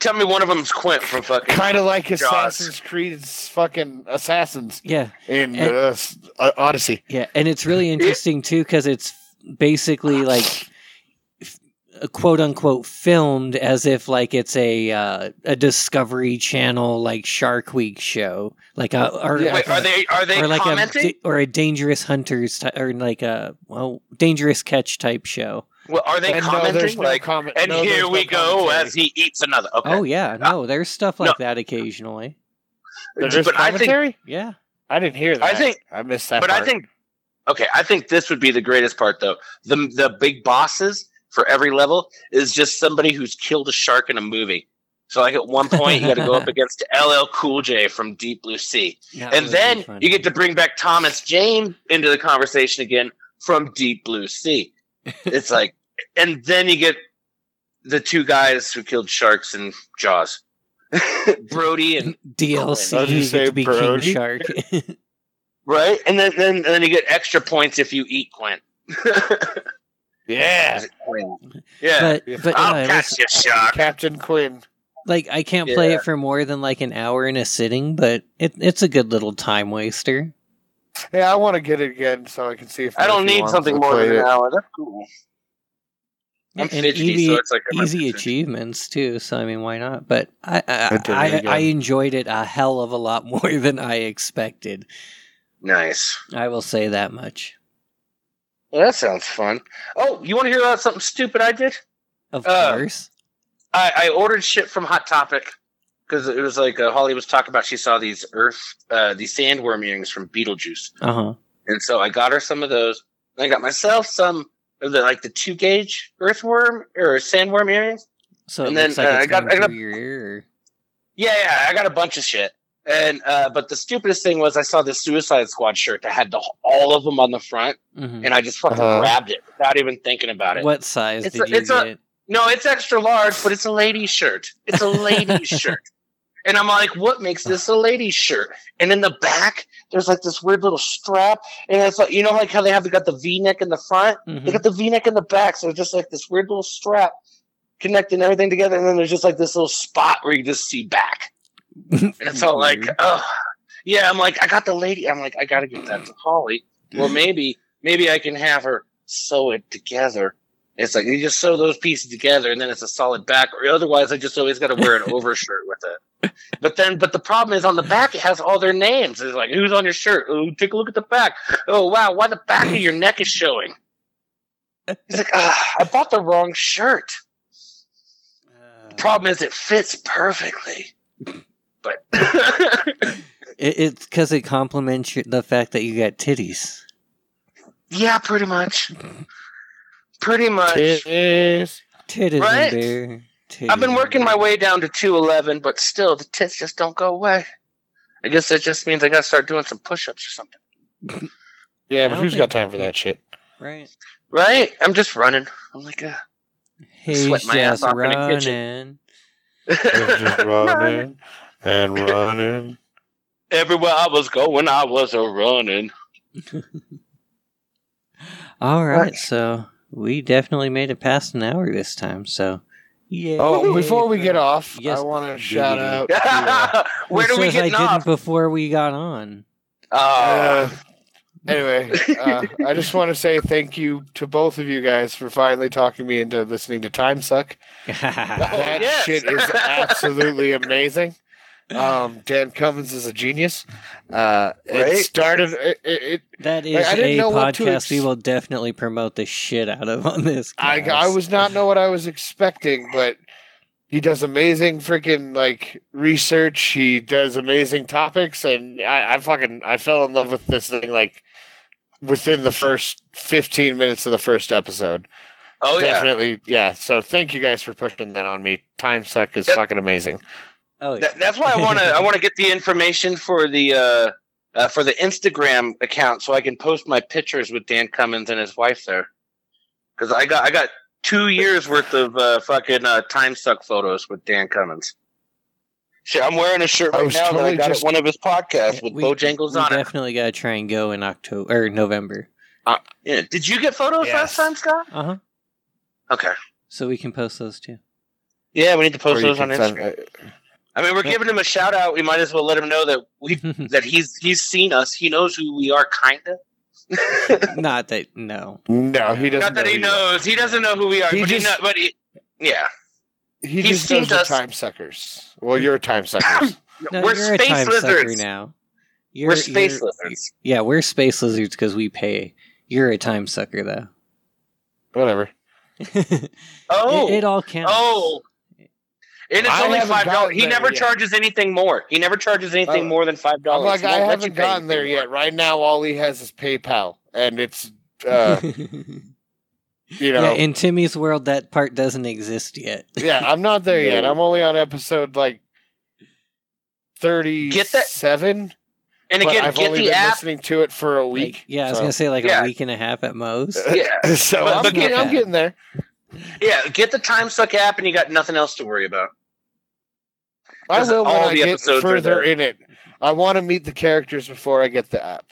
[SPEAKER 3] Tell me one of them's Quint from fucking.
[SPEAKER 2] Kind of like
[SPEAKER 3] Jaws.
[SPEAKER 2] Assassin's Creed's fucking assassins
[SPEAKER 1] Yeah,
[SPEAKER 2] in
[SPEAKER 1] And-
[SPEAKER 2] uh, s- uh, Odyssey.
[SPEAKER 1] Yeah, and it's really interesting too because it's basically like f- quote unquote filmed as if like it's a uh, a Discovery Channel like Shark Week show, like a or
[SPEAKER 2] Yeah.
[SPEAKER 1] like
[SPEAKER 3] Wait, are
[SPEAKER 1] a-
[SPEAKER 3] they are they
[SPEAKER 1] or like
[SPEAKER 3] commenting?
[SPEAKER 1] a da- or a Dangerous Hunters ty- or like a well Dangerous Catch type show.
[SPEAKER 3] well, are they
[SPEAKER 2] And no,
[SPEAKER 3] commenting?
[SPEAKER 2] there's no
[SPEAKER 3] like,
[SPEAKER 2] comment-
[SPEAKER 3] and
[SPEAKER 2] no,
[SPEAKER 3] here
[SPEAKER 2] there's
[SPEAKER 3] we
[SPEAKER 2] no
[SPEAKER 3] go
[SPEAKER 2] commentary.
[SPEAKER 3] as he eats another. Okay, Uh,
[SPEAKER 1] Oh yeah, no, there's stuff like that occasionally.
[SPEAKER 2] There's
[SPEAKER 3] but I think,
[SPEAKER 2] commentary?
[SPEAKER 1] Yeah,
[SPEAKER 2] I didn't hear that.
[SPEAKER 3] I think-
[SPEAKER 2] I missed that.
[SPEAKER 3] but I
[SPEAKER 2] part.
[SPEAKER 3] think, okay, I think this would be the greatest part though. The the big bosses for every level is just somebody who's killed a shark in a movie. So like at one point you got to go up against LL Cool J from Deep Blue Sea,
[SPEAKER 1] That
[SPEAKER 3] and
[SPEAKER 1] would be
[SPEAKER 3] then
[SPEAKER 1] funny.
[SPEAKER 3] you get to bring back Thomas Jane into the conversation again from Deep Blue Sea. It's like, and then you get the two guys who killed sharks and Jaws, Brody and
[SPEAKER 1] DLC.
[SPEAKER 2] Oh, did you
[SPEAKER 1] You get
[SPEAKER 2] say
[SPEAKER 1] to be King
[SPEAKER 2] Brody?
[SPEAKER 1] Shark.
[SPEAKER 3] Right, and then then, and then you get extra points if you eat Quint.
[SPEAKER 2] yeah,
[SPEAKER 3] yeah,
[SPEAKER 1] but but
[SPEAKER 3] I'll
[SPEAKER 1] no, it was-
[SPEAKER 3] catch you, shark.
[SPEAKER 2] Captain Quinn.
[SPEAKER 1] Like I can't play
[SPEAKER 3] Yeah.
[SPEAKER 1] it for more than like an hour in a sitting, but it, it's a good little time waster.
[SPEAKER 2] Yeah, I want to get it again so I can see if
[SPEAKER 3] I don't
[SPEAKER 2] Murphy
[SPEAKER 3] need
[SPEAKER 2] wants
[SPEAKER 3] something
[SPEAKER 2] to
[SPEAKER 3] more
[SPEAKER 2] play
[SPEAKER 3] than an
[SPEAKER 2] it.
[SPEAKER 3] hour. That's cool. I'm
[SPEAKER 1] And
[SPEAKER 3] fidgety,
[SPEAKER 1] easy,
[SPEAKER 3] so it's like I'm
[SPEAKER 1] easy
[SPEAKER 3] not-
[SPEAKER 1] achievements too. So I mean, why not? But I I,
[SPEAKER 2] Good to
[SPEAKER 1] I,
[SPEAKER 2] hear
[SPEAKER 1] I
[SPEAKER 2] again.
[SPEAKER 1] enjoyed it a hell of a lot more than I expected.
[SPEAKER 3] Nice.
[SPEAKER 1] I will say that much.
[SPEAKER 3] Well, that sounds fun. Oh, you want to hear about something stupid I did?
[SPEAKER 1] Of
[SPEAKER 3] Uh,
[SPEAKER 1] course,
[SPEAKER 3] I, I ordered shit from Hot Topic because it was like uh, Holly was talking about. She saw these Earth, uh, these sandworm earrings from Beetlejuice,
[SPEAKER 1] Uh huh.
[SPEAKER 3] and so I got her some of those. And I got myself some of the like the two gauge earthworm or sandworm earrings.
[SPEAKER 1] So it
[SPEAKER 3] And
[SPEAKER 1] looks
[SPEAKER 3] then,
[SPEAKER 1] like
[SPEAKER 3] uh,
[SPEAKER 1] it's
[SPEAKER 3] I got-
[SPEAKER 1] going
[SPEAKER 3] I got a-
[SPEAKER 1] through your ear.
[SPEAKER 3] Yeah, yeah, I got a bunch of shit. And uh, but the stupidest thing was I saw this Suicide Squad shirt that had the, all of them on the front,
[SPEAKER 1] Mhm.
[SPEAKER 3] and I just fucking
[SPEAKER 2] Uh-huh.
[SPEAKER 3] grabbed it without even thinking about it.
[SPEAKER 1] What size
[SPEAKER 3] It's
[SPEAKER 1] did
[SPEAKER 3] a-
[SPEAKER 1] you
[SPEAKER 3] it's a-
[SPEAKER 1] get?
[SPEAKER 3] No, it's extra large, but it's a lady's shirt. It's a lady's shirt. And I'm like, what makes this a lady's shirt? And in the back, there's like this weird little strap, and it's like you know like how they have they got the V neck in the front, they
[SPEAKER 1] Mhm.
[SPEAKER 3] got the V neck in the back, so it's just like this weird little strap connecting everything together, and then there's just like this little spot where you just see back. And it's all like,
[SPEAKER 1] Weird.
[SPEAKER 3] oh, yeah. I'm like, I got the lady. I'm like, I gotta give that to Holly. Well, maybe, maybe I can have her sew it together. It's like you just sew those pieces together, and then it's a solid back. Or otherwise, I just always got to wear an overshirt with it. But then, but the problem is on the back, it has all their names. It's like, who's on your shirt? Oh, take a look at the back. Oh, wow, why the back of your neck is showing? He's like, ah, I bought the wrong shirt. The problem is, it fits perfectly. But
[SPEAKER 1] It, it's because it complements your, the fact that you got titties.
[SPEAKER 3] Yeah, pretty much. Pretty much.
[SPEAKER 2] It is.
[SPEAKER 1] Titties
[SPEAKER 3] Right?
[SPEAKER 1] in there. Titties
[SPEAKER 3] I've been working
[SPEAKER 1] in
[SPEAKER 3] my
[SPEAKER 1] there.
[SPEAKER 3] way down to 211, but still, the tits just don't go away. I guess that just means I gotta start doing some push ups or something.
[SPEAKER 2] Yeah,
[SPEAKER 1] I
[SPEAKER 2] but
[SPEAKER 1] don't
[SPEAKER 2] who's got
[SPEAKER 1] think-
[SPEAKER 2] time for that shit?
[SPEAKER 1] Right.
[SPEAKER 3] Right? I'm just running. I'm like, uh,
[SPEAKER 1] He's
[SPEAKER 3] Sweat my ass
[SPEAKER 1] just
[SPEAKER 3] off in the kitchen.
[SPEAKER 1] running.
[SPEAKER 2] It's just running and running.
[SPEAKER 3] Everywhere I was going, I was a running.
[SPEAKER 1] All right,
[SPEAKER 3] Right.
[SPEAKER 1] so we definitely made it past an hour this time. So, yeah.
[SPEAKER 2] Oh, before we get off,
[SPEAKER 1] Yes.
[SPEAKER 2] I want to shout out. To, uh,
[SPEAKER 3] Where do we
[SPEAKER 1] says I
[SPEAKER 3] get off?
[SPEAKER 1] didn't before we got on.
[SPEAKER 3] Uh,
[SPEAKER 2] Uh, anyway, uh, I just want to say thank you to both of you guys for finally talking me into listening to Time Suck. That
[SPEAKER 3] Oh, yes.
[SPEAKER 2] shit is absolutely amazing. Um, Dan Cummins is a genius. Uh,
[SPEAKER 3] Right?
[SPEAKER 2] It started. It, it, it,
[SPEAKER 1] that is
[SPEAKER 2] I didn't
[SPEAKER 1] a
[SPEAKER 2] know what to
[SPEAKER 1] podcast we
[SPEAKER 2] ex-
[SPEAKER 1] will definitely promote the shit out of on this.
[SPEAKER 2] I I
[SPEAKER 1] cast.
[SPEAKER 2] was not know what I was expecting, but he does amazing freaking like research. He does amazing topics, and I, I fucking I fell in love with this thing like within the first fifteen minutes of the first episode.
[SPEAKER 3] oh, yeah.
[SPEAKER 2] Definitely, yeah. So thank you guys for pushing that on me. Time suck is
[SPEAKER 3] Yep.
[SPEAKER 2] fucking amazing.
[SPEAKER 1] Oh, yeah.
[SPEAKER 3] That, that's why I wanna I wanna get the information for the uh, uh, for the Instagram account so I can post my pictures with Dan Cummins and his wife there. Because I got I got two years worth of uh, fucking uh, time suck photos with Dan Cummins. Shit, I'm wearing a shirt
[SPEAKER 2] I
[SPEAKER 3] right
[SPEAKER 2] was
[SPEAKER 3] now that I
[SPEAKER 2] totally
[SPEAKER 3] got
[SPEAKER 2] just-
[SPEAKER 3] at one of his podcasts with
[SPEAKER 1] We-
[SPEAKER 3] Bojangles
[SPEAKER 1] we
[SPEAKER 3] on it.
[SPEAKER 1] Definitely got to try and go in October or November.
[SPEAKER 3] Yeah. Did you get photos
[SPEAKER 2] Yes.
[SPEAKER 3] last time, Scott?
[SPEAKER 1] Uh
[SPEAKER 2] Uh-huh.
[SPEAKER 1] huh.
[SPEAKER 3] Okay.
[SPEAKER 1] So we can post those too.
[SPEAKER 3] Yeah, we need to post
[SPEAKER 2] Or you
[SPEAKER 3] those on
[SPEAKER 2] can
[SPEAKER 3] Instagram.
[SPEAKER 2] send- uh,
[SPEAKER 3] I mean, we're
[SPEAKER 1] Yeah.
[SPEAKER 3] giving him a shout out. We might as well let him know that we that he's he's seen us. He knows who we are, kinda.
[SPEAKER 1] not that no.
[SPEAKER 2] no, he doesn't.
[SPEAKER 3] Not that
[SPEAKER 2] know
[SPEAKER 3] he
[SPEAKER 2] who you are.
[SPEAKER 3] knows. He doesn't know who we are.
[SPEAKER 2] He
[SPEAKER 3] but
[SPEAKER 2] just-
[SPEAKER 3] he know, but he, yeah,
[SPEAKER 2] He
[SPEAKER 3] He's
[SPEAKER 2] just knows
[SPEAKER 3] seen
[SPEAKER 2] the
[SPEAKER 3] us.
[SPEAKER 2] time suckers. Well, you're time suckers.
[SPEAKER 1] No,
[SPEAKER 3] we're
[SPEAKER 1] you're a
[SPEAKER 3] space
[SPEAKER 1] time sucker
[SPEAKER 3] lizards.
[SPEAKER 1] now. You're-
[SPEAKER 3] We're space
[SPEAKER 1] you're-
[SPEAKER 3] lizards.
[SPEAKER 1] Yeah, we're space lizards because we pay. You're a time sucker though.
[SPEAKER 2] Whatever.
[SPEAKER 1] it,
[SPEAKER 3] Oh,
[SPEAKER 1] it all counts.
[SPEAKER 3] oh, and it's
[SPEAKER 2] I
[SPEAKER 3] only
[SPEAKER 2] haven't
[SPEAKER 3] five dollars.
[SPEAKER 2] gotten
[SPEAKER 3] He
[SPEAKER 2] there
[SPEAKER 3] never
[SPEAKER 2] yet.
[SPEAKER 3] charges anything more. He never charges anything
[SPEAKER 2] Oh.
[SPEAKER 3] more than five
[SPEAKER 2] I'm
[SPEAKER 3] dollars.
[SPEAKER 2] like,
[SPEAKER 3] He
[SPEAKER 2] I
[SPEAKER 3] won't let you
[SPEAKER 2] haven't
[SPEAKER 3] pay
[SPEAKER 2] gotten there
[SPEAKER 3] anything more.
[SPEAKER 2] yet. Right now, all he has is PayPal, and it's uh, you know,
[SPEAKER 1] yeah,
[SPEAKER 2] yeah,
[SPEAKER 1] in Timmy's world, that part doesn't exist yet.
[SPEAKER 2] I'm not there yet. I'm only on episode like thirty-seven.
[SPEAKER 3] And
[SPEAKER 2] but
[SPEAKER 3] again,
[SPEAKER 2] I've
[SPEAKER 3] get
[SPEAKER 2] only
[SPEAKER 3] the
[SPEAKER 2] been
[SPEAKER 3] app.
[SPEAKER 2] listening to it for a week.
[SPEAKER 1] Like, yeah, I was
[SPEAKER 2] so.
[SPEAKER 1] gonna say like
[SPEAKER 3] Yeah. Uh,
[SPEAKER 1] a week and a half at most.
[SPEAKER 3] Yeah,
[SPEAKER 2] So
[SPEAKER 3] But-
[SPEAKER 2] I'm,
[SPEAKER 3] but
[SPEAKER 2] getting,
[SPEAKER 1] get
[SPEAKER 2] I'm
[SPEAKER 1] that.
[SPEAKER 2] getting there.
[SPEAKER 3] yeah. Get the time suck app, and you got nothing else to worry about.
[SPEAKER 2] I
[SPEAKER 3] Because
[SPEAKER 2] will when
[SPEAKER 3] all
[SPEAKER 2] I
[SPEAKER 3] the
[SPEAKER 2] get
[SPEAKER 3] episodes are
[SPEAKER 2] further
[SPEAKER 3] there.
[SPEAKER 2] in it. I want to meet the characters before I get the app.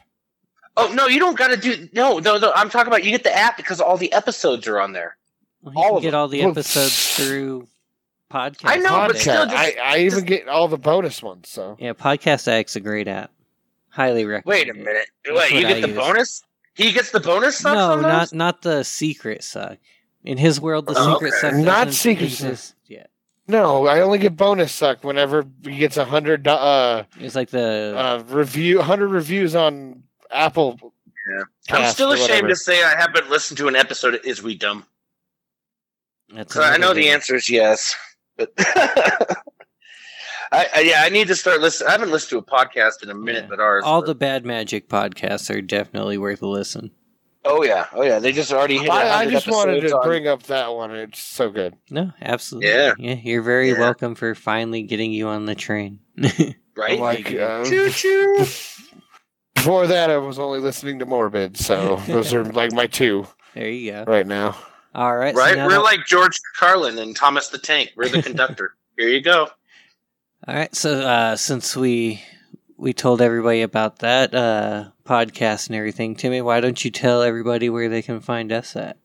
[SPEAKER 3] Oh no, you don't got to do no, no, no. I'm talking about you get the app because all the episodes are on there.
[SPEAKER 1] Well,
[SPEAKER 3] All
[SPEAKER 1] you can
[SPEAKER 3] of
[SPEAKER 1] get all the
[SPEAKER 2] Well,
[SPEAKER 1] episodes through podcast.
[SPEAKER 3] I know, but
[SPEAKER 1] Addict.
[SPEAKER 3] still
[SPEAKER 2] Podcast. I,
[SPEAKER 3] just-
[SPEAKER 2] I even
[SPEAKER 3] just-
[SPEAKER 2] get all the bonus ones. So
[SPEAKER 1] yeah, Podcast Addict's a great app. Highly recommend.
[SPEAKER 3] Wait a
[SPEAKER 1] it.
[SPEAKER 2] Mm,
[SPEAKER 3] minute.
[SPEAKER 1] That's
[SPEAKER 3] Wait, you
[SPEAKER 1] what
[SPEAKER 3] get
[SPEAKER 1] I
[SPEAKER 3] the
[SPEAKER 1] use.
[SPEAKER 3] bonus? He gets the bonus sucks
[SPEAKER 1] No,
[SPEAKER 3] on
[SPEAKER 1] not
[SPEAKER 3] those?
[SPEAKER 1] not the secret suck. In his world, the
[SPEAKER 3] Oh,
[SPEAKER 1] secret
[SPEAKER 3] okay.
[SPEAKER 1] suck
[SPEAKER 2] Not
[SPEAKER 1] doesn't
[SPEAKER 2] secret suck.
[SPEAKER 1] exist. Yeah,
[SPEAKER 2] no, I only get bonus suck whenever he gets a hundred. do- Uh,
[SPEAKER 1] it's like the
[SPEAKER 2] uh, review 100 reviews on Apple.
[SPEAKER 3] Yeah. I'm
[SPEAKER 2] Cast
[SPEAKER 3] still
[SPEAKER 2] or
[SPEAKER 3] ashamed
[SPEAKER 2] whatever.
[SPEAKER 3] to say I haven't listened to an episode of Is We Dumb?
[SPEAKER 1] that's
[SPEAKER 3] So I
[SPEAKER 1] another
[SPEAKER 3] know the
[SPEAKER 1] one.
[SPEAKER 3] answer is yes. I, I, yeah, I need to start listening. I haven't listened to a podcast in a minute,
[SPEAKER 1] Yeah.
[SPEAKER 3] but ours.
[SPEAKER 1] All
[SPEAKER 3] but-
[SPEAKER 1] the bad magic podcasts are definitely worth a listen.
[SPEAKER 3] oh yeah, oh yeah, they just already hit.
[SPEAKER 2] I, I
[SPEAKER 3] 100
[SPEAKER 2] just wanted
[SPEAKER 3] episodes
[SPEAKER 2] to
[SPEAKER 3] on-
[SPEAKER 2] bring up that one. It's so good.
[SPEAKER 1] No, absolutely.
[SPEAKER 3] Yeah.
[SPEAKER 1] you're very
[SPEAKER 3] Yeah.
[SPEAKER 1] welcome for finally getting you on the train.
[SPEAKER 3] right.
[SPEAKER 2] Like, uh,
[SPEAKER 3] Choo choo.
[SPEAKER 2] Before that, I was only listening to Morbid, so those are like my two
[SPEAKER 1] there you go.
[SPEAKER 2] right now.
[SPEAKER 1] All right. so
[SPEAKER 3] Right,
[SPEAKER 1] now
[SPEAKER 3] we're
[SPEAKER 1] that-
[SPEAKER 3] like George Carlin and Thomas the Tank. We're the conductor. Here you go.
[SPEAKER 1] All right. So uh, since we we told everybody about that uh, podcast and everything, Timmy, why don't you tell everybody where they can find us at?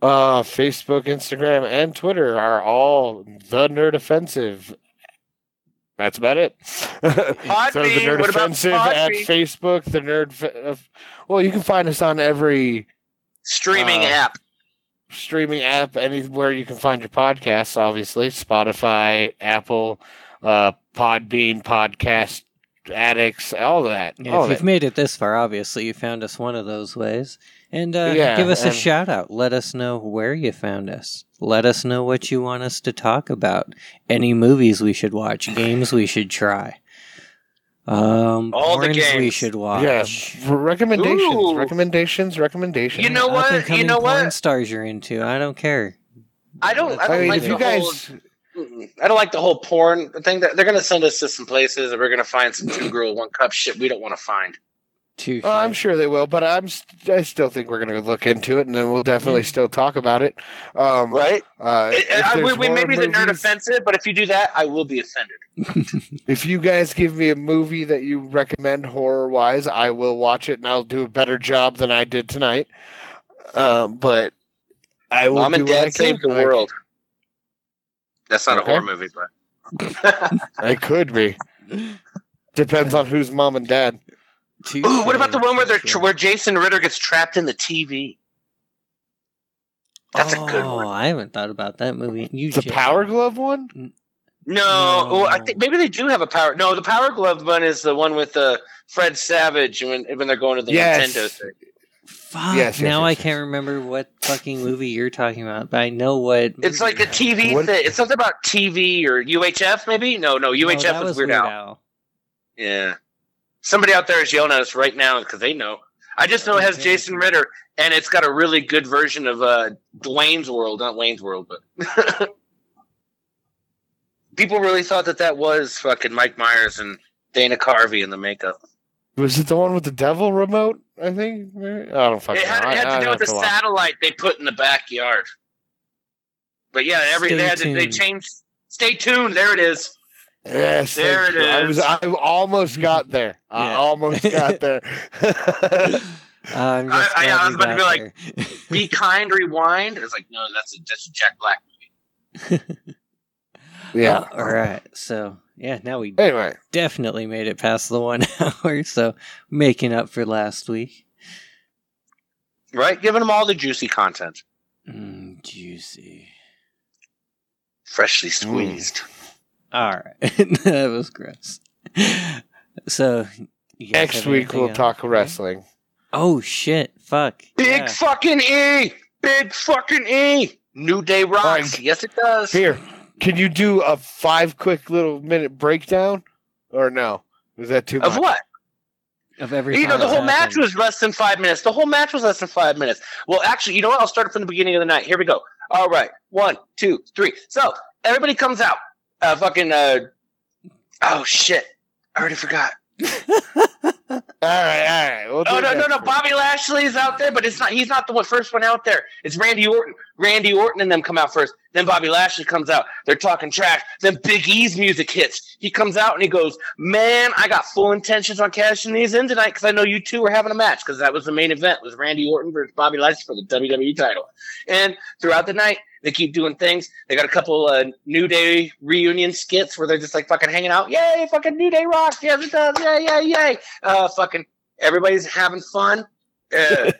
[SPEAKER 2] Uh, Facebook, Instagram, and Twitter are all the Nerd Offensive. That's about it. so the
[SPEAKER 3] Podbean,
[SPEAKER 2] Nerd
[SPEAKER 3] what about
[SPEAKER 2] Offensive at
[SPEAKER 3] Podbean?
[SPEAKER 2] Facebook, the Nerd. Fe- uh, well, you can find us on every
[SPEAKER 3] Streaming
[SPEAKER 2] Uh,
[SPEAKER 3] app.
[SPEAKER 2] streaming app, anywhere you can find your podcasts. Obviously, Spotify, Apple, uh, Podbean, Podcast Addicts, all that. all
[SPEAKER 1] if
[SPEAKER 2] Oh, that.
[SPEAKER 1] you've made it this far, obviously you found us one of those ways, and uh,
[SPEAKER 2] Yeah,
[SPEAKER 1] give us a
[SPEAKER 2] and-
[SPEAKER 1] shout out. Let us know where you found us. Let us know what you want us to talk about. Any movies we should watch, games we should try, um,
[SPEAKER 3] All the
[SPEAKER 1] porns we
[SPEAKER 3] games.
[SPEAKER 1] should watch.
[SPEAKER 2] Yeah, recommendations,
[SPEAKER 3] Ooh.
[SPEAKER 2] recommendations, recommendations.
[SPEAKER 3] You know
[SPEAKER 1] Up
[SPEAKER 3] what?
[SPEAKER 1] and
[SPEAKER 3] You
[SPEAKER 1] coming
[SPEAKER 3] know what?
[SPEAKER 1] porn stars you're into. I don't care.
[SPEAKER 3] I don't. I
[SPEAKER 2] I
[SPEAKER 3] don't
[SPEAKER 2] mean,
[SPEAKER 3] like
[SPEAKER 2] if you
[SPEAKER 3] the whole-
[SPEAKER 2] guys,
[SPEAKER 3] Mm-mm. I don't like the whole porn thing. That they're going to send us to some places, and we're going to find some two girl, one cup shit we don't want to find.
[SPEAKER 1] Too.
[SPEAKER 2] Well, Oh, I'm sure they will, but I'm st- I still think we're going to look into it, and then we'll definitely still talk about it. Um,
[SPEAKER 3] Mm. Right? Eh,
[SPEAKER 2] uh, if
[SPEAKER 3] we,
[SPEAKER 2] there's
[SPEAKER 3] we may
[SPEAKER 2] more
[SPEAKER 3] be the nerd
[SPEAKER 2] movies-
[SPEAKER 3] offensive, but if you do that, I will be offended.
[SPEAKER 2] If you guys give me a movie that you recommend horror wise, I will watch it, and I'll do a better job than I did tonight. Um, but I will.
[SPEAKER 3] Mom and
[SPEAKER 2] do what I
[SPEAKER 3] Dad saved the
[SPEAKER 2] can. I-
[SPEAKER 3] world. That's not
[SPEAKER 2] Okay.
[SPEAKER 3] a horror movie, but.
[SPEAKER 2] I could be. Depends on who's mom and dad.
[SPEAKER 1] Too
[SPEAKER 3] Ooh, what about the one where they're
[SPEAKER 1] sure.
[SPEAKER 3] where Jason Ritter gets trapped in the TV? That's a good one.
[SPEAKER 1] Oh, I haven't thought about that movie. You
[SPEAKER 2] The
[SPEAKER 1] just-
[SPEAKER 2] Power Glove one.
[SPEAKER 3] No,
[SPEAKER 1] No.
[SPEAKER 3] Well, I think maybe they do have a power. No, the Power Glove one is the one with uh, Fred Savage when when they're going to the
[SPEAKER 2] Yes.
[SPEAKER 3] Nintendo thing.
[SPEAKER 1] Fuck.
[SPEAKER 2] Yes, yes,
[SPEAKER 1] now
[SPEAKER 2] yes,
[SPEAKER 1] I can't remember what fucking movie you're talking about, but I know what.
[SPEAKER 3] It's like a TV
[SPEAKER 2] What-
[SPEAKER 3] thing. It's something about TV or UHF, maybe. No, no,
[SPEAKER 1] No,
[SPEAKER 3] UHF
[SPEAKER 1] that
[SPEAKER 3] was, Weird, Al. Yeah. Somebody out there is yelling at us right now because they know. I just know it has
[SPEAKER 1] Okay.
[SPEAKER 3] Jason Ritter, and it's got a really good version of uh, Dwayne's World, not Wayne's World, but people really thought that that was fucking Mike Myers and Dana Carvey in the makeup.
[SPEAKER 2] Was it the one with the devil remote? I think. I don't fucking
[SPEAKER 3] It had,
[SPEAKER 2] know. I-
[SPEAKER 3] it had
[SPEAKER 2] I'd
[SPEAKER 3] to do
[SPEAKER 2] have
[SPEAKER 3] with the
[SPEAKER 2] watch.
[SPEAKER 3] satellite they put in the backyard. But yeah, every
[SPEAKER 1] Stay
[SPEAKER 3] they had to, they
[SPEAKER 1] tuned.
[SPEAKER 3] changed. Stay tuned. There it is.
[SPEAKER 2] Yes,
[SPEAKER 3] There
[SPEAKER 2] thank
[SPEAKER 3] it
[SPEAKER 2] you. I
[SPEAKER 3] is.
[SPEAKER 2] was. I almost got there. I
[SPEAKER 1] Yeah.
[SPEAKER 2] almost got there.
[SPEAKER 1] I'm just
[SPEAKER 3] I- I-
[SPEAKER 1] glad
[SPEAKER 3] I was
[SPEAKER 1] you
[SPEAKER 3] about to
[SPEAKER 1] got
[SPEAKER 3] be like,
[SPEAKER 1] there.
[SPEAKER 3] Be kind. Rewind. It's like no, that's a, that's a Jack Black.
[SPEAKER 2] yeah.
[SPEAKER 1] all right. So yeah, now we
[SPEAKER 2] Anyway,
[SPEAKER 1] definitely made it past the one hour. So making up for last week.
[SPEAKER 3] Right, giving them all the juicy content,
[SPEAKER 1] Mm, juicy.
[SPEAKER 3] freshly squeezed.
[SPEAKER 1] All right. that was gross. So you guys
[SPEAKER 2] next
[SPEAKER 1] have
[SPEAKER 2] week
[SPEAKER 1] anything
[SPEAKER 2] we'll
[SPEAKER 1] else?
[SPEAKER 2] talk wrestling.
[SPEAKER 1] Oh shit! Fuck.
[SPEAKER 3] Big
[SPEAKER 1] Yeah.
[SPEAKER 3] fucking E! Big fucking E! New Day rocks.
[SPEAKER 2] Fine.
[SPEAKER 3] Yes, it does.
[SPEAKER 2] Here, can you do a five quick little minute breakdown, or no? Is that too
[SPEAKER 3] Of
[SPEAKER 2] much?
[SPEAKER 3] what?
[SPEAKER 1] of every.
[SPEAKER 3] You know,
[SPEAKER 1] time
[SPEAKER 3] the whole
[SPEAKER 1] it
[SPEAKER 3] match
[SPEAKER 1] happened.
[SPEAKER 3] was less than five minutes. The whole match was less than five minutes. Well, actually, you know what? I'll start from the beginning of the night. Here we go. All right. One, two, three. So, everybody comes out. Uh, fucking, uh, oh shit. I already forgot.
[SPEAKER 2] All right, all right. We'll
[SPEAKER 3] Oh
[SPEAKER 2] do
[SPEAKER 3] no, no,
[SPEAKER 2] next
[SPEAKER 3] no!
[SPEAKER 2] week.
[SPEAKER 3] Bobby Lashley's out there, but it's not. He's not the one, first one out there. It's Randy Orton. Randy Orton and them come out first. Then Bobby Lashley comes out. They're talking trash. Then Big E's music hits. He comes out and he goes, "Man, I got full intentions on cashing these in tonight because I know you two are having a match because that was the main event was Randy Orton versus Bobby Lashley for the WWE title." And throughout the night, they keep doing things. They got a couple uh, New Day reunion skits where they're just like fucking hanging out. Yay, fucking New Day rocks. Yes, it does. Yay, yay, yay. Uh, fucking everybody's having fun. Uh,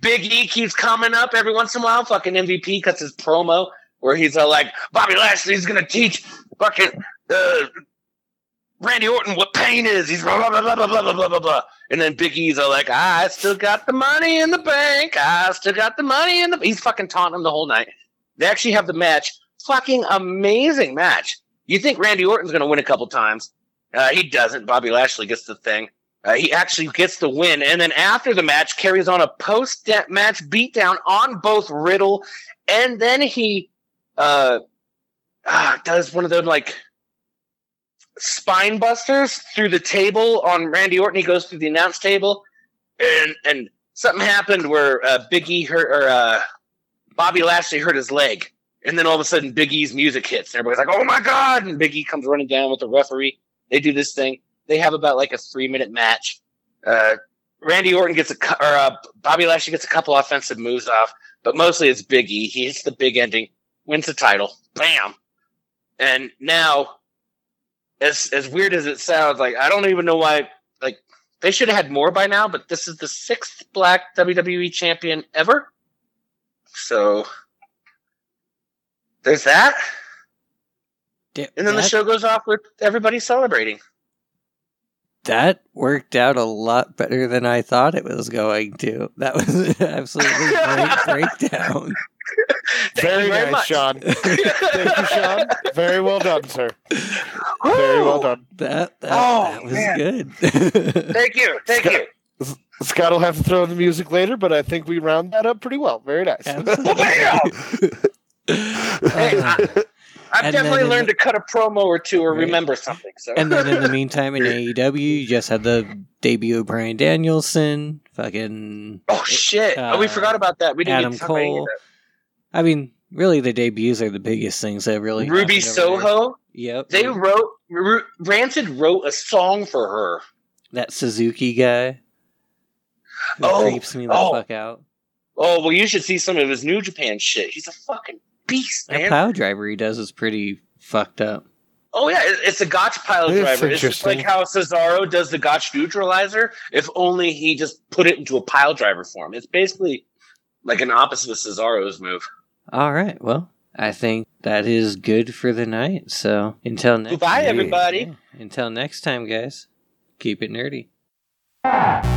[SPEAKER 3] Big E keeps coming up every once in a while. Fucking MVP cuts his promo where he's all like, Bobby Lashley's gonna teach fucking uh, Randy Orton what pain is. He's blah blah blah blah blah blah blah blah blah. And then Big E's all like, I still got the money in the bank. I still got the money in the. He's fucking taunting him the whole night. They actually have the match fucking amazing match. You think Randy Orton's going to win a couple times? Uh, he doesn't. Bobby Lashley gets the thing. Uh, he actually gets the win, and then after the match, carries on a post-match beatdown on both Riddle, and then he uh, ah, does one of those like spine busters through the table on Randy Orton. He goes through the announce table, and and something happened where uh, Big E hurt or uh, Bobby Lashley hurt his leg, and then all of a sudden Big E's music hits, and everybody's like, "Oh my god!" And Big E comes running down with the referee. They do this thing. They have about like a three minute match. Uh, Randy Orton gets a cou- or uh, Bobby Lashley gets a couple offensive moves off, but mostly it's Big E. He hits the big ending, wins the title, bam, and now. As, as weird as it sounds, like I don't even know why they should have had more by now, but this is the sixth black WWE champion ever. So there's that.
[SPEAKER 1] Di-
[SPEAKER 3] And then the
[SPEAKER 1] that-
[SPEAKER 3] show goes off with everybody celebrating.
[SPEAKER 1] That worked out a lot better than I thought it was going to. That was an absolutely great breakdown.
[SPEAKER 3] Thank
[SPEAKER 2] very
[SPEAKER 3] you
[SPEAKER 2] nice, Sean. Thank you, Sean. Very well done, sir. Very well
[SPEAKER 3] Woo!
[SPEAKER 2] done.
[SPEAKER 1] That that,
[SPEAKER 3] Oh,
[SPEAKER 1] that was
[SPEAKER 3] man.
[SPEAKER 1] good.
[SPEAKER 3] Thank you. Thank
[SPEAKER 2] Scott-
[SPEAKER 3] you.
[SPEAKER 2] Scott will have to throw in the music later, but I think we round that up pretty well. Very nice.
[SPEAKER 1] Absolutely.
[SPEAKER 3] Hey,
[SPEAKER 1] Uh,
[SPEAKER 3] I, I've
[SPEAKER 1] and then
[SPEAKER 3] definitely
[SPEAKER 1] in
[SPEAKER 3] learned
[SPEAKER 1] the-
[SPEAKER 3] to cut a promo or two or
[SPEAKER 1] Right.
[SPEAKER 3] remember something. So
[SPEAKER 1] and then in the meantime, in AEW, you just had the debut of Brian Danielson. Fucking,
[SPEAKER 3] oh shit, oh, we
[SPEAKER 1] uh,
[SPEAKER 3] forgot about that. We didn't
[SPEAKER 1] Adam
[SPEAKER 3] even talk about any of
[SPEAKER 1] Cole. I mean, really, the debuts are the biggest things that
[SPEAKER 3] that.
[SPEAKER 1] really
[SPEAKER 3] Ruby
[SPEAKER 1] happened over there.
[SPEAKER 3] Soho.
[SPEAKER 1] Yep,
[SPEAKER 3] They wrote Ru- Rancid wrote a song for her.
[SPEAKER 1] that Suzuki guy. Who
[SPEAKER 3] Oh,
[SPEAKER 1] creeps me the
[SPEAKER 3] oh.
[SPEAKER 1] fuck out.
[SPEAKER 3] Oh well, you should see some of his New Japan shit. He's a fucking beast,
[SPEAKER 1] That
[SPEAKER 3] man.
[SPEAKER 1] plow driver he does is pretty fucked up.
[SPEAKER 3] Oh yeah, it- it's a Gotch pile
[SPEAKER 2] That's
[SPEAKER 3] driver. It's just
[SPEAKER 2] interesting.
[SPEAKER 3] like how Cesaro does the Gotch neutralizer. If only he just put it into a pile driver form. It's basically like an opposite of Cesaro's move.
[SPEAKER 1] All right, well, I think that is good for the night. So until next,
[SPEAKER 3] Goodbye, everybody.
[SPEAKER 1] Yeah. Until next time, guys. Keep it nerdy.
[SPEAKER 10] Thank